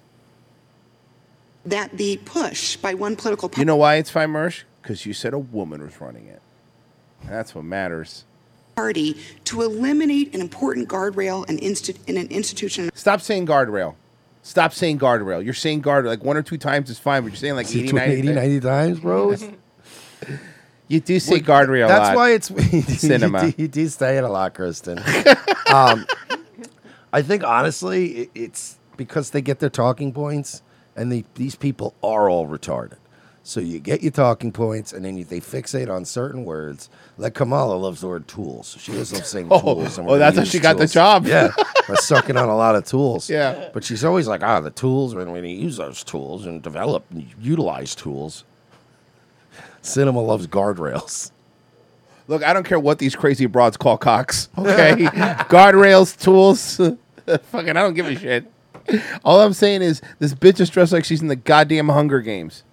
Speaker 17: that the push by one political party
Speaker 2: You know why it's fine, Mersh? Because you said a woman was running it. That's what matters.
Speaker 17: to eliminate an important guardrail and insti- in an institution.
Speaker 2: Stop saying guardrail. Stop saying guardrail. You're saying guard like one or two times is fine, but you're saying like
Speaker 1: See,
Speaker 2: 80, 90,
Speaker 1: 80, 90 times,
Speaker 2: (laughs)
Speaker 1: bro. It's-
Speaker 2: You do say guardrail. a
Speaker 1: That's
Speaker 2: lot.
Speaker 1: why it's (laughs) you do-
Speaker 2: (laughs) cinema.
Speaker 1: You do, you do say it a
Speaker 2: (laughs)
Speaker 1: lot, Kristen. um, I think honestly, i it's because they get their talking points, and they, these people are all retarded. So you get your talking points, and then you, they fixate on certain words. Like Kamala loves the word tools. So She just loves saying
Speaker 2: Oh,
Speaker 1: tools.
Speaker 2: oh,
Speaker 1: we're gonna
Speaker 2: that's how
Speaker 1: use
Speaker 2: she got the job. (laughs)
Speaker 1: Yeah, by sucking on a lot of tools.
Speaker 2: Yeah.
Speaker 1: but she's always like, ah, the tools. We're going to use those tools and develop and utilize tools. Cinema loves guardrails.
Speaker 2: Look, I don't care what these crazy broads call cocks. Okay, guardrails, tools. (laughs) Fucking, I don't give a shit. All I'm saying is this bitch is dressed like she's in the goddamn Hunger Games.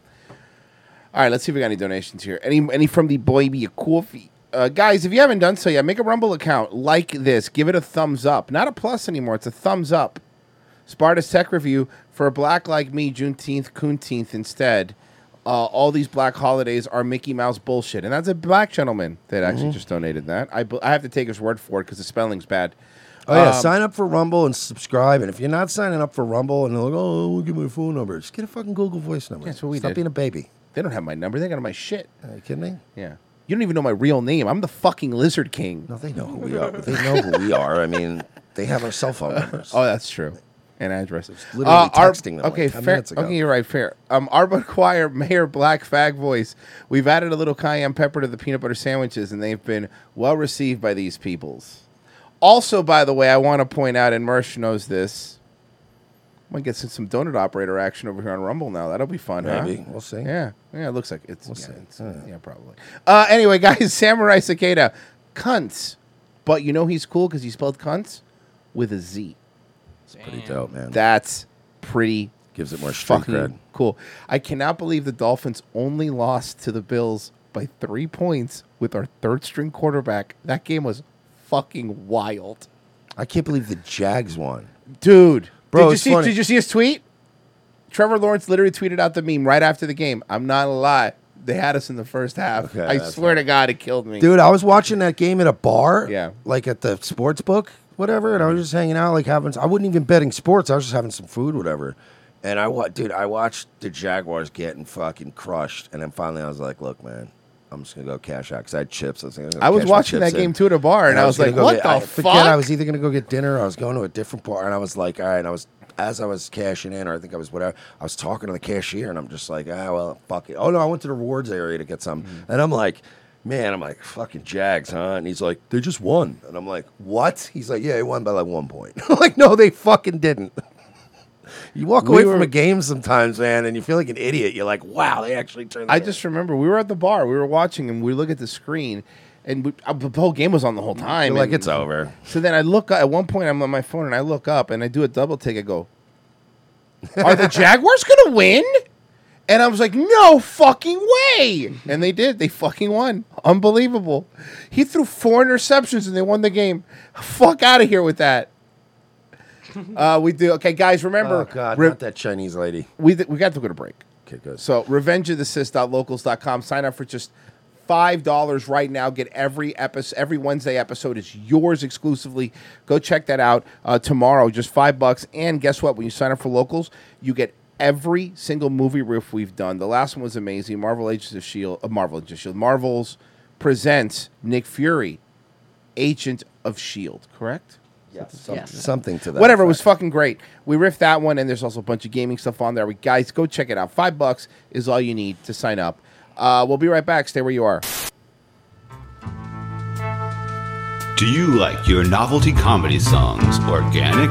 Speaker 2: All right, let's see if we got any donations here. Any any from the boy be a coffee. Uh, guys, if you haven't done so yet, make a Rumble account like this. Give it a thumbs up. Not a plus anymore. It's a thumbs up. Sparta's tech review for a black like me, Juneteenth, Coonteenth instead. Uh, all these black holidays are Mickey Mouse bullshit. And that's a black gentleman that actually
Speaker 1: Mhm.
Speaker 2: just donated that. I, bu- I have to take his word for it because the spelling's bad.
Speaker 1: Oh yeah,
Speaker 2: Um,
Speaker 1: sign up for Rumble and subscribe. And if you're not signing up for Rumble, and they're like, "Oh, we'll give me a phone number," just get a fucking Google Voice number.
Speaker 2: That's what we
Speaker 1: Stop
Speaker 2: did.
Speaker 1: being a baby.
Speaker 2: They don't have my number. They got my shit.
Speaker 1: Are you kidding me?
Speaker 2: Yeah. You don't even know my real name. I'm the fucking Lizard King.
Speaker 1: No, they know who we are. They
Speaker 2: (laughs)
Speaker 1: know who we are. I mean, they have our cell phone numbers.
Speaker 2: Oh, that's true. And addresses.
Speaker 1: Literally
Speaker 2: Uh, our-
Speaker 1: texting them.
Speaker 2: Okay,
Speaker 1: like 10
Speaker 2: fair.
Speaker 1: minutes ago.
Speaker 2: Okay, you're right. Fair. Um, Arbor Choir, (laughs) Mayor Black Fag Voice. We've added a little cayenne pepper to the peanut butter sandwiches, and they've been well received by these peoples. Also, by the way, I want to point out, and Mersh knows this. I might get some- some donut operator action over here on Rumble now. That'll be fun. huh?
Speaker 1: Maybe. We'll see.
Speaker 2: Yeah. Yeah. It looks like it's. yeah, it's- yeah, probably. Uh, anyway, (laughs) guys, Samurai Cicada, cunts. But you know he's cool because he spelled cunts with a Z. It's
Speaker 1: pretty dope, man.
Speaker 2: That's pretty.
Speaker 1: Gives it more street
Speaker 2: fucking
Speaker 1: cred.
Speaker 2: cool. I cannot believe the Dolphins only lost to the Bills by three points with our third string quarterback. That game was fucking wild,
Speaker 1: I can't believe the Jags won.
Speaker 2: dude.
Speaker 1: Bro,
Speaker 2: did you
Speaker 1: it's
Speaker 2: see?
Speaker 1: funny.
Speaker 2: Did you see his tweet? Trevor Lawrence literally tweeted out the meme right after the game. I'm not a lie. They had us in the first half.
Speaker 1: Okay,
Speaker 2: I
Speaker 1: that's
Speaker 2: swear to God, it killed me,
Speaker 1: Dude, I was watching that game at a bar.
Speaker 2: Yeah.
Speaker 1: Like at the sports book, whatever, and I was just hanging out, like having I wasn't even betting sports, I was just having some food, whatever. And I wa- dude, I watched the Jaguars getting fucking crushed, and then finally I was like, look, man, I'm just gonna go cash out because I had chips. I was, gonna go
Speaker 2: I was
Speaker 1: cash my
Speaker 2: watching
Speaker 1: chips
Speaker 2: that
Speaker 1: in.
Speaker 2: game too at a bar, and I was
Speaker 1: gonna
Speaker 2: like,
Speaker 1: go
Speaker 2: "What
Speaker 1: get-
Speaker 2: the
Speaker 1: I forget I
Speaker 2: fuck?"
Speaker 1: was either gonna go get dinner, or I was going to a different bar, and I was like, all right, and I was as I was cashing in, or I think I was whatever, I was talking to the cashier, and I'm just like, ah, well, fuck it. Oh no, I went to the rewards area to get some,
Speaker 2: Mm-hmm.
Speaker 1: and I'm like. Man, I'm like fucking Jags, huh? And he's like, they just won, and I'm like, what? He's like, yeah, they won by like one point. (laughs) I'm like, no, they fucking didn't. you walk
Speaker 2: We
Speaker 1: away
Speaker 2: were-
Speaker 1: from a game sometimes, man, and you feel like an idiot. You're like, wow, they actually turned.
Speaker 2: I just remember we were at the bar, we were watching, and we look at the screen, and we, uh, the whole game was on the whole time.
Speaker 1: You're like,
Speaker 2: and-
Speaker 1: "It's over."
Speaker 2: So then I look up- at one point, I'm on my phone, and I look up, and I do a double take. I go, "Are
Speaker 1: (laughs)
Speaker 2: the Jaguars gonna win?" And I was like, "No fucking way!" And they did. They fucking won. Unbelievable. He threw four interceptions, and they won the game. Fuck out of here with that. Uh, we do okay, guys. Remember,
Speaker 1: Oh, God,
Speaker 2: re-
Speaker 1: not that Chinese lady.
Speaker 2: we th- we got to go to break.
Speaker 1: Okay, good.
Speaker 2: So revengeofthesist.locals.com. Sign up for just five dollars right now. Get every episode, every Wednesday episode is yours exclusively. Go check that out uh, tomorrow. Just five bucks. And guess what? When you sign up for locals, you get every single movie riff we've done. The last one was amazing. Marvel Agents of Shield. Uh, Marvel Agents of Shield. Marvels presents Nick Fury, Agent of Shield. E Correct. Yes.
Speaker 1: Something to that.
Speaker 2: Whatever, it was fucking great. We riffed that one, and there's also a bunch of gaming stuff on there. We guys go check it out. Five bucks is all you need to sign up. Uh, we'll be right back. Stay where you are.
Speaker 18: Do you like your novelty comedy songs organic?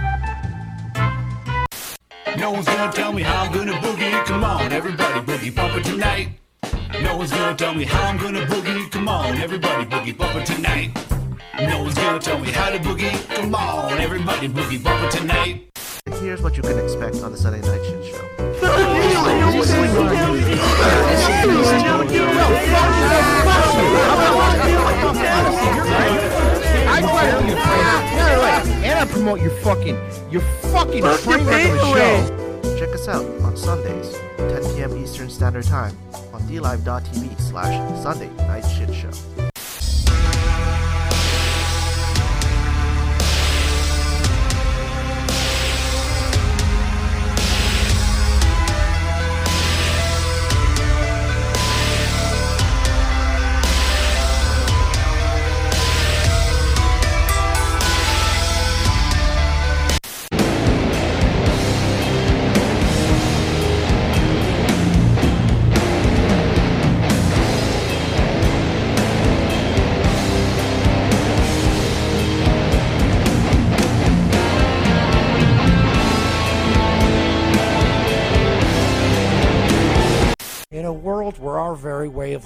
Speaker 3: No one's gonna tell me how I'm gonna boogie. Come on, everybody boogie bumper tonight. No one's gonna tell me how I'm gonna boogie. Come on, everybody boogie bumper tonight. No one's gonna tell me how to boogie. Come on, everybody boogie bumper tonight.
Speaker 19: Here's what you can expect on the Sunday Night Shin Show.
Speaker 2: And I promote your fucking, your fucking train wreck of a show.
Speaker 12: eh?
Speaker 19: Check us out on Sundays, 10 p.m. Eastern Standard Time, on DLive.tv slash Sunday Night Shit Show.
Speaker 20: In a world where our very way of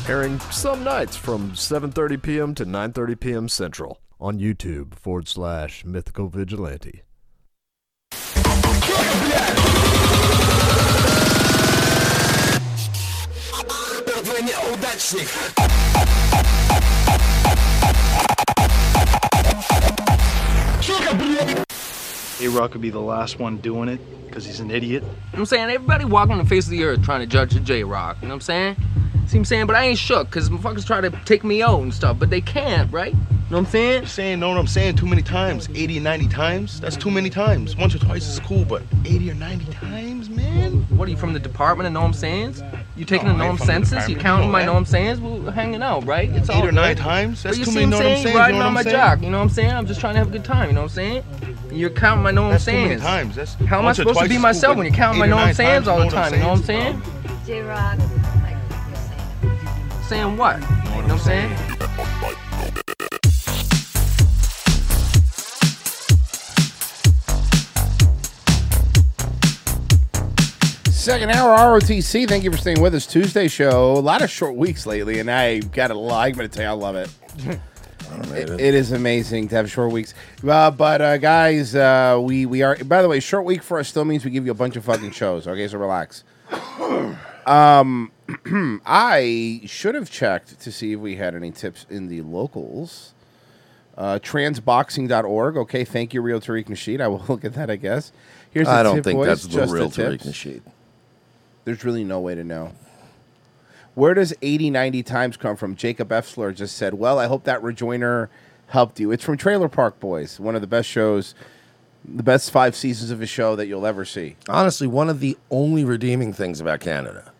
Speaker 1: Airing some nights from 7:30 p.m. to 9:30 p.m. Central on YouTube forward slash Mythical Vigilante.
Speaker 21: A Rock would be the last one doing it because he's an idiot.
Speaker 8: You know what I'm saying? Everybody walking on the face of the earth trying to judge the J Rock. You know what I'm saying? See what I'm saying? But I ain't shook because motherfuckers try to take me out and stuff, but they can't, right? You know what I'm saying?
Speaker 21: Saying, know what I'm saying too many times. 80, 90 times? That's too many times. Once or twice is cool, but 80 or 90 times, man?
Speaker 8: What are you from the Department of Know What I'm Sayings?
Speaker 22: You taking a No, know I'm I'm from the senses? You department. counting No, my eh? know I'm sayings? We're hanging out, right? It's Eight all or nine good. times? But That's you too see many what know I'm what I'm saying? sayings, You riding you know on my what I'm jock. You know what I'm saying? I'm just trying to have a good time. You know what I'm saying? And you're counting my know I'm That's too many sayings. times. That's How am I once or supposed to twice be as myself cool, when you're counting eight my or know I'm nine sayings times all the know what I'm time? You know what I'm sayings? saying?
Speaker 5: J Rock.
Speaker 22: Saying what? You know what I'm saying?
Speaker 2: Second hour ROTC. Thank you for staying with us. Tuesday show. A lot of short weeks lately, and I gotta lie. I'm gonna tell you, I love it. It- it is amazing to have short weeks. Uh, but uh, guys, uh, we we are. By the way, short week for us still means we give you a bunch of fucking shows. Okay, so relax. (coughs) Um, (clears throat) I should have checked to see if we had any tips in the locals. Uh, transboxing.org. Okay, thank you, Real Tariq Nasheed. I will (laughs) look at that, I guess. Here's the
Speaker 1: I don't
Speaker 2: tip,
Speaker 1: think
Speaker 2: boys,
Speaker 1: that's the
Speaker 2: just
Speaker 1: real
Speaker 2: tips.
Speaker 1: Tariq Nasheed.
Speaker 2: There's really no way to know. Where does 80, 90 times come from? Jacob Efsler just said, Well, I hope that rejoiner helped you. It's from Trailer Park Boys, one of the best shows, the best five seasons of a show that you'll ever see.
Speaker 1: Honestly, one of the only redeeming things about Canada.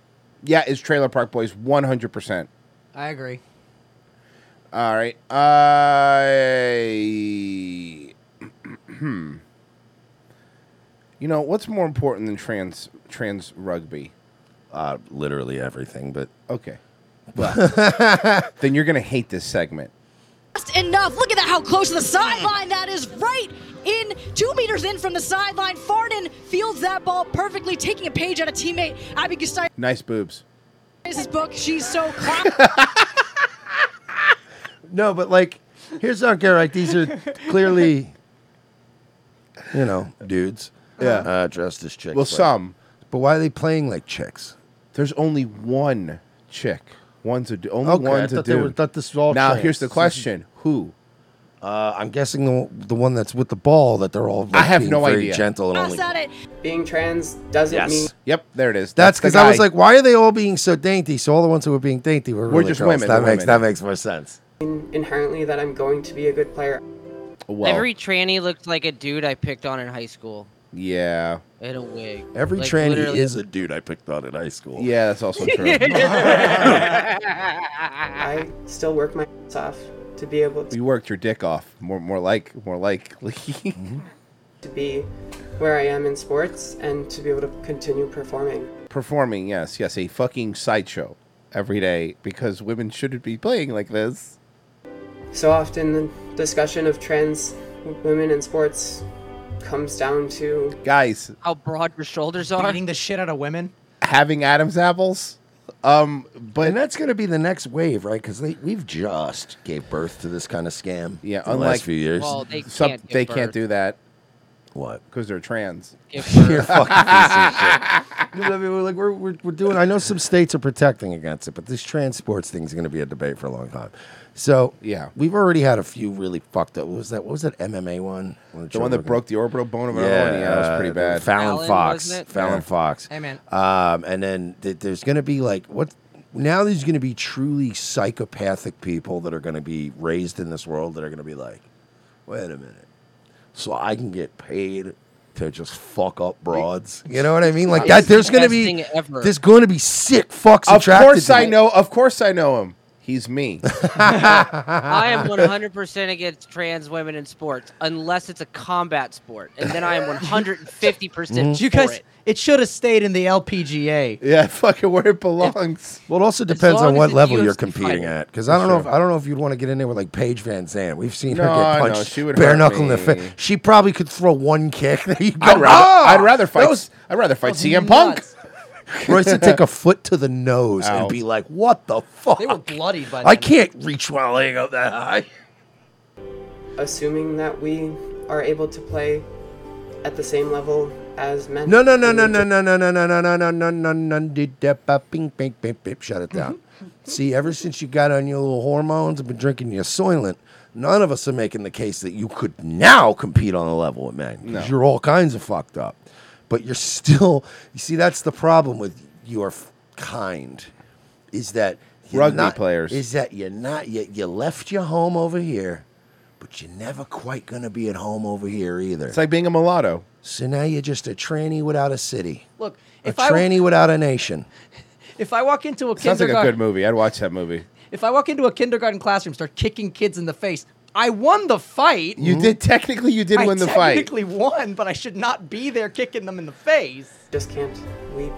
Speaker 2: Yeah, it's Trailer Park Boys, 100%.
Speaker 3: I agree.
Speaker 2: All right. I. (clears throat) Hmm. you know, what's more important than trans trans rugby?
Speaker 1: Uh, literally everything, but. (laughs)
Speaker 2: Okay. Well, (laughs) then you're going to hate this segment.
Speaker 6: Just enough. Look at that, how close to the sideline that is. Right in, two meters in from the sideline. Farnan fields that ball perfectly, taking a page out of teammate Abby Gustaitis'
Speaker 2: Nice boobs.
Speaker 6: book. She's so classy.
Speaker 1: No, but like, here's not good. Like, these are clearly, you know, dudes.
Speaker 2: Yeah.
Speaker 1: Uh, dressed as chicks.
Speaker 2: Well,
Speaker 1: like-
Speaker 2: some.
Speaker 1: But why are they playing like chicks?
Speaker 2: There's only one chick. One's a du- only
Speaker 1: Okay, I
Speaker 2: one's a
Speaker 1: thought they
Speaker 2: dude.
Speaker 1: were- thought this was all
Speaker 2: now
Speaker 1: trans.
Speaker 2: here's the (laughs)
Speaker 1: This is-
Speaker 2: question: Who?
Speaker 1: Uh, I'm guessing the, the one that's with the ball that they're all. Like,
Speaker 2: I have
Speaker 1: being
Speaker 2: no
Speaker 1: very
Speaker 2: idea.
Speaker 1: Gentle and only.
Speaker 7: Being trans doesn't mean
Speaker 2: Yep, there it is.
Speaker 1: That's
Speaker 2: the
Speaker 1: because I was
Speaker 2: guy.
Speaker 1: like, why are they all being so dainty? So all the ones who were being dainty were,
Speaker 2: We're
Speaker 1: really
Speaker 2: just
Speaker 1: girls.
Speaker 2: women,
Speaker 1: That
Speaker 2: we're
Speaker 1: makes
Speaker 2: women.
Speaker 1: that makes more sense.
Speaker 7: inherently that I'm going to be a good player.
Speaker 4: Every tranny looked like a dude I picked on in high school.
Speaker 2: yeah.
Speaker 4: In
Speaker 1: (laughs)
Speaker 4: a wig.
Speaker 1: Every
Speaker 4: Like,
Speaker 1: tranny
Speaker 4: literally-
Speaker 1: is a dude I picked on in high school.
Speaker 2: Yeah, that's
Speaker 1: (laughs)
Speaker 7: (laughs)
Speaker 2: also
Speaker 7: I still work my ass off to be able to,
Speaker 2: You worked your dick off. More, more like, more likely.
Speaker 1: Mm-hmm.
Speaker 7: to be where I am in sports and to be able to continue performing.
Speaker 2: (laughs) Performing, yes, yes, a fucking sideshow every day because women shouldn't be playing like this.
Speaker 7: So often the discussion of trans women in sports comes down to
Speaker 2: Guys,
Speaker 4: How broad your shoulders are.
Speaker 3: Beating the shit out of women.
Speaker 2: having Adam's apples. Um, but
Speaker 1: and that's going to be the next wave, right? Because we've just gave birth to this kind of scam.
Speaker 2: Yeah,
Speaker 1: in the
Speaker 2: unlike
Speaker 1: last few years.
Speaker 4: Well, they
Speaker 2: some-
Speaker 4: can't give
Speaker 2: they can't
Speaker 4: birth.
Speaker 2: do that.
Speaker 1: What?
Speaker 2: Because they're trans.
Speaker 4: Give
Speaker 1: You're a fucking piece of shit. I mean, we're like we're, we're, we're doing. I know some states are protecting against it, but this transports thing is going to be a debate for a long time. So
Speaker 2: yeah,
Speaker 1: we've already had a few really fucked up. What was that? What was that MMA one?
Speaker 2: The one that broke the orbital bone of my own, yeah, that was pretty bad.
Speaker 1: uh, Fallon,
Speaker 2: Fallon,
Speaker 1: Fox,
Speaker 2: wasn't it?
Speaker 1: Fallon
Speaker 2: Yeah.
Speaker 1: Fox.
Speaker 2: Hey, man.
Speaker 1: Um, and then th- there's going to be like what? Now there's going to be truly psychopathic people that are going to be raised in this world that are going to be like, wait a minute, so I can get paid to just fuck up broads. You know what I mean? Like that.
Speaker 4: It's the
Speaker 1: There's going to
Speaker 4: best
Speaker 1: be
Speaker 4: thing ever.
Speaker 1: there's going to be sick fucks.
Speaker 2: Of
Speaker 1: attracted
Speaker 2: course
Speaker 1: to
Speaker 2: I
Speaker 1: it.
Speaker 2: know. Of course I know him. He's
Speaker 1: (laughs)
Speaker 2: me.
Speaker 4: I am 100% against trans women in sports unless it's a combat sport, and then I am 150%
Speaker 3: You
Speaker 4: for
Speaker 3: guys,
Speaker 4: it.
Speaker 3: it, should have stayed in the LPGA.
Speaker 2: Mm-hmm. Yeah, (laughs) fucking where it belongs.
Speaker 1: Well, it also depends on what level you're competing at, because I don't know. If, I don't know if you'd want to get in there with like Paige Van Zandt. We've seen her
Speaker 2: No,
Speaker 1: get
Speaker 2: no,
Speaker 1: punched,
Speaker 2: she would
Speaker 1: bare
Speaker 2: hurt
Speaker 1: knuckle in the
Speaker 2: me.
Speaker 1: face. She probably could throw one kick. (laughs) There you go.
Speaker 2: I'd rather,
Speaker 1: Ah!
Speaker 2: I'd rather fight.
Speaker 1: That was-
Speaker 2: I'd rather fight
Speaker 1: that was
Speaker 2: CM (laughs)
Speaker 1: nuts.
Speaker 2: Punk.
Speaker 1: Royce would (laughs) take a foot to the nose
Speaker 2: Ow.
Speaker 1: and be like, "What the fuck?
Speaker 7: They were bloodied by
Speaker 1: I
Speaker 7: then.
Speaker 1: can't reach my leg up that high."
Speaker 7: assuming that we are able to play at the same level as men.
Speaker 1: No, no, no, no, no, no, no, no, no, no, no, no, no, no, no, did that, bop, bing, bing, bing, bing. Shut it down.
Speaker 2: Mm-hmm.
Speaker 1: See, ever since you got on your little hormones and been drinking your Soylent, none of us are making the case that you could now compete on a level with men
Speaker 2: No.
Speaker 1: because you're all kinds of fucked up. But you're still, you see, that's the problem with your f- kind is that you're
Speaker 2: Rugby
Speaker 1: not-
Speaker 2: players.
Speaker 1: is that you're not you, you left your home over here, but you're never quite gonna be at home over here either. It's
Speaker 2: like being a mulatto.
Speaker 1: So now you're just a tranny without a city.
Speaker 3: Look,
Speaker 1: A
Speaker 3: if I,
Speaker 1: tranny without a nation.
Speaker 3: If I walk into a
Speaker 2: Sounds like a
Speaker 3: kindergarten,
Speaker 2: good movie. I'd watch that movie.
Speaker 3: if I walk into a kindergarten classroom, start kicking kids in the face, I won the fight.
Speaker 2: You did technically. You did
Speaker 3: I
Speaker 2: win the fight.
Speaker 3: Technically won, but I should not be there kicking them in the face.
Speaker 7: Just can't. We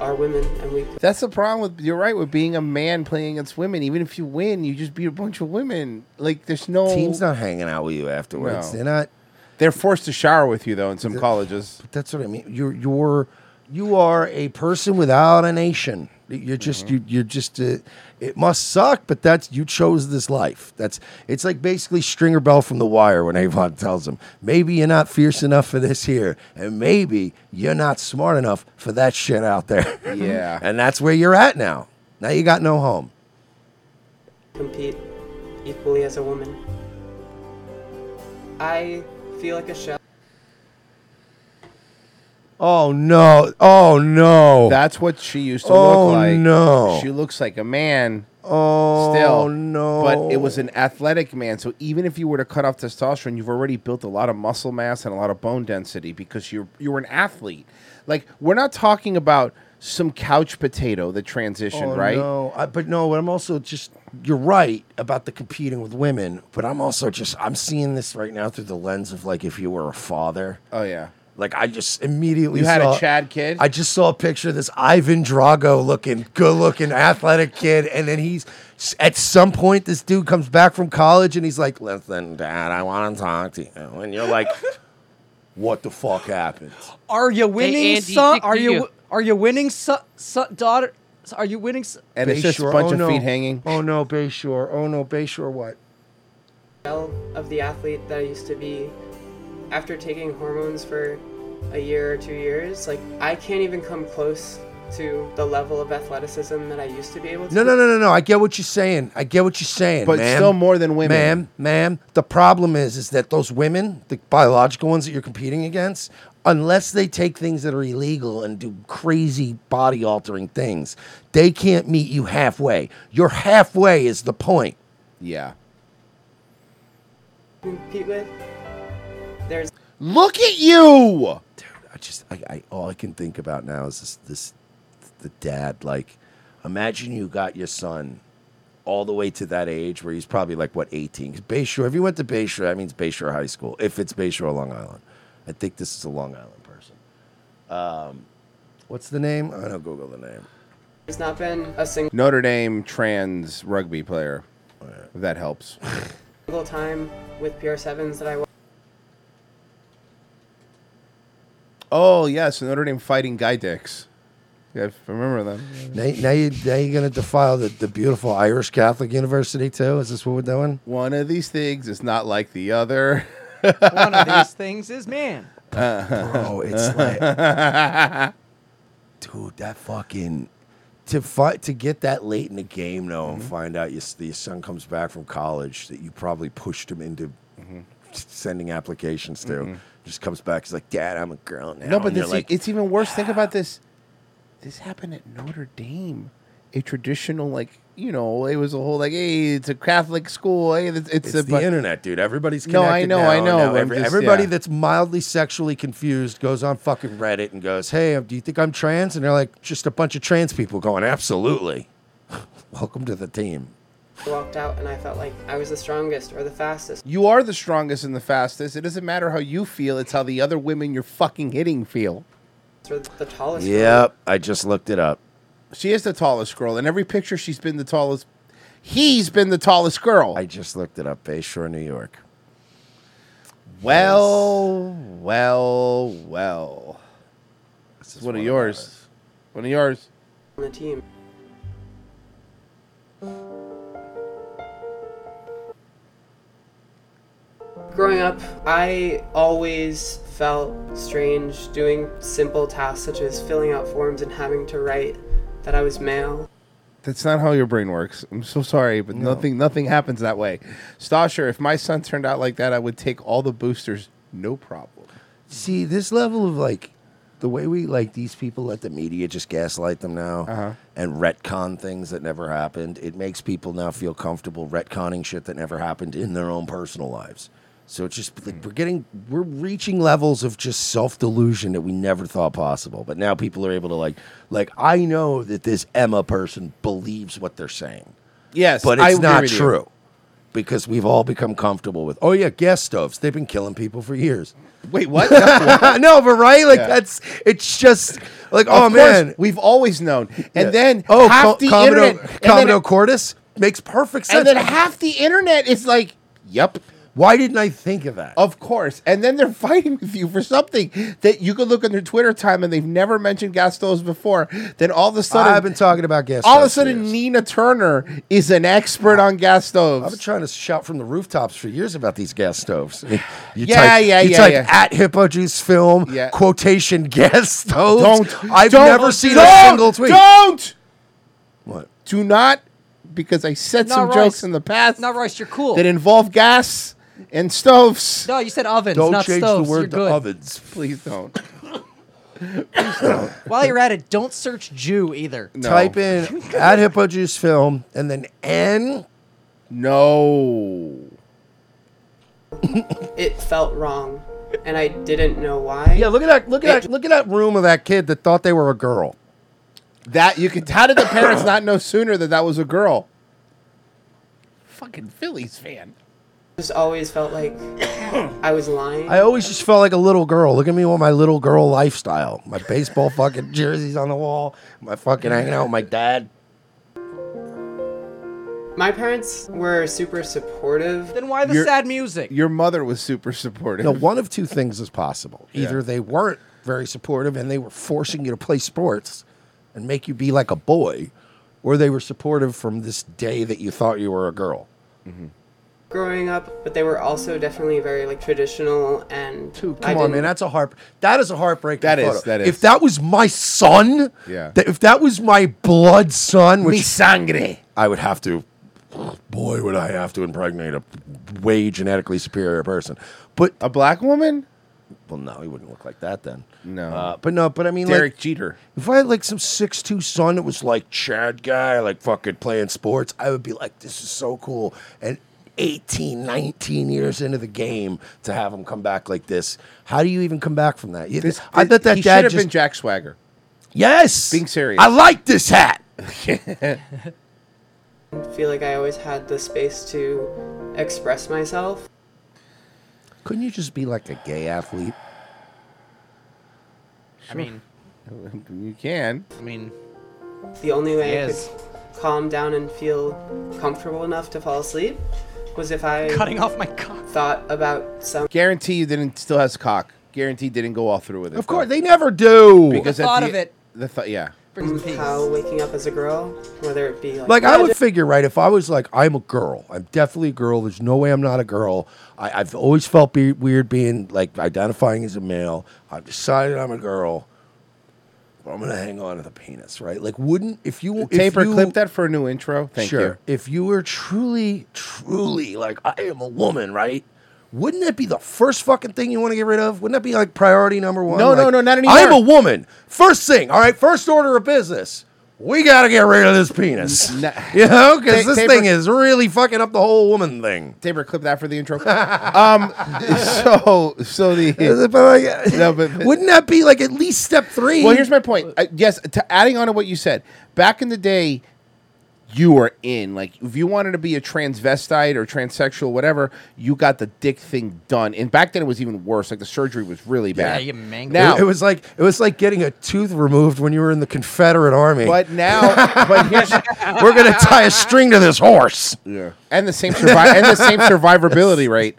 Speaker 7: are women and we
Speaker 2: That's the problem with you're right with being a man playing against women. Even if you win, you just beat a bunch of women. Like there's no
Speaker 1: Team's not hanging out with you afterwards. They're
Speaker 2: not. Oh. They're forced to shower with you though in some colleges.
Speaker 1: But that's what I mean. You're you're you are a person without a nation. You're just
Speaker 2: Mm-hmm.
Speaker 1: you you're just uh it must suck, but that's you chose this life. That's it's like basically Stringer Bell from The Wire when Avon (laughs) tells him, maybe you're not fierce enough for this here, and maybe you're not smart enough for that shit out there.
Speaker 2: Yeah.
Speaker 1: and that's where you're at now. Now you got no home.
Speaker 7: compete equally as a woman. I feel like a shell.
Speaker 1: Oh no! Oh no!
Speaker 2: That's what she used to
Speaker 1: Oh,
Speaker 2: look like.
Speaker 1: no.
Speaker 2: She looks like a man.
Speaker 1: Oh
Speaker 2: still
Speaker 1: no!
Speaker 2: But it was an athletic man, so even if you were to cut off testosterone, you've already built a lot of muscle mass and a lot of bone density because you're you're an athlete. Like we're not talking about some couch potato that transitioned,
Speaker 1: Oh,
Speaker 2: right?
Speaker 1: No, I, but no, but I'm also just you're right about the competing with women, but I'm also just I'm seeing this right now through the lens of like if you were a father.
Speaker 2: Oh yeah.
Speaker 1: Like I just immediately
Speaker 2: You had a
Speaker 1: saw-
Speaker 2: Chad kid?
Speaker 1: I just saw a picture of this Ivan Drago looking good looking athletic kid, and then he's at some point this dude comes back from college and he's like, "Listen, Dad, I want to talk to you," and you're like, (laughs) "What the fuck happened?"
Speaker 3: Are you winning,
Speaker 1: Andy,
Speaker 3: son?
Speaker 1: stick to
Speaker 3: Are you,
Speaker 1: you.
Speaker 3: are you winning, son, son, daughter? Are you winning? Son?
Speaker 1: Bayshore, oh, no. Oh no, Bayshore. Oh no, Bayshore. What?
Speaker 7: shell of the athlete that I used to be. After taking hormones for a year or two years, like I can't even come close to the level of athleticism that I used to be able to.
Speaker 1: No, no, no, no, no. I get what you're saying. I get what you're saying.
Speaker 2: But
Speaker 1: ma'am.
Speaker 2: still more than women.
Speaker 1: Ma'am, ma'am. The problem is, is that those women, the biological ones that you're competing against, unless they take things that are illegal and do crazy body altering things, they can't meet you halfway. Your halfway is the point.
Speaker 2: Yeah.
Speaker 7: compete with. There's
Speaker 2: Look at you.
Speaker 1: Dude, I just I, I all I can think about now is this this the dad like imagine you got your son all the way to that age where he's probably like what 18 'Cause Bayshore if you went to Bayshore that means Bayshore High School if it's Bayshore Long Island I think this is a Long Island person um what's the name I don't Google the name
Speaker 7: there's not been a single
Speaker 2: Notre Dame trans rugby player. If that helps.
Speaker 7: time with PR sevens that I was
Speaker 2: oh yeah, so Notre Dame fighting guy dicks. Yeah, I remember them.
Speaker 1: now, now you now you're gonna defile the, the beautiful Irish Catholic University too is this what we're doing
Speaker 2: One of these things is not like the other.
Speaker 3: One
Speaker 2: (laughs)
Speaker 3: of these things is man.
Speaker 1: Bro, it's like, dude, that fucking to fight to get that late in the game though,
Speaker 2: Mm-hmm.
Speaker 1: and find out your, s- your son comes back from college that you probably pushed him into
Speaker 2: Mm-hmm.
Speaker 1: s- sending applications to. Just comes back, he's like, "Dad, I'm a girl now."
Speaker 2: No, but
Speaker 1: and you're
Speaker 2: this,
Speaker 1: like,
Speaker 2: it's even worse. Think about this. (sighs) This happened at Notre Dame, a traditional like you know it was a whole like hey it's a Catholic school hey it's, it's,
Speaker 1: it's
Speaker 2: a
Speaker 1: the
Speaker 2: bu-"
Speaker 1: internet, dude. Everybody's
Speaker 2: No,
Speaker 1: connected
Speaker 2: I know,
Speaker 1: now,
Speaker 2: I know,
Speaker 1: now
Speaker 2: but I'm
Speaker 1: every-
Speaker 2: just-
Speaker 1: everybody
Speaker 2: yeah.
Speaker 1: that's mildly sexually confused goes on fucking Reddit and goes, "Hey, um, do you think I'm trans?" And they're like, "Just a bunch of trans people going, absolutely." (laughs) Welcome to the team.
Speaker 7: walked out and I felt like I was the strongest or the fastest.
Speaker 2: You are the strongest and the fastest. It doesn't matter how you feel. It's how the other women you're fucking hitting feel.
Speaker 7: Or the tallest.
Speaker 1: Yep, I just looked it up.
Speaker 2: She is the tallest girl. In every picture, she's been the tallest. He's been the tallest girl.
Speaker 1: I just looked it up. Bayshore, New York.
Speaker 2: Well, well, well. This is one, of yours. One of yours.
Speaker 7: on the team. Growing up, I always felt strange doing simple tasks such as filling out forms and having to write that I
Speaker 2: (laughs)
Speaker 7: was male.
Speaker 2: That's not how your brain works. I'm so sorry, but nothing nothing happens that way. Stasher, if my son turned out like that, I would take all the boosters, no problem.
Speaker 1: See this level of like the way we like these people let the media just gaslight them now and retcon things that never happened. It makes people now feel comfortable retconning shit that never happened in their own personal lives. So it's just like we're getting we're reaching levels of just self delusion that we never thought possible. But now people are able to like like I know that this Emma person believes what they're saying.
Speaker 2: Yes,
Speaker 1: but
Speaker 2: I
Speaker 1: it's
Speaker 2: agree
Speaker 1: not
Speaker 2: with you.
Speaker 1: true because we've all become comfortable with oh yeah gas stoves they've been killing people for years.
Speaker 2: Wait, what?
Speaker 1: (laughs) no, but right, like
Speaker 2: Yeah.
Speaker 1: that's it's just like oh
Speaker 2: Of course,
Speaker 1: man,
Speaker 2: we've always known. And
Speaker 1: Yeah.
Speaker 2: then
Speaker 1: oh,
Speaker 2: half
Speaker 1: Co-
Speaker 2: the
Speaker 1: Commodore,
Speaker 2: internet, and then-
Speaker 1: Commodore Cordis makes perfect sense.
Speaker 2: and then half the internet is like, "Yep."
Speaker 1: Why didn't I think of that?
Speaker 2: Of course. And then they're (laughs) fighting with you for something that you could look on their Twitter time and they've never mentioned gas stoves before. Then all of a sudden,
Speaker 1: I've been talking about gas.
Speaker 2: all of a
Speaker 1: stoves for
Speaker 2: sudden, Nina Turner is an expert on gas stoves.
Speaker 1: I've been trying to shout from the rooftops for years about these gas
Speaker 2: (laughs)
Speaker 1: stoves. You
Speaker 2: Yeah,
Speaker 1: type,
Speaker 2: yeah,
Speaker 1: you
Speaker 2: yeah,
Speaker 1: type
Speaker 2: yeah.
Speaker 1: at Hippo Juice Film
Speaker 2: Yeah.
Speaker 1: quotation (laughs) gas stoves.
Speaker 2: Don't.
Speaker 1: I've
Speaker 2: don't-
Speaker 1: never seen
Speaker 2: don't-
Speaker 1: a single tweet.
Speaker 2: Don't.
Speaker 1: What?
Speaker 2: Do not, because I said
Speaker 3: No,
Speaker 2: some
Speaker 3: Royce.
Speaker 2: jokes in the past
Speaker 3: Not Royce, you're cool.
Speaker 2: that involve gas and stoves.
Speaker 3: No, you said ovens, Don't not change the stoves. word You're to good.
Speaker 1: ovens.
Speaker 2: Please don't.
Speaker 3: While you're at it, don't search Jew either.
Speaker 1: Type
Speaker 3: (laughs)
Speaker 1: in at Hippo Juice Film and then N.
Speaker 2: No.
Speaker 7: It felt wrong, and I didn't know why.
Speaker 1: (laughs) Yeah, look at that. Look at that. Look at that room of that kid that thought they were a girl.
Speaker 2: That you could. How did the parents not know sooner that that was a girl? Fucking Phillies fan.
Speaker 7: Just always
Speaker 2: (coughs)
Speaker 7: felt like I was lying.
Speaker 1: I always just felt like a little girl. Look at me with my little girl lifestyle. My baseball fucking (laughs) jerseys on the wall. My fucking hanging out with my dad.
Speaker 7: My parents were super supportive.
Speaker 3: Then why
Speaker 2: Your-
Speaker 3: music?
Speaker 2: Your mother was super supportive.
Speaker 1: No, one of two things is possible.
Speaker 2: Yeah.
Speaker 1: Either they weren't very supportive and they were forcing you to play sports and make you be like a boy, or they were supportive from this day that you thought you were a girl.
Speaker 7: growing up, but they were also definitely very like traditional and I
Speaker 1: Come on, man,
Speaker 7: didn't-
Speaker 1: that's a heart. That is a heartbreaking.
Speaker 2: That is-
Speaker 1: photo.
Speaker 2: that is.
Speaker 1: If that was my son,
Speaker 2: Yeah.
Speaker 1: that- if that was my blood son, which
Speaker 2: Mi sangre.
Speaker 1: I would have to. Boy, would I have to impregnate a way genetically superior person. But
Speaker 2: a black woman?
Speaker 1: Well, no, he wouldn't look like that then.
Speaker 2: No.
Speaker 1: Uh, but no, but I mean,
Speaker 2: Derek
Speaker 1: like,
Speaker 2: Jeter.
Speaker 1: If I had like some six two son that was like Chad guy, like fucking playing sports, I would be like, this is so cool. And 18, 19 years into the game to have him come back like this. How do you even come back from that? You- I bet that
Speaker 2: he
Speaker 1: dad
Speaker 2: should have
Speaker 1: just
Speaker 2: been Jack Swagger.
Speaker 1: Yes.
Speaker 2: Being serious.
Speaker 1: I like this hat.
Speaker 2: (laughs)
Speaker 7: feel like I always had the space to express myself.
Speaker 1: Couldn't you just be like a gay athlete?
Speaker 7: I mean,
Speaker 2: you can.
Speaker 7: I mean, the only way
Speaker 2: Yes.
Speaker 7: I could calm down and feel comfortable enough to fall asleep was if I
Speaker 3: Cutting off my cock.
Speaker 7: Thought about some
Speaker 2: Guarantee you didn't still has cock. Guarantee didn't go all through with it.
Speaker 1: Of course, they never do.
Speaker 2: Because
Speaker 7: The
Speaker 2: at
Speaker 7: thought of it-
Speaker 2: The thought, yeah.
Speaker 7: how waking up as a girl, whether it be like,
Speaker 1: Like I would figure, right? If I was like, I'm a girl. I'm definitely a girl. There's no way I'm not a girl. I, I've always felt be- weird being like identifying as a male. I've decided I'm a girl, but I'm gonna hang on to the penis, right? Like, wouldn't if you if
Speaker 2: Taper,
Speaker 1: you,
Speaker 2: clip that for a new intro. Thank
Speaker 1: sure.
Speaker 2: you.
Speaker 1: If you were truly, truly like, I am a woman, right? Wouldn't that be the first fucking thing you want to get rid of? Wouldn't that be like priority number one?
Speaker 2: No, no,
Speaker 1: Like,
Speaker 2: no, not
Speaker 1: I am a
Speaker 2: anymore.
Speaker 1: woman. First thing, all right, first order of business. We got to get rid of this penis. (laughs) You know, because
Speaker 2: Ta-
Speaker 1: this
Speaker 2: taper-
Speaker 1: thing is really fucking up the whole woman thing.
Speaker 2: Taper, clip that for the
Speaker 1: (laughs)
Speaker 2: intro. um, so so the no, but,
Speaker 1: (laughs) wouldn't that be like at least step three?
Speaker 2: Well, here's my point. Uh, yes, to adding on to what you said, back in the day, you were in. Like, if you wanted to be a transvestite or transsexual, whatever, you got the dick thing done. And back then, it was even worse. Like, the surgery was really bad. Now,
Speaker 1: It, it was like it was like getting a tooth removed when you were in the Confederate Army.
Speaker 2: but
Speaker 1: (laughs)
Speaker 2: now, but here's
Speaker 1: we're gonna tie a string to this horse.
Speaker 2: Yeah. and the same survi- and the
Speaker 1: (laughs)
Speaker 2: same survivability rate.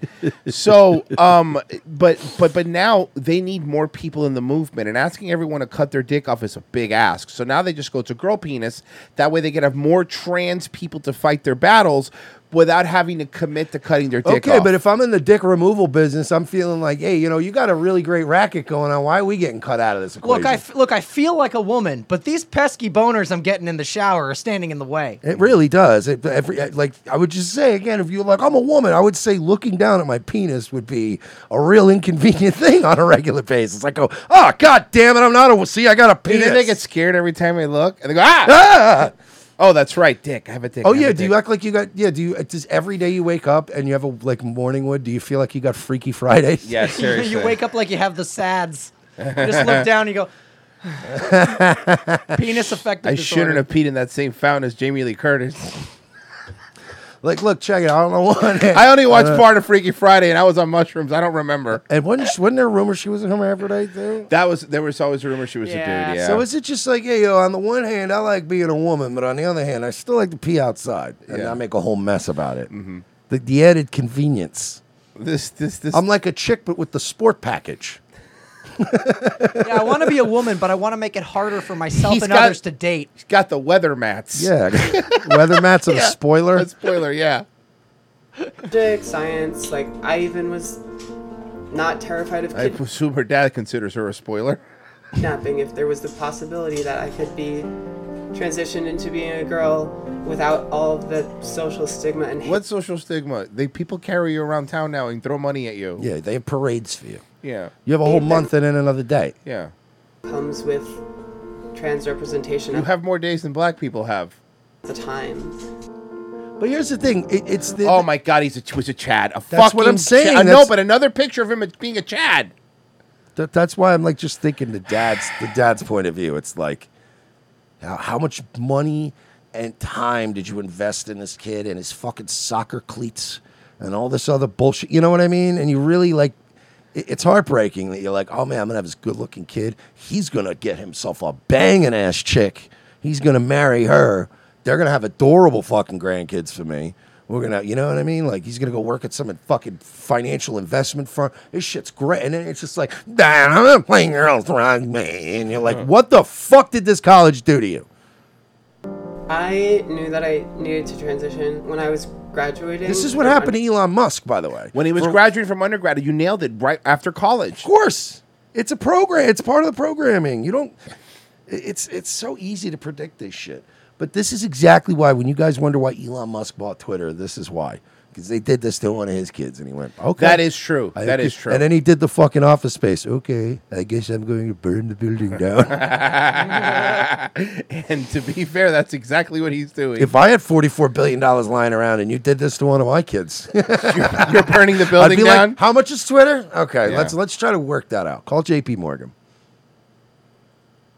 Speaker 2: So, um, but but but now they need more people in the movement, and asking everyone to cut their dick off is a big ask. So now they just go to girl penis. That way, they can have more trans people to fight their battles without having to commit to cutting their dick
Speaker 1: okay,
Speaker 2: off.
Speaker 1: but if I'm in the dick removal business, I'm feeling like, hey, you know, you got a really great racket going on. Why are we getting cut out of this equation?
Speaker 3: Look, I f- look, I feel like a woman, but these pesky boners I'm getting in the shower are standing in the way.
Speaker 1: it really does. It, every, like I would just say again, if you're like I'm a woman, I would say looking down at my penis would be a real inconvenient (laughs) thing on a regular basis. I go, oh god damn it, I'm not a see, I got a
Speaker 2: and
Speaker 1: penis.
Speaker 2: then they get scared every time they look, and they go ah.
Speaker 1: Ah!
Speaker 2: Oh, that's right, Dick. I have a dick.
Speaker 1: oh
Speaker 2: I have
Speaker 1: yeah,
Speaker 2: a
Speaker 1: do you act like you got? Yeah, do you? Does every day you wake up and you have a like morning wood? Do you feel like you got Freaky Friday?
Speaker 2: (laughs) Yeah, seriously.
Speaker 3: (laughs) you wake up like you have the sads.
Speaker 2: (laughs)
Speaker 3: You just look down and you go, "Ah."
Speaker 2: (laughs)
Speaker 3: penis affected.
Speaker 2: I
Speaker 3: disorder.
Speaker 2: shouldn't have peed in that same fountain as Jamie Lee Curtis.
Speaker 1: (laughs) like, look, check it. I don't know
Speaker 2: (laughs)
Speaker 1: what.
Speaker 2: I only watched
Speaker 1: Uh,
Speaker 2: part of Freaky Friday, and I was on mushrooms. I don't remember.
Speaker 1: And wasn't, she- (laughs) wasn't there a rumor she was a hermaphrodite too?
Speaker 2: That was there was always a rumor she was a dude. Yeah.
Speaker 1: So is it just like, yeah, yo, on the one hand, I like being a woman, but on the other hand, I still like to pee outside and
Speaker 2: Yeah. Mm-hmm.
Speaker 1: I make a whole mess about it. The, the added convenience.
Speaker 2: This, this, this.
Speaker 1: I'm like a chick, but with the sport
Speaker 2: (laughs)
Speaker 1: package.
Speaker 3: yeah, I want to be a woman, but I want to make it harder for myself
Speaker 2: He's
Speaker 3: and
Speaker 2: got-
Speaker 3: others to date.
Speaker 2: He's got the weather mats.
Speaker 1: (laughs) Yeah. Weather mats and
Speaker 2: (laughs) Yeah.
Speaker 1: a spoiler.
Speaker 2: A spoiler, (laughs) yeah.
Speaker 7: Magic, (laughs) science, like I even was not terrified of
Speaker 2: I
Speaker 7: kid-
Speaker 2: presume her dad considers her a spoiler.
Speaker 7: kidnapping if there was the possibility that I could be transitioned into being a girl without all of the social stigma and
Speaker 2: What social stigma? They people carry you around town now and throw money at you.
Speaker 1: Yeah, they have parades for you.
Speaker 2: Yeah.
Speaker 1: You have
Speaker 2: (laughs)
Speaker 1: a whole month and then another day.
Speaker 2: Yeah.
Speaker 7: comes with trans representation
Speaker 2: You
Speaker 7: at
Speaker 2: have more days than black people have.
Speaker 7: the time.
Speaker 1: But here's the thing. It, it's the,
Speaker 2: oh my god, he's a was a Chad. A
Speaker 1: That's what
Speaker 2: fucking
Speaker 1: I'm saying,
Speaker 2: Chad. I know,
Speaker 1: that's-
Speaker 2: but another picture of him as being a Chad.
Speaker 1: That, that's why I'm like just thinking the dad's the dad's point of view. It's like how, how much money and time did you invest in this kid and his fucking soccer cleats and all this other bullshit? You know what I mean? And you really like it- it's heartbreaking that you're like, oh man, I'm gonna have this good looking kid. He's gonna get himself a banging ass chick. He's gonna marry her. They're gonna have adorable fucking grandkids for me. We're gonna, you know what I mean? Like he's gonna go work at some fucking financial investment firm. This shit's great, and then it's just like, "Nah, I'm not playing girls around me, and you're like, what the fuck did this college do to you?
Speaker 7: I knew that I needed to transition when I was graduating.
Speaker 1: This is what happened to Elon Musk, by the way.
Speaker 2: When he was graduating from undergrad, you nailed it right after college. Of
Speaker 1: course. It's a program. It's part of the programming. You don't. it- It's it's so easy to predict this shit. But this is exactly why when you guys wonder why Elon Musk bought Twitter, this is why. Because they did this to one of his kids, and he went, "Okay,
Speaker 2: That is true.
Speaker 1: I
Speaker 2: That
Speaker 1: guess-
Speaker 2: is true.
Speaker 1: And then he (laughs) did the fucking Office Space. Okay, I guess I'm going to burn the building down.
Speaker 2: (laughs) and to be fair, that's exactly what he's doing.
Speaker 1: if I had forty-four billion dollars lying around, and you did this to one of my kids, (laughs)
Speaker 2: you're burning the building
Speaker 1: I'd be like,
Speaker 2: down?
Speaker 1: How much is Twitter? Okay,
Speaker 2: Yeah.
Speaker 1: let's let's try to work that out. Call J.P. Morgan.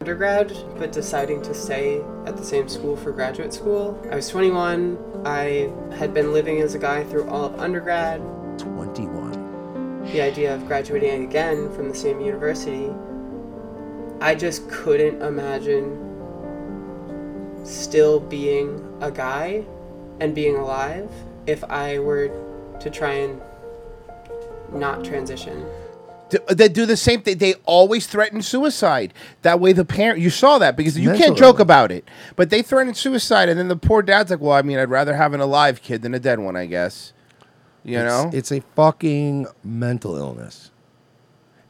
Speaker 7: undergrad, but deciding to stay at the same school for graduate school. I was 21. I had been living as a guy through all of undergrad.
Speaker 1: Twenty-one.
Speaker 7: The idea of graduating again from the same university, I just couldn't imagine still being a guy and being alive if I were to try and not transition.
Speaker 2: D- They do the same thing. They always threaten suicide. That way, the parent you saw that because you
Speaker 1: Mental
Speaker 2: can't joke about it. But they threaten suicide, and then the poor dad's like, "Well, I mean, I'd rather have an alive kid than a dead one, I guess." You
Speaker 1: It's-
Speaker 2: know,
Speaker 1: it's a fucking mental illness.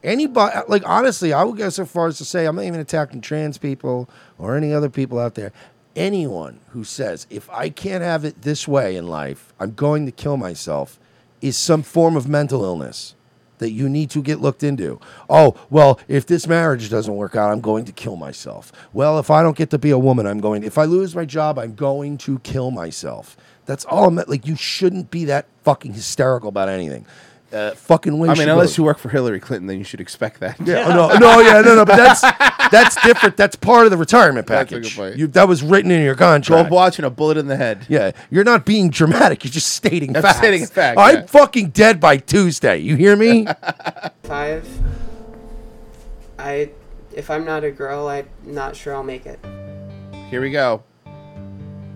Speaker 1: Anybody, like honestly, I would go so far as to say I'm not even attacking trans people or any other people out there. Anyone who says if I can't have it this way in life, I'm going to kill myself, is some form of mental illness that you need to get looked into. Oh, well, if this marriage doesn't work out, I'm going to kill myself. Well, if I don't get to be a woman, I'm going. If I lose my job, I'm going to kill myself. That's all I'm like. You shouldn't be that fucking hysterical about anything. Uh, fucking win.
Speaker 2: I mean, unless you work for Hillary Clinton, then you should expect that.
Speaker 1: Yeah, oh, no, no, yeah, no, no, but that's (laughs) that's different. That's part of the retirement
Speaker 2: That's a good
Speaker 1: package.
Speaker 2: point.
Speaker 1: You, that was written in your
Speaker 2: Go
Speaker 1: contract.
Speaker 2: watching a bullet in the head.
Speaker 1: Yeah, you're not being dramatic. You're just stating
Speaker 2: I'm
Speaker 1: facts.
Speaker 2: stating a fact,
Speaker 1: I'm
Speaker 2: yeah.
Speaker 1: fucking dead by Tuesday. You
Speaker 2: (laughs)
Speaker 1: hear me?
Speaker 7: Five. I, if I'm not a girl, I'm not sure I'll make it.
Speaker 2: Here we go.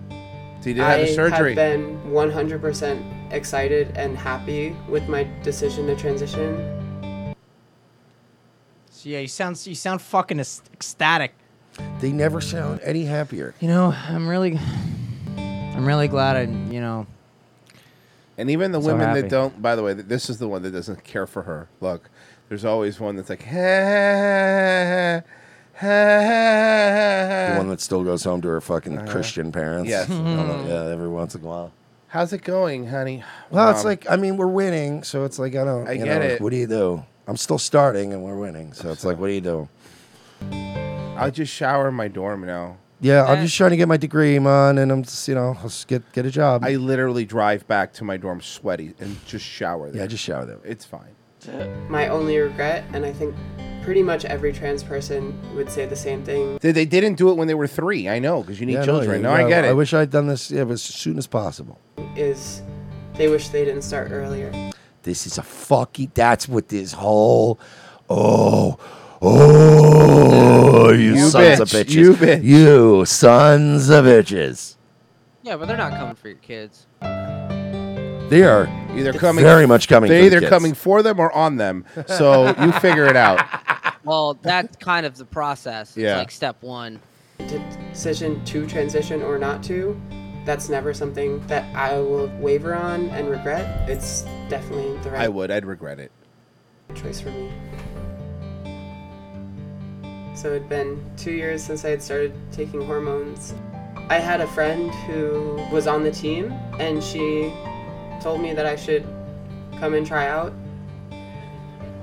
Speaker 2: So he did have
Speaker 7: I
Speaker 2: the surgery.
Speaker 7: have been 100% excited and happy with my decision to transition.
Speaker 3: So, yeah, you sound you sound fucking ec- ecstatic.
Speaker 1: they never sound any happier.
Speaker 3: You know, I'm really, I'm really glad I, you know,
Speaker 2: And even the
Speaker 3: So
Speaker 2: women
Speaker 3: happy.
Speaker 2: that don't, by the way, th- this is the one that doesn't care for her. Look, there's always one that's like, the
Speaker 1: The one that still goes home to her fucking
Speaker 2: Uh-huh.
Speaker 1: Christian parents.
Speaker 2: Yes.
Speaker 1: yeah, every once in a while.
Speaker 2: How's it going, honey?
Speaker 1: Well, it's
Speaker 2: Mom.
Speaker 1: like I mean, we're winning, so it's like I don't.
Speaker 2: I
Speaker 1: you
Speaker 2: get
Speaker 1: know,
Speaker 2: it.
Speaker 1: What do you do? I'm still starting, and we're winning, so it's like, what do you do?
Speaker 2: I'll just shower in my dorm now.
Speaker 1: Yeah, I'm just trying to get my degree, man, and I'm just you know just get get a job.
Speaker 2: I literally drive back to my dorm sweaty and just shower there.
Speaker 1: Yeah, just shower there.
Speaker 2: It's fine.
Speaker 7: My only regret, and I think pretty much every trans person would say the same thing.
Speaker 2: They, they didn't do it when they were three. I know because you need
Speaker 1: Yeah,
Speaker 2: children.
Speaker 1: yeah,
Speaker 2: No, I get it.
Speaker 1: I wish I'd done this yeah, as soon as possible.
Speaker 7: is they wish they didn't start earlier.
Speaker 1: This is a fucky. That's what this whole. Oh, oh, you,
Speaker 4: You
Speaker 1: sons of
Speaker 4: bitch,
Speaker 1: bitches.
Speaker 4: you bitch.
Speaker 1: You sons of bitches.
Speaker 4: Yeah, but they're not coming for your kids.
Speaker 1: They are
Speaker 2: either coming
Speaker 1: very much coming.
Speaker 2: They're
Speaker 1: for the
Speaker 2: either
Speaker 1: kids.
Speaker 2: coming for them or on them. So you figure it out.
Speaker 4: Well, that's (laughs) kind of the process.
Speaker 2: Yeah.
Speaker 4: It's like step one.
Speaker 7: Decision to transition or not to, that's never something that I will waver on and regret. It's definitely the right
Speaker 2: I would. I'd regret it.
Speaker 7: choice for me. So it'd been two years since I had started taking hormones. I had a friend who was on the team, and she told me that I should come and try out.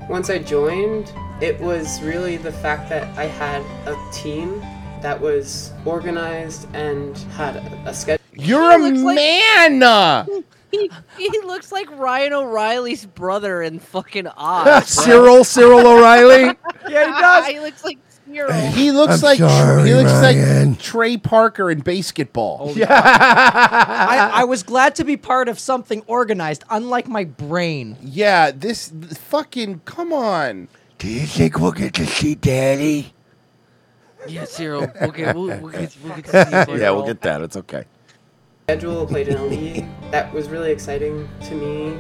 Speaker 7: Once I joined, it was really the fact that I had a team that was organized and had a, a schedule.
Speaker 2: You're a man. uh!
Speaker 4: He, he looks like Ryan O'Reilly's brother
Speaker 1: (laughs)
Speaker 4: in fucking Oz. bro.
Speaker 1: Cyril, Cyril
Speaker 4: (laughs)
Speaker 1: O'Reilly.
Speaker 2: Yeah, he does.
Speaker 4: he looks like Cyril.
Speaker 2: He looks
Speaker 1: I'm
Speaker 2: like
Speaker 1: sorry,
Speaker 2: he looks
Speaker 1: Ryan.
Speaker 2: like Trey Parker in basketball. (laughs)
Speaker 3: I, I was glad to be part of something organized, unlike my brain.
Speaker 2: Yeah, this fucking come on.
Speaker 1: Do you think we'll get to see Daddy?
Speaker 4: Yeah, Cyril. We'll get, we'll, we'll get, we'll
Speaker 1: (laughs)
Speaker 4: get to see you
Speaker 1: yeah, we'll
Speaker 4: later.
Speaker 1: get that. It's
Speaker 4: (laughs)
Speaker 1: okay.
Speaker 7: schedule, played in a league. That was really exciting to me.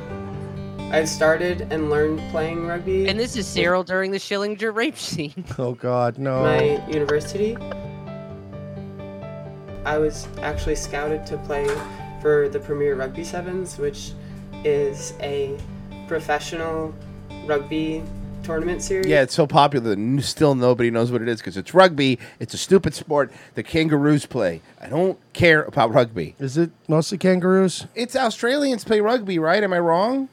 Speaker 7: I started and learned playing rugby.
Speaker 4: And this is Cyril during the Schillinger rape scene.
Speaker 1: Oh God, no.
Speaker 7: my university. I was actually scouted to play for the Premier Rugby Sevens, which is a professional rugby tournament series.
Speaker 2: Yeah, it's so popular. that n- Still, nobody knows what it is because it's rugby. It's a stupid sport. The kangaroos play. I don't care about rugby.
Speaker 1: Is it mostly kangaroos?
Speaker 2: It's Australians play rugby, right? Am I wrong?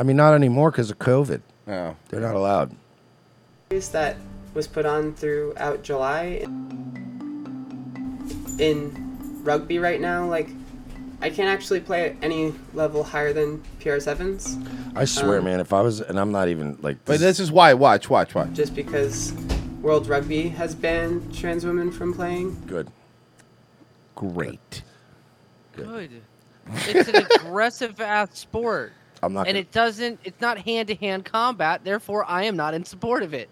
Speaker 1: I mean, not anymore because of COVID.
Speaker 2: No,
Speaker 1: they're not allowed.
Speaker 7: series that was put on throughout July. In rugby right now, like I can't actually play at any level higher than PR sevens. Um,
Speaker 1: I
Speaker 4: Uh.
Speaker 1: swear, man. If I was, and I'm not even like.
Speaker 2: But this is why. Watch, watch, watch.
Speaker 7: Just because World Rugby has banned trans women from
Speaker 5: (laughs)
Speaker 7: playing.
Speaker 1: Good.
Speaker 2: Great.
Speaker 4: Good. It's an aggressive ass sport.
Speaker 1: I'm not
Speaker 4: And
Speaker 1: gonna-
Speaker 4: it doesn't. It's not hand to hand combat. Therefore, I am not in support of it.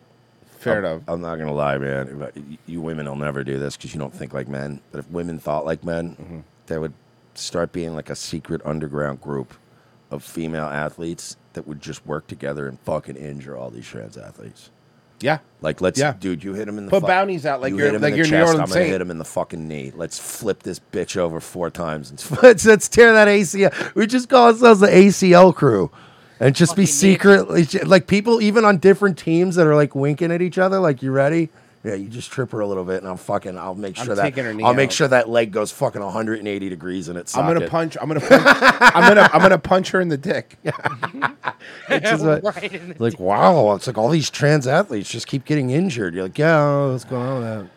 Speaker 2: Fair
Speaker 1: I'm, enough. I'm not gonna lie, man. If I- You women will never do this because you don't think like men. But if women thought like men,
Speaker 2: Mm-hmm.
Speaker 1: there would start being like a secret underground group of female athletes that would just work together and fucking injure all these trans athletes.
Speaker 2: Yeah.
Speaker 1: Like let's,
Speaker 2: Yeah.
Speaker 1: dude. You hit him in the
Speaker 2: Put
Speaker 1: fu-
Speaker 2: bounties out like
Speaker 1: you
Speaker 2: you're-
Speaker 1: hit him
Speaker 2: like
Speaker 1: in
Speaker 2: you're
Speaker 1: the
Speaker 2: New
Speaker 1: chest.
Speaker 2: Orleans
Speaker 1: I'm gonna
Speaker 2: Saint.
Speaker 1: hit him in the fucking knee. Let's flip this bitch over four times and (laughs) let's, let's tear that ACL. We just call ourselves the ACL crew, and just be secretly like people even on different teams that are like winking at each other. Like you ready? Yeah, you just trip her a little bit, and I'm fucking. I'll make
Speaker 2: I'm
Speaker 1: sure that
Speaker 2: taking her knee
Speaker 1: I'll make
Speaker 2: out.
Speaker 1: sure that leg goes fucking 180 degrees in its
Speaker 2: I'm gonna
Speaker 1: socket.
Speaker 2: punch. I'm gonna. Punch, I'm gonna. I'm gonna punch her in the dick.
Speaker 1: (laughs)
Speaker 2: (laughs)
Speaker 1: Which is what-
Speaker 2: Right in the
Speaker 1: like wow, it's like all these trans athletes just keep getting injured. You're like, yeah, what's going on with that?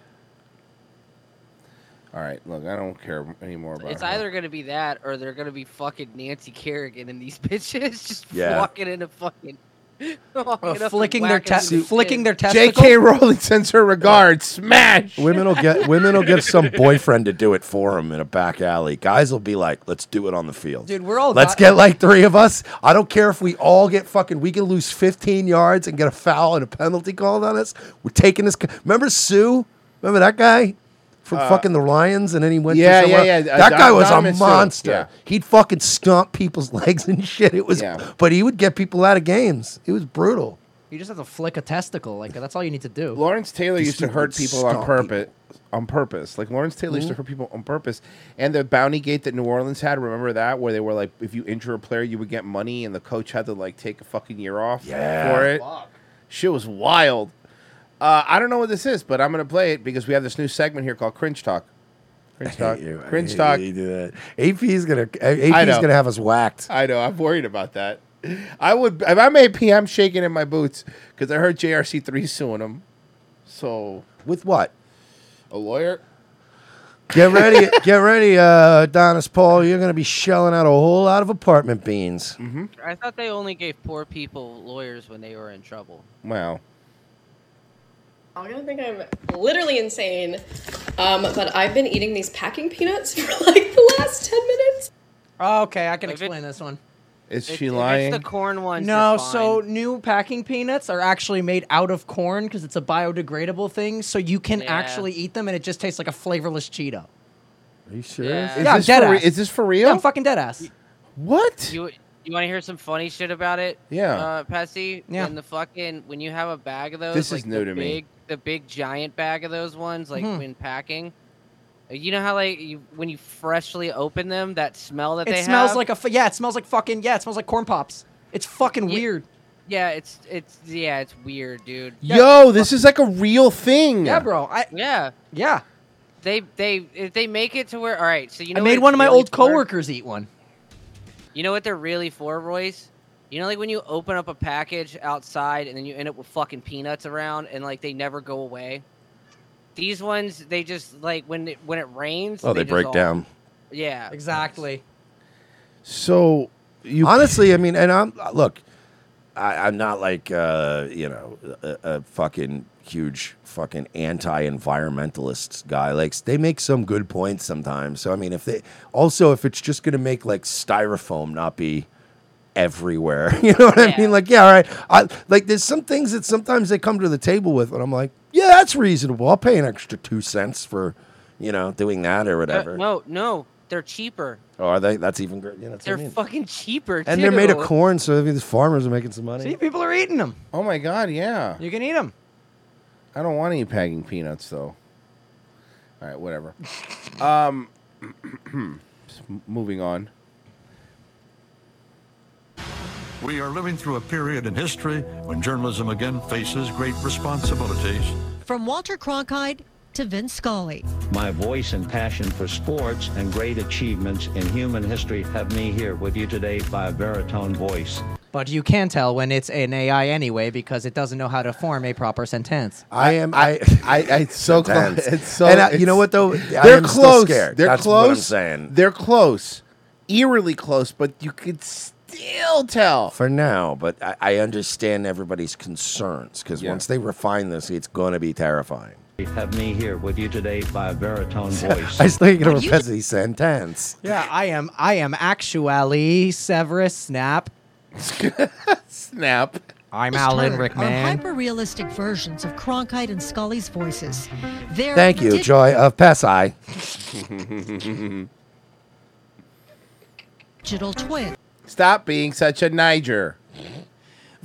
Speaker 2: All right. Look, I don't care anymore about.
Speaker 4: It's
Speaker 2: her.
Speaker 4: either gonna be that, or they're gonna be fucking Nancy Kerrigan and these (laughs) bitches just
Speaker 2: Yeah.
Speaker 4: walking into fucking. (laughs) walking up and
Speaker 3: flicking their
Speaker 4: whacking
Speaker 3: te-
Speaker 4: some
Speaker 3: flicking their
Speaker 4: kids.
Speaker 2: J.K. Rowling sends her regards. Smash.
Speaker 1: Women will get women will get some boyfriend to do it for them in a back alley. Guys will be like, "Let's do it on the field,
Speaker 3: Dude, we're all
Speaker 1: Let's
Speaker 3: got-
Speaker 1: get like three of us. I don't care if we all get fucking. We can lose 15 yards and get a foul and a penalty called on us. We're taking this. c- Remember Sue? Remember that guy from
Speaker 2: Uh,
Speaker 1: fucking the Lions? And then he went. to
Speaker 2: yeah, yeah,
Speaker 1: somewhere-
Speaker 2: yeah, uh,
Speaker 1: That guy
Speaker 2: Don-
Speaker 1: was
Speaker 2: Donovan
Speaker 1: a
Speaker 2: Sue,
Speaker 1: monster.
Speaker 2: yeah.
Speaker 1: He'd fucking stomp people's (laughs) legs and shit. It was, but he would get people out of games. It was brutal.
Speaker 3: You just have to flick a testicle. Like that's all you need to do.
Speaker 2: Lawrence Taylor used to hurt people on purpose. On purpose, like Lawrence Taylor used to
Speaker 3: Mhm.
Speaker 1: Mm-hmm.
Speaker 2: hurt people on purpose, and the bounty gate that New Orleans had. Remember that, where they were like, if you injure a player, you would get money, and the coach had to like take a fucking year off
Speaker 1: Yeah.
Speaker 2: for it. Shit was wild. Uh, I don't know what this is, but I'm gonna play it because we have this new segment here called Cringe Talk. Cringe Talk.
Speaker 1: you. I
Speaker 2: Cringe
Speaker 1: hate
Speaker 2: Talk.
Speaker 1: that you do that. AP is gonna AP
Speaker 2: I
Speaker 1: is
Speaker 2: know.
Speaker 1: gonna have us whacked.
Speaker 2: I know. I'm worried about that. I would if I'm AP. I'm shaking in my boots because I heard JRC three suing him. So
Speaker 1: with what?
Speaker 2: A lawyer.
Speaker 1: Get ready, get ready, uh, Adonis Paul. You're going to be shelling out a whole lot of apartment beans. Mm-hmm.
Speaker 4: I thought they only gave poor people lawyers when they were in trouble.
Speaker 1: Wow.
Speaker 5: I'm gonna think I'm literally insane, um, but I've been eating these packing peanuts (laughs) for like the last ten minutes.
Speaker 3: Oh, okay, I can explain this one.
Speaker 2: Is she lying?
Speaker 4: corn ones.
Speaker 3: No,
Speaker 4: they're fine.
Speaker 3: so new packing peanuts are actually made out of corn because it's a biodegradable thing, so you can
Speaker 2: Yeah.
Speaker 3: actually eat them and it just tastes like a flavorless Cheeto.
Speaker 1: Are you
Speaker 4: serious?
Speaker 2: Is
Speaker 3: yeah,
Speaker 2: this
Speaker 3: dead
Speaker 2: for re-
Speaker 3: ass.
Speaker 2: is this for real?
Speaker 3: Yeah, I'm fucking dead ass.
Speaker 2: What?
Speaker 4: You you want to hear some funny shit about it?
Speaker 2: Yeah.
Speaker 4: Uh, Pessy.
Speaker 2: Yeah.
Speaker 4: When the fucking when you have a bag of those,
Speaker 2: This is
Speaker 4: like,
Speaker 2: new
Speaker 4: the
Speaker 2: to me. Mm-hmm.
Speaker 4: big, The big giant bag of those ones, like
Speaker 3: Mhm.
Speaker 4: when packing. uh, You know how like you, when you freshly open them, that smell that
Speaker 3: It
Speaker 4: they
Speaker 3: smells
Speaker 4: have?
Speaker 3: like a f- yeah. It smells like fucking yeah. It smells like corn pops. It's fucking weird.
Speaker 4: yeah, it's it's yeah, it's weird, dude.
Speaker 2: Yo, this is like a real thing.
Speaker 3: Yeah, bro. I
Speaker 4: yeah
Speaker 3: yeah.
Speaker 4: They they if they make it to where all right. So you know
Speaker 3: I
Speaker 4: what
Speaker 3: made
Speaker 4: it's
Speaker 3: one of my
Speaker 4: really
Speaker 3: old
Speaker 4: for?
Speaker 3: coworkers eat one.
Speaker 4: You know what they're really for, Royce? You know, like when you open up a package outside and then you end up with fucking peanuts around and like they never go away. These ones, they just like when it, when it rains.
Speaker 1: Oh, they
Speaker 4: just
Speaker 1: break
Speaker 4: all-
Speaker 1: down.
Speaker 4: Yeah,
Speaker 3: exactly.
Speaker 1: So you honestly, I mean, and I'm look, I, I'm not like uh, you know a, a fucking huge fucking anti-environmentalist guy. Like they make some good points sometimes. So I mean, if they also if it's just gonna make like styrofoam not be everywhere, (laughs) you know what I mean? Like yeah, all right. (laughs) I like there's some things that sometimes they come to the table with, and I'm like, yeah, that's reasonable. I'll pay an extra two cents for you know doing that or
Speaker 4: Uh,
Speaker 1: whatever.
Speaker 4: no, no, they're cheaper.
Speaker 1: Oh, are they? That's even great. Yeah, that's what I
Speaker 4: They're
Speaker 1: mean.
Speaker 4: fucking cheaper.
Speaker 1: And they're made of
Speaker 4: too.
Speaker 1: corn, so I mean, the farmers are making some money.
Speaker 3: See, people are eating them.
Speaker 2: Oh my god, yeah.
Speaker 3: You can eat them.
Speaker 2: I don't want any packing peanuts though. All right,
Speaker 3: (laughs)
Speaker 2: whatever. um, (clears throat) s- moving on.
Speaker 8: We are living through a period in history when journalism again faces great responsibilities.
Speaker 10: From Walter Cronkite to Vince Scully.
Speaker 23: My voice and passion for sports and great achievements in human history have me here with you today by a baritone voice.
Speaker 3: But you can tell when it's an AI anyway because it doesn't know how to form a proper sentence.
Speaker 1: I am. I.
Speaker 2: I. It's so close.
Speaker 1: intense.
Speaker 2: (laughs) It's so.
Speaker 1: And I-
Speaker 2: it's-
Speaker 1: you know what
Speaker 2: (laughs)
Speaker 1: though? I
Speaker 2: They're
Speaker 1: am still
Speaker 2: close.
Speaker 1: scared.
Speaker 2: They're
Speaker 1: That's
Speaker 2: close.
Speaker 1: what I'm saying.
Speaker 2: They're close. Eerily close, but you could still tell.
Speaker 1: For now, but I, I understand everybody's concerns because once they refine this, it's going to be terrifying.
Speaker 23: Have me here with you today by a (laughs) baritone
Speaker 1: (laughs)
Speaker 23: voice.
Speaker 1: I still think it'll repeat these sentence.
Speaker 3: Yeah, I am. I am actually
Speaker 2: (laughs)
Speaker 3: Severus Snap.
Speaker 2: Snap.
Speaker 3: I'm
Speaker 10: Just
Speaker 3: Alan
Speaker 10: heard
Speaker 3: Rickman.
Speaker 4: Oh,
Speaker 10: Are hyper-realistic versions of Cronkite and Scully's voices. They're
Speaker 1: Thank you,
Speaker 10: ridic-
Speaker 1: Joy of Pesai. (laughs)
Speaker 10: Digital twin.
Speaker 2: Stop being such a Niger.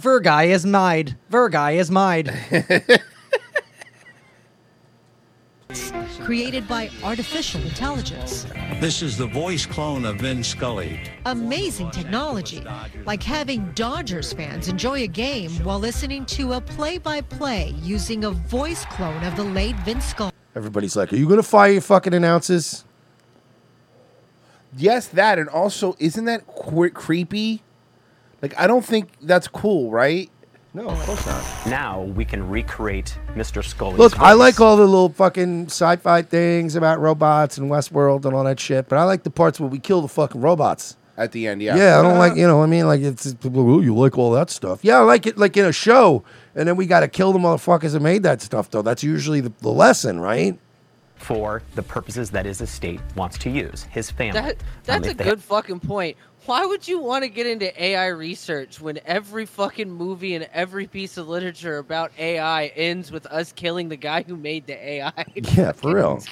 Speaker 3: Virgai is mide. Virgai
Speaker 2: (laughs)
Speaker 3: is mide.
Speaker 10: Created by artificial intelligence.
Speaker 23: This is the voice clone of Vin Scully.
Speaker 10: Amazing technology, like having Dodgers fans enjoy a game while listening to a play-by-play using a voice clone of the late Vince Scully.
Speaker 1: Everybody's like, "Are you going to fire your fucking announcers?"
Speaker 2: Yes, that, and also, isn't that qu- creepy? Like, I don't think that's cool, right?
Speaker 1: No, of course not.
Speaker 21: Now we can recreate Mr. Scully's
Speaker 1: Look, I
Speaker 21: voice.
Speaker 1: like all the little fucking sci-fi things about robots and Westworld and all that shit, but I like the parts where we kill the fucking robots.
Speaker 2: At the end, yeah.
Speaker 1: I don't like you know. what I mean, like it's it's people. Oh, you like all that stuff? Yeah, I like it. Like in a show, and then we got to kill the motherfuckers that made that stuff. Though that's usually the, the lesson, right?
Speaker 21: for the purposes that his estate wants to use, his family.
Speaker 4: That
Speaker 21: Um,
Speaker 4: that's
Speaker 21: if
Speaker 4: a
Speaker 1: (laughs)
Speaker 21: they-
Speaker 4: good fucking point. Why would you want to get into AI research when every fucking movie and every piece of literature about AI ends with us killing the guy who made the AI? (laughs)
Speaker 1: Yeah, for real.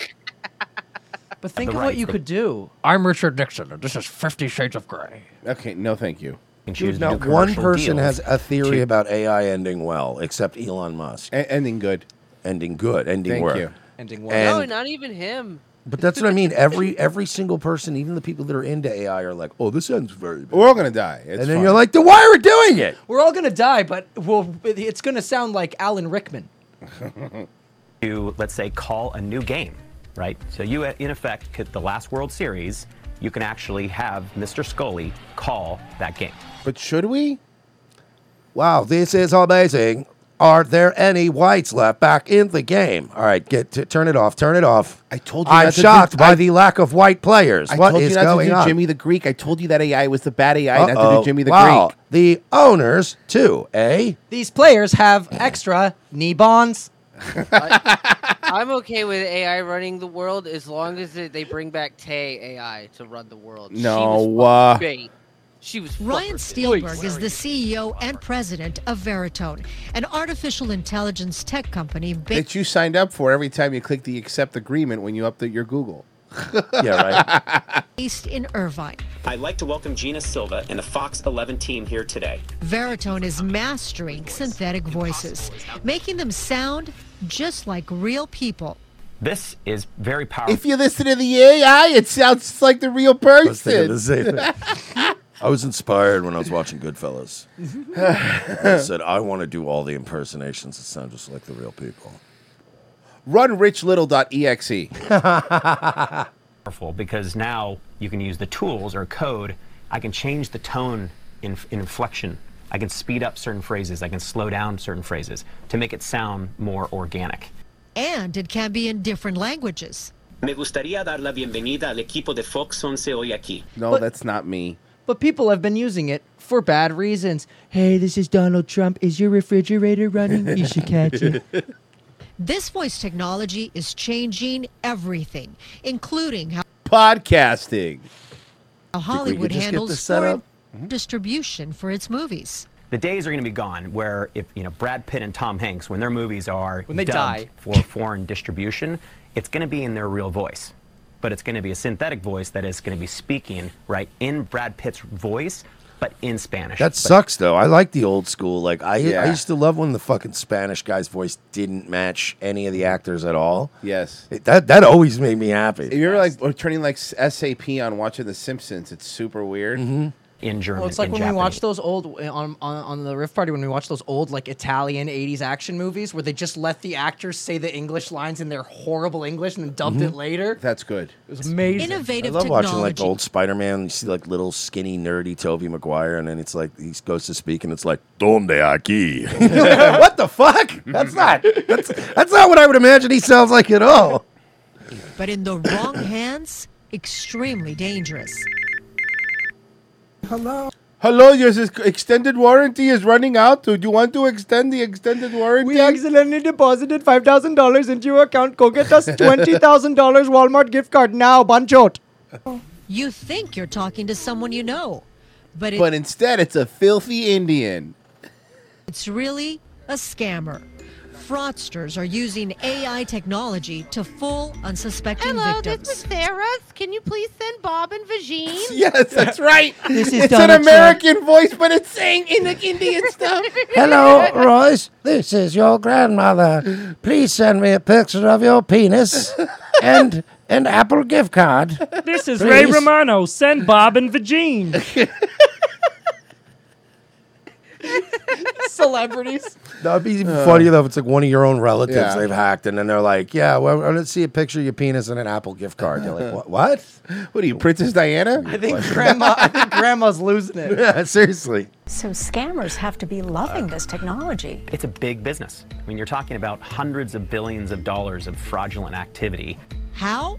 Speaker 3: But think of
Speaker 21: The
Speaker 3: what
Speaker 21: right
Speaker 3: you
Speaker 21: thing.
Speaker 3: could do.
Speaker 21: I'm Richard Nixon, and this is Fifty Shades of Grey.
Speaker 2: Okay, no, thank you.
Speaker 21: Can
Speaker 1: Dude, not one person has a theory about AI ending well, except Elon Musk.
Speaker 2: E-, ending good.
Speaker 1: Ending good. Ending
Speaker 2: Thank
Speaker 1: well.
Speaker 2: you.
Speaker 3: Ending
Speaker 1: well.
Speaker 4: no, Oh, not
Speaker 3: (laughs)
Speaker 4: even him.
Speaker 1: But that's what I mean. Every every single person, even the people that are into AI, are like, "Oh, this ends very bad."
Speaker 2: We're all gonna die. It's
Speaker 1: and then
Speaker 2: fine.
Speaker 1: you're like, "Then why are we doing it?"
Speaker 3: We're all gonna die, but we'll, it's gonna sound like Alan Rickman.
Speaker 21: (laughs) to let's say call a new game, right? So you in effect could the last World Series, you can actually have Mr. Scully call that game.
Speaker 2: But should we?
Speaker 1: Wow, this is amazing. Are there any whites left back in the game? All right, get to, turn it off. Turn it off. I
Speaker 2: told you
Speaker 1: I'm
Speaker 2: not to do-
Speaker 1: shocked by
Speaker 2: I-
Speaker 1: the lack of white players.
Speaker 2: I
Speaker 1: what
Speaker 2: told
Speaker 1: is
Speaker 2: you not
Speaker 1: going
Speaker 2: to do
Speaker 1: on?
Speaker 2: Jimmy the Greek. I told you that AI was the bad AI, not to
Speaker 1: Uh-oh.
Speaker 2: do Jimmy the
Speaker 1: wow.
Speaker 2: Greek.
Speaker 1: The owners too, eh?
Speaker 3: These players have extra knee
Speaker 21: (laughs)
Speaker 3: bonds.
Speaker 4: I'm okay with AI running the world as long as it- they bring back Tay AI to run the world. She was
Speaker 2: No, uh,
Speaker 4: great. She was
Speaker 10: Ryan Steelberg is the CEO and president of Veritone, an artificial intelligence tech company based
Speaker 2: that you signed up for every time you click the accept agreement when you update your Google.
Speaker 10: Yeah, (laughs) based in Irvine.
Speaker 9: I'd like to welcome Gina Silva and the Fox 11 team here today.
Speaker 10: Veritone is mastering synthetic voices, making them sound just like real people.
Speaker 9: This is very powerful.
Speaker 2: If you listen to the AI, it sounds just like the real person.
Speaker 1: was thinking the same (laughs) I was inspired when I was watching Goodfellas.
Speaker 2: (laughs)
Speaker 1: I said, I want to do all the impersonations that sound just like the real people.
Speaker 2: Runrichlittle.exe.
Speaker 21: powerful because now you can use the tools or code. I can change the tone in, in inflection. I can speed up certain phrases. I can slow down certain phrases to make it sound more organic.
Speaker 10: And it can be in different languages.
Speaker 9: Me gustaría dar la bienvenida al equipo de Fox 11 hoy aquí.
Speaker 2: no, that's not me.
Speaker 3: But people have been using it for bad reasons. Hey, this is Donald Trump. Is your refrigerator running? You should catch it.
Speaker 10: This voice technology is changing everything, including how
Speaker 2: (laughs) Podcasting.
Speaker 10: how
Speaker 9: Think we could
Speaker 10: Hollywood
Speaker 9: just get
Speaker 10: handles
Speaker 9: this set
Speaker 10: foreign
Speaker 9: up?
Speaker 10: distribution for its movies.
Speaker 21: The days are going to be gone where if you know Brad Pitt and Tom Hanks, when their movies are
Speaker 10: When they
Speaker 21: dubbed
Speaker 10: die.
Speaker 21: for foreign distribution, it's going to be in their real voice, but it's going to be a synthetic voice that is going to be speaking right in Brad Pitt's voice, but in Spanish.
Speaker 1: That
Speaker 21: But
Speaker 1: sucks, (laughs) though. I like the old school. Like I, I
Speaker 21: Yeah.
Speaker 1: used to love when the fucking Spanish guy's voice didn't match any of the actors at all.
Speaker 2: Yes.
Speaker 1: It- that that always made me happy.
Speaker 2: You're like or turning like SAP on watching The Simpsons. It's super weird.
Speaker 21: In German.
Speaker 3: Well, it's like when we watch those old eh, on, on on the Rift Party when we watch those old like Italian '80s action movies where they just let the actors say the English lines in their horrible English and then dubbed it later.
Speaker 2: That's good.
Speaker 3: It was amazing.
Speaker 1: Mm-hmm. I love watching like the old Spider-Man. You see like little skinny nerdy Toby Maguire, and then it's like he goes to speak, and it's like "Donde aquí?" (laughs)
Speaker 10: (laughs)
Speaker 1: what the fuck? That's not that's that's not what I would imagine he sounds like at (laughs) all.
Speaker 10: But in the wrong hands, extremely dangerous.
Speaker 2: Hello. Hello, your s- extended warranty is running out. Do you want to extend the extended warranty? We
Speaker 3: accidentally deposited five thousand dollars into your account. Go get
Speaker 1: (laughs)
Speaker 3: us twenty thousand dollars Walmart gift card now, Banchot.
Speaker 10: You think you're talking to someone you know, but, it,
Speaker 2: But instead, it's a filthy Indian.
Speaker 10: it's really a scammer. Fraudsters are using AI technology to fool unsuspecting
Speaker 11: Hello,
Speaker 10: victims.
Speaker 11: this is Sarah. Can you please send Bob and Vagine?
Speaker 1: (laughs)
Speaker 2: Yes, (laughs) that's right.
Speaker 10: This is
Speaker 2: it's
Speaker 10: Donald
Speaker 2: an
Speaker 10: Trump.
Speaker 2: American voice, but it's saying in the Indian stuff.
Speaker 1: Hello, Royce. This is your grandmother. Please send me a picture of your (laughs) penis and an Apple gift card.
Speaker 12: This is Ray
Speaker 1: Please.
Speaker 12: Romano. Send Bob and
Speaker 1: (laughs)
Speaker 12: Vagine.
Speaker 3: Celebrities.
Speaker 1: That'd be even
Speaker 12: Uh,
Speaker 1: funnier though if it's like one of your own relatives
Speaker 2: yeah.
Speaker 1: they've hacked, and then they're like, "Yeah, well, let's see a picture of your penis and an Apple gift card." You're like, "What? (laughs) What?
Speaker 2: What are you, Princess Diana?"
Speaker 1: I
Speaker 3: think grandma.
Speaker 2: (laughs)
Speaker 3: I think grandma's losing it.
Speaker 1: yeah, seriously.
Speaker 13: So scammers have to be loving this technology.
Speaker 21: It's a big business. I mean, you're talking about hundreds of billions of dollars of fraudulent activity.
Speaker 10: How?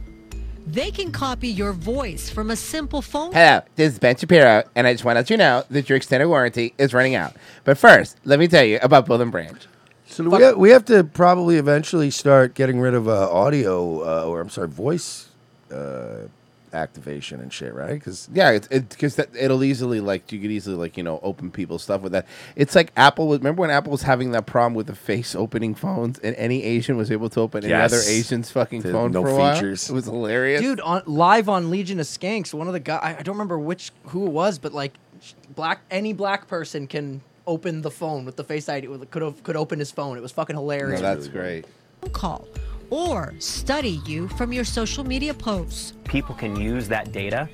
Speaker 10: They can copy your voice from a simple phone
Speaker 2: Hello, this is Ben Shapiro, and I just want to let you know that your extended warranty is running out. But first, let me tell you about Bull and Branch.
Speaker 1: (laughs) So we have, we have to probably eventually start getting rid of uh, audio, uh, or I'm sorry, voice uh, activation and shit, right? Because
Speaker 2: Yeah, it's because that it'll easily like you could easily like you know open people's stuff with that. It's like Apple was. Remember when Apple was having that problem with the face opening phones, and any Asian was able to open another
Speaker 1: Yes.
Speaker 2: Asian's fucking
Speaker 1: The
Speaker 2: phone
Speaker 1: no
Speaker 2: for a while.
Speaker 1: features.
Speaker 2: It was hilarious.
Speaker 3: Dude, on live on Legion of Skanks, one of the guy I, I don't remember which who it was, but like sh- black any black person can open the phone with the face ID with- could o- could open his phone. It was fucking
Speaker 2: no,
Speaker 3: hilarious.
Speaker 2: that's great.
Speaker 10: call or study you from your social media posts.
Speaker 21: People can use that data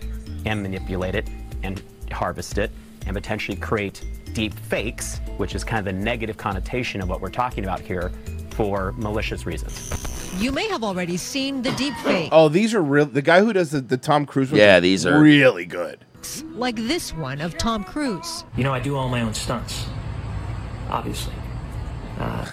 Speaker 21: and manipulate it and harvest it and potentially create deep fakes, which is kind of the negative connotation of what we're talking about here for malicious reasons.
Speaker 10: You may have already seen the deep fake,
Speaker 2: Oh, these are real. The guy who does the, the Tom Cruise ones.
Speaker 21: Yeah, these are-
Speaker 2: really good.
Speaker 10: like this one of Tom Cruise.
Speaker 14: You know, I do all my own stunts, obviously.
Speaker 2: (laughs)
Speaker 14: Uh,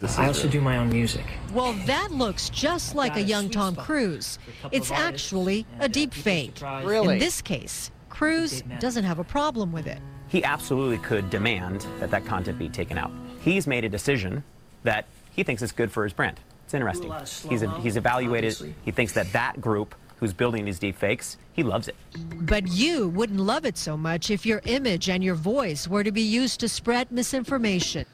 Speaker 24: This is
Speaker 14: I also
Speaker 24: it.
Speaker 14: do my own music.
Speaker 10: Well, that looks just like a young Tom Cruise. It's actually a deep fake.
Speaker 14: Really?
Speaker 10: In this case, Cruise doesn't have a problem with it.
Speaker 21: he absolutely could demand that that content be taken out. He's made a decision that he thinks is good for his brand. It's interesting. He's,
Speaker 10: slow-mo,
Speaker 21: he's evaluated. He thinks that that group who's building these deep fakes, he loves it.
Speaker 10: But you wouldn't love it so much if your image and your voice were to be used to spread misinformation.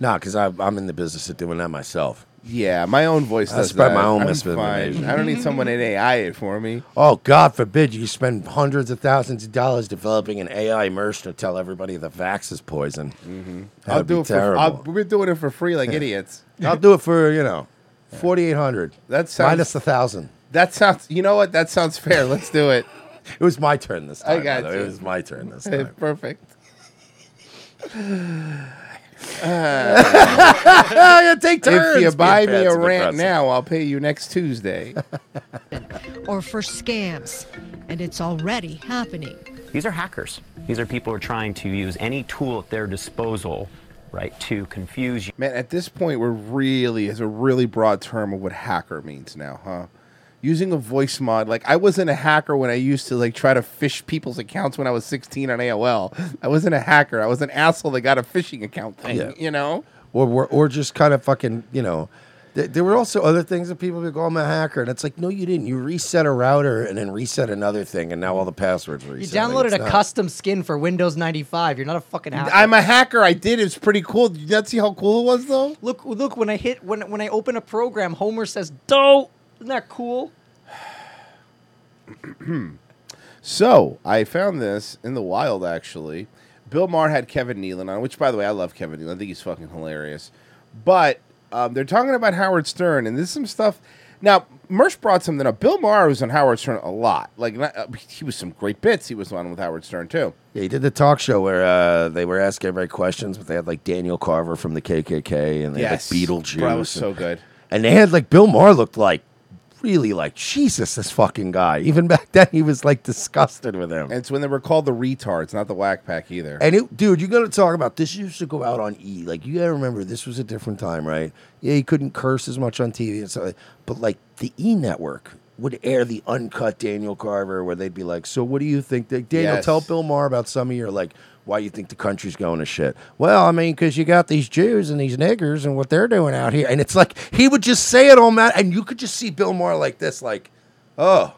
Speaker 1: Nah, because I'm in the business of doing that myself.
Speaker 2: Yeah, my own voice.
Speaker 1: I
Speaker 2: does
Speaker 1: spread
Speaker 2: that.
Speaker 1: my own
Speaker 2: I'm
Speaker 1: misinformation.
Speaker 2: fine. I don't need someone in AI it for me.
Speaker 1: Oh, God forbid you spend hundreds of thousands of dollars developing an AI immersion to tell everybody the vax is poison. Mm-hmm.
Speaker 2: I'll do it for.
Speaker 1: terrible.
Speaker 2: I'll, we're doing it for free like idiots.
Speaker 1: (laughs) I'll do it for you know, forty eight hundred.
Speaker 2: That sounds-
Speaker 1: minus the thousand.
Speaker 2: That sounds. You know what? That sounds fair. Let's do it.
Speaker 1: (laughs) it was my turn this
Speaker 2: I
Speaker 1: time, by
Speaker 2: got
Speaker 1: the way.
Speaker 2: you.
Speaker 1: It was my turn this
Speaker 2: Hey,
Speaker 1: time.
Speaker 2: Perfect.
Speaker 1: (laughs)
Speaker 25: Mm-hmm.
Speaker 1: Yeah, take turns
Speaker 2: If you
Speaker 1: being
Speaker 2: buy me
Speaker 1: passive
Speaker 2: a rant
Speaker 1: aggressive.
Speaker 2: now, I'll pay you next
Speaker 1: (laughs)
Speaker 2: Tuesday.
Speaker 10: or for scams, and it's already happening.
Speaker 21: These are hackers. These are people who are trying to use any tool at their disposal, right, to confuse you.
Speaker 2: Man, at this point, we're really is a really broad term of what hacker means now, huh? Using a voice mod, like I wasn't a hacker when I used to like try to fish people's accounts when I was 16 on AOL. I wasn't a hacker. I was an asshole that got a phishing account thing.
Speaker 1: Yeah.
Speaker 2: You know,
Speaker 1: or or, or just kind of fucking you know. Th- There were also other things that people would go, I'm a hacker. And it's like, no, you didn't. You reset a router and then reset another thing. And now all the passwords are
Speaker 3: You
Speaker 1: reset. Like,
Speaker 3: downloaded
Speaker 1: it's
Speaker 3: a
Speaker 1: not-
Speaker 3: custom skin for Windows 95. You're not a fucking hacker.
Speaker 2: I'm a hacker. I did. It's pretty cool. Did you not see how cool it was though?
Speaker 3: Look, look. When I hit, when when I open a program, Homer says, "Dope." Isn't that cool?
Speaker 2: (clears throat) so I found this in the wild actually. Bill Maher had Kevin Nealon on, which by the way I love Kevin Nealon. I think he's fucking hilarious. But um, they're talking about Howard Stern, and there's some stuff. Now Mersh brought something up. Bill Maher was on Howard Stern a lot. Like not- uh, he was some great bits. He was on with Howard Stern too.
Speaker 1: Yeah, he did the talk show where uh, they were asking everybody questions, but they had like Daniel Carver from the KKK and they
Speaker 2: Yes.
Speaker 1: had like Beetlejuice.
Speaker 2: Bro, that was
Speaker 1: and-
Speaker 2: so good.
Speaker 1: And they had like Bill Maher looked like really like Jesus, this fucking guy. Even back then, he was like disgusted with him.
Speaker 2: And it's when they were called the retards, not the whack pack either.
Speaker 1: And it, dude, you got to talk about this. Used to go out on E. Like you got to remember, this was a different time, right? Yeah, you couldn't curse as much on TV and stuff. But like the E network would air the uncut Daniel Carver, where they'd be like, "So what do you think?" That, Daniel,
Speaker 2: Yes.
Speaker 1: tell Bill Maher about some of your like why you think the country's going to shit. Well, I mean, because you got these Jews and these niggers and what they're doing out here, and it's like he would just say it all, Matt, and you could just see Bill Maher like this, like, "Oh,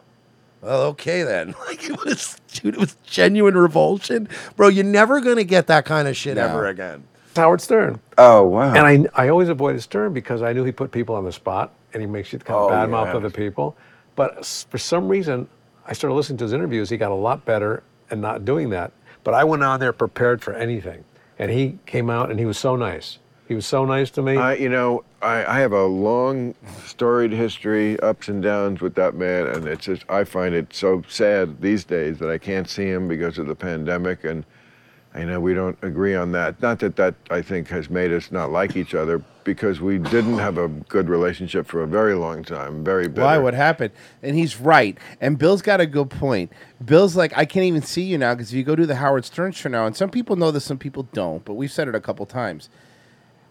Speaker 1: well, okay then." (laughs) Like it was, dude, it was genuine revulsion, bro. You're never gonna get that kind of shit
Speaker 25: No.
Speaker 1: ever again.
Speaker 25: Howard Stern.
Speaker 1: Oh wow!
Speaker 25: And I, I always avoided Stern because I knew he put people on the spot and he makes you kind of
Speaker 1: Oh,
Speaker 25: bad mouth
Speaker 1: yeah.
Speaker 25: other people. But s- for some reason, I started listening to his interviews. He got a lot better and not doing that. But I went on there prepared for anything. And he came out and he was so nice. He was so nice to me.
Speaker 1: Uh,
Speaker 17: I, you know, I, I have a long, storied history, ups and downs with that man, and it's just I find it so sad these days that I can't see him because of the pandemic, and I know we don't agree on that. Not that that I think has made us not like each other, because we didn't have a good relationship for a very long time, very bitter.
Speaker 2: Why? What happened? And he's right. And Bill's got a good point. Bill's like, I can't even see you now because if you go to the Howard Stern show now, and some people know this, some people don't, but we've said it a couple times.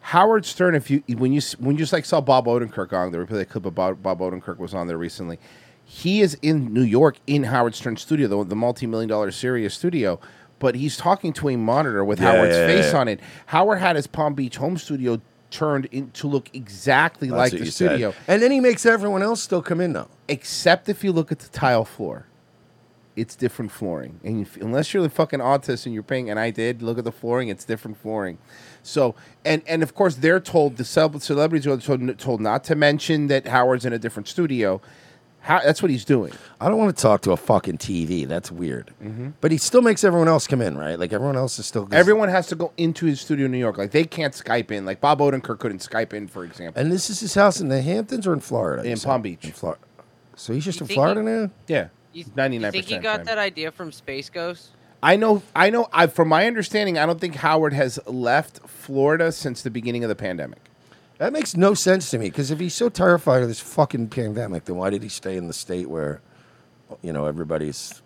Speaker 2: Howard Stern, if you when you s- when you just like saw Bob Odenkirk on there, we played a clip of Bob, Bob Odenkirk was on there recently. He is in New York in Howard Stern's studio, the, the multi-million dollar Sirius studio, but he's talking to a monitor with
Speaker 1: Yeah,
Speaker 2: Howard's
Speaker 1: yeah,
Speaker 2: face
Speaker 1: yeah.
Speaker 2: on it. Howard had his Palm Beach home studio turned in to look exactly
Speaker 1: That's
Speaker 2: like
Speaker 1: what
Speaker 2: the
Speaker 1: you said.
Speaker 2: studio.
Speaker 1: And then he makes everyone else still come in though.
Speaker 2: Except if you look at the tile floor, it's different flooring. And if, unless you're the fucking autist and you're paying, and I did look at the flooring, it's different flooring. So and and of course they're told the celeb- celebrities are told, told not to mention that Howard's in a different studio. How, that's what he's doing.
Speaker 1: I don't want to talk to a fucking TV. That's weird.
Speaker 2: Mm-hmm.
Speaker 1: But he still makes everyone else come in, right? Like everyone else is still.
Speaker 2: Everyone has to go into his studio in New York. Like they can't Skype in. Like Bob Odenkirk couldn't Skype in, for example.
Speaker 1: And this is his house in the Hamptons or in Florida?
Speaker 2: In
Speaker 1: Palm Beach. Florida. So he's just in
Speaker 2: think
Speaker 1: Florida
Speaker 2: he-
Speaker 1: now.
Speaker 2: Yeah, ninety nine
Speaker 4: You think he
Speaker 2: percent.
Speaker 4: got that idea from Space Ghost?
Speaker 2: I know, I know. I, from my understanding, I don't think Howard has left Florida since the beginning of the pandemic.
Speaker 1: That makes no sense to me because if he's so terrified of this fucking pandemic, then why did he stay in the state where, you know, everybody's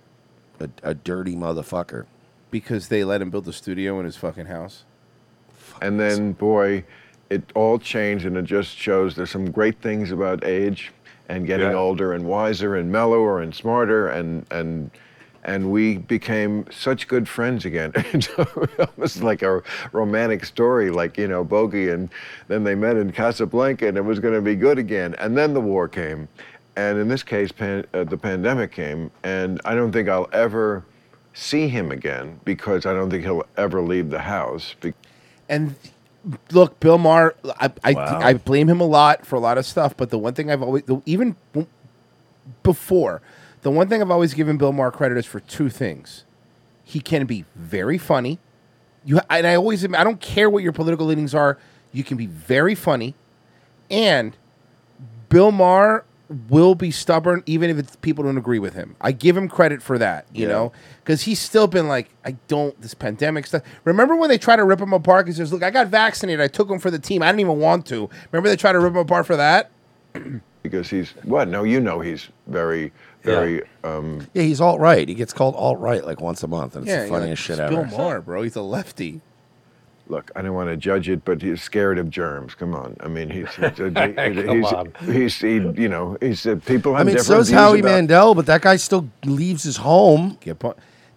Speaker 1: a, a dirty motherfucker?
Speaker 2: Because they let him build a studio in his fucking house.
Speaker 17: and then, boy, it all changed, and it just shows there's some great things about age and getting older and wiser and mellower and smarter and and and we became such good friends again. (laughs) It's almost like a romantic story, like you know, Bogey, and then they met in Casablanca, and it was going to be good again. And then the war came, and in this case, pan, uh, the pandemic came, and I don't think I'll ever see him again because I don't think he'll ever leave the house. Be-
Speaker 2: And look, Bill Maher, I, I,
Speaker 17: Wow.
Speaker 2: I blame him a lot for a lot of stuff, but the one thing I've always, the- even w- before, the one thing I've always given Bill Maher credit is for two things. He can be very funny. You and I always, I don't care what your political leanings are. You can be very funny, and Bill Maher will be stubborn even if it's, people don't agree with him. I give him credit for that, you
Speaker 1: Yeah.
Speaker 2: know, because he's still been like, I don't this pandemic stuff. Remember when they try to rip him apart? Because says, look, I got vaccinated. I took him for the team. I didn't even want to. Remember they tried to rip him apart for that?
Speaker 17: because he's what? No, you know he's very, very. Um,
Speaker 1: Yeah, he's alt right. He gets called alt right like once a month, and it's the
Speaker 17: you're like,
Speaker 1: funniest shit
Speaker 17: "It's
Speaker 1: ever.
Speaker 17: Bill
Speaker 2: Maher, bro. He's a lefty.
Speaker 17: Look, I don't want to judge it, but he's scared of germs. Come on, I mean, he's he's,
Speaker 1: Come
Speaker 17: he's,
Speaker 1: on.
Speaker 17: he's he, you know he's uh, people
Speaker 1: I
Speaker 17: have
Speaker 1: mean,
Speaker 17: different
Speaker 1: so's
Speaker 17: views
Speaker 1: Howie
Speaker 17: about-
Speaker 1: Mandel, but that guy still leaves his home.
Speaker 2: Get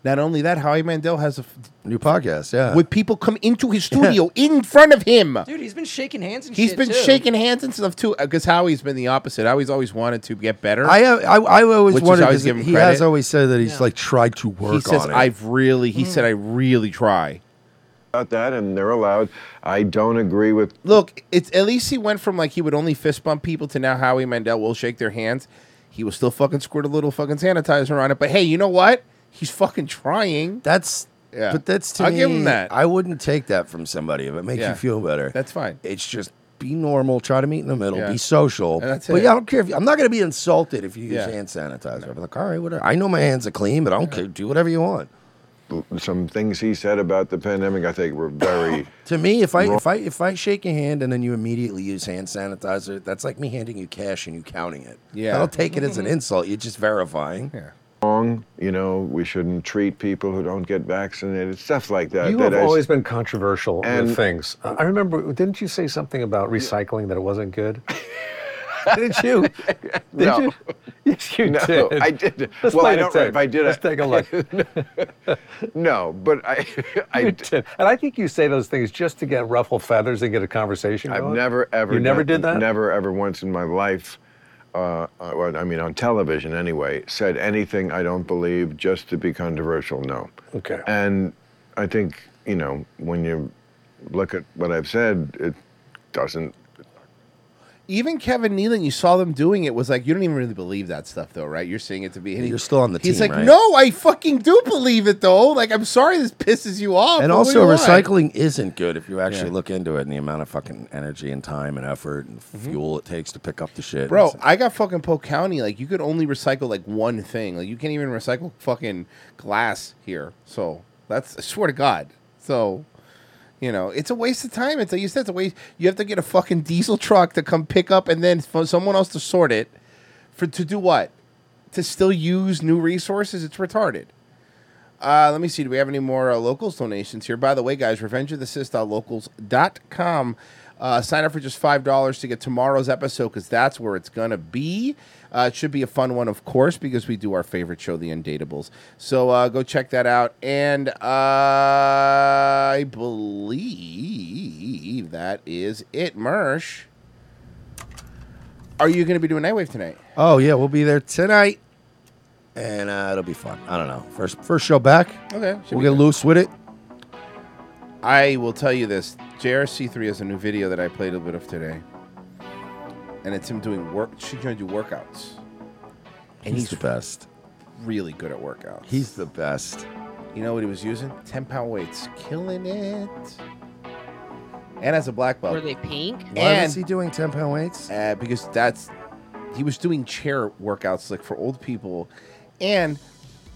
Speaker 2: Not only that, Howie Mandel has a
Speaker 1: new podcast. Yeah,
Speaker 2: Would people come into his studio in front of him?
Speaker 3: Dude, he's been shaking hands and
Speaker 2: He's
Speaker 3: shit,
Speaker 2: been
Speaker 3: too.
Speaker 2: shaking hands and stuff too, because Howie's been the opposite. Howie's always wanted to get better.
Speaker 1: I have, I, I always
Speaker 2: which is
Speaker 1: wondered
Speaker 2: how he's
Speaker 1: 'cause
Speaker 2: given
Speaker 1: he
Speaker 2: credit.
Speaker 1: has always said that he's like tried to work
Speaker 2: He says
Speaker 1: on it.
Speaker 2: I've really. He said I really try.
Speaker 17: about that, and they're allowed. I don't agree with
Speaker 2: Look, it's at least he went from like he would only fist bump people to now Howie Mandel will shake their hands. He will still fucking squirt a little fucking sanitizer on it, but hey, you know what? He's fucking trying.
Speaker 1: That's
Speaker 2: yeah.
Speaker 1: But that's to
Speaker 2: I'll
Speaker 1: me,
Speaker 2: give him that.
Speaker 1: I wouldn't take that from somebody if it makes
Speaker 2: Yeah.
Speaker 1: you feel better.
Speaker 2: That's fine.
Speaker 1: It's just be normal. Try to meet in the middle.
Speaker 2: Yeah.
Speaker 1: Be social.
Speaker 2: And that's
Speaker 1: but
Speaker 2: it.
Speaker 1: yeah, I don't care if you, I'm not going to be insulted if you use
Speaker 2: Yeah.
Speaker 1: hand sanitizer. I'll be like, all right, whatever. I know my hands are clean, but I don't care. Do whatever you want.
Speaker 17: some things he said about the pandemic. I think were very.
Speaker 1: (coughs) To me, if I
Speaker 17: Wrong.
Speaker 1: if I if I shake your hand and then you immediately use hand sanitizer, that's like me handing you cash and you counting it.
Speaker 17: Yeah.
Speaker 1: I don't take it as an insult. You're just verifying.
Speaker 2: Mm-hmm. Yeah.
Speaker 17: wrong. You know, we shouldn't treat people who don't get vaccinated, stuff like that.
Speaker 25: You
Speaker 17: Uh, that
Speaker 25: have
Speaker 17: is-
Speaker 25: always been controversial
Speaker 17: And-
Speaker 25: with things. I I remember, didn't you say something about recycling that it wasn't
Speaker 17: (laughs)
Speaker 25: good? did you? Did
Speaker 17: No.
Speaker 25: you?
Speaker 17: (laughs)
Speaker 25: Yes, you
Speaker 17: No,
Speaker 25: did.
Speaker 17: I did.
Speaker 25: Let's
Speaker 17: Well,
Speaker 25: play
Speaker 17: I
Speaker 25: the
Speaker 17: don't know
Speaker 25: tape.
Speaker 17: if I did.
Speaker 25: Let's
Speaker 17: I-
Speaker 25: take a look.
Speaker 17: (laughs) no, but
Speaker 25: (laughs)
Speaker 17: I, I
Speaker 25: You did. And I think you say those things just to get ruffle feathers and get a conversation.
Speaker 17: I've
Speaker 25: going.
Speaker 17: never ever.
Speaker 25: (laughs) You never
Speaker 17: done-
Speaker 25: did that.
Speaker 17: Never ever once in my life. Uh, uh, well, I mean, on television anyway, said anything I don't believe just to be controversial. No.
Speaker 25: Okay.
Speaker 17: And I think you know when you look at what I've said, it doesn't.
Speaker 2: Even Kevin Nealon, you saw them doing it, was like, you don't even really believe that stuff, though, right? You're seeing it to be.
Speaker 1: You're still on the
Speaker 2: He's
Speaker 1: team,
Speaker 2: like,
Speaker 1: right?
Speaker 2: no, I fucking do believe it, though. Like, I'm sorry this pisses you off.
Speaker 1: and
Speaker 2: Oh, but what do
Speaker 1: also
Speaker 2: you want?
Speaker 1: recycling isn't good if you actually
Speaker 2: Yeah.
Speaker 1: look into it and the amount of fucking energy and time and effort and fuel it takes to pick up the shit.
Speaker 2: Mm-hmm. Bro,
Speaker 1: It's-
Speaker 2: I got fucking Polk County. Like, you could only recycle like one thing. Like, you can't even recycle fucking glass here. So that's I swear to God. So, you know, it's a waste of time. It's like you said, it's a waste. You have to get a fucking diesel truck to come pick up, and then for someone else to sort it. For to do what? To still use new resources? It's retarded. Uh, let me see. Do we have any more uh, locals donations here? By the way, guys, revengeofthesist.locals.com. Uh, sign up for just $5 to get tomorrow's episode because that's where it's going to be. Uh, it should be a fun one, of course, because we do our favorite show, The Undateables. So uh, go check that out. And uh, I believe that is it. Mersh, are you going to be doing Nightwave tonight?
Speaker 1: oh yeah, we'll be there tonight, and uh, it'll be fun. I don't know. First first show back.
Speaker 2: Okay, should
Speaker 1: we'll
Speaker 2: be
Speaker 1: get loose with it.
Speaker 2: I will tell you this: JRC3 has a new video that I played a bit of today, and it's him doing work. She's trying to do workouts, and
Speaker 1: He's the best.
Speaker 2: really good at workouts.
Speaker 1: He's the best.
Speaker 2: You know what he was using? Ten pound weights, killing it. And as a black belt,
Speaker 4: Were they pink?
Speaker 1: Why was he doing ten pound weights?
Speaker 2: Uh, because that's he was doing chair workouts like for old people, and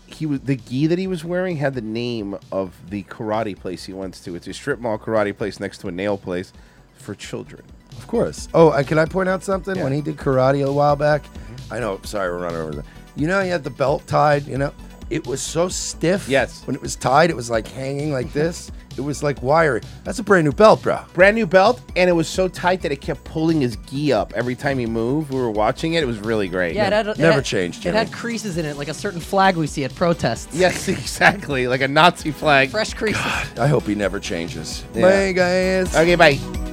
Speaker 2: he was the gi that he was wearing had the name of the karate place he went to. It's a strip mall karate place next to a nail place for children.
Speaker 1: Of course. Oh, I, can I point out something? When
Speaker 2: Yeah. Mm-hmm.
Speaker 1: he did karate a while back, I know. Sorry, we're running over. The, you know, he had the
Speaker 2: Mm-hmm.
Speaker 1: belt tied. You know, it was so stiff. Yes. When it was tied, it was like hanging like this. It was like wiry. That's a brand new belt, bro.
Speaker 2: Brand new belt, and it was so tight that it kept pulling his gi up every time he moved. We were watching it; it was really great.
Speaker 3: Yeah, it had, it had- It
Speaker 2: Jimmy.
Speaker 3: had creases in it, like a certain flag we see at protests.
Speaker 2: yes, exactly, like a Nazi flag.
Speaker 3: Fresh creases.
Speaker 1: I hope he never changes.
Speaker 2: Yeah.
Speaker 1: Bye, guys.
Speaker 2: Okay, bye.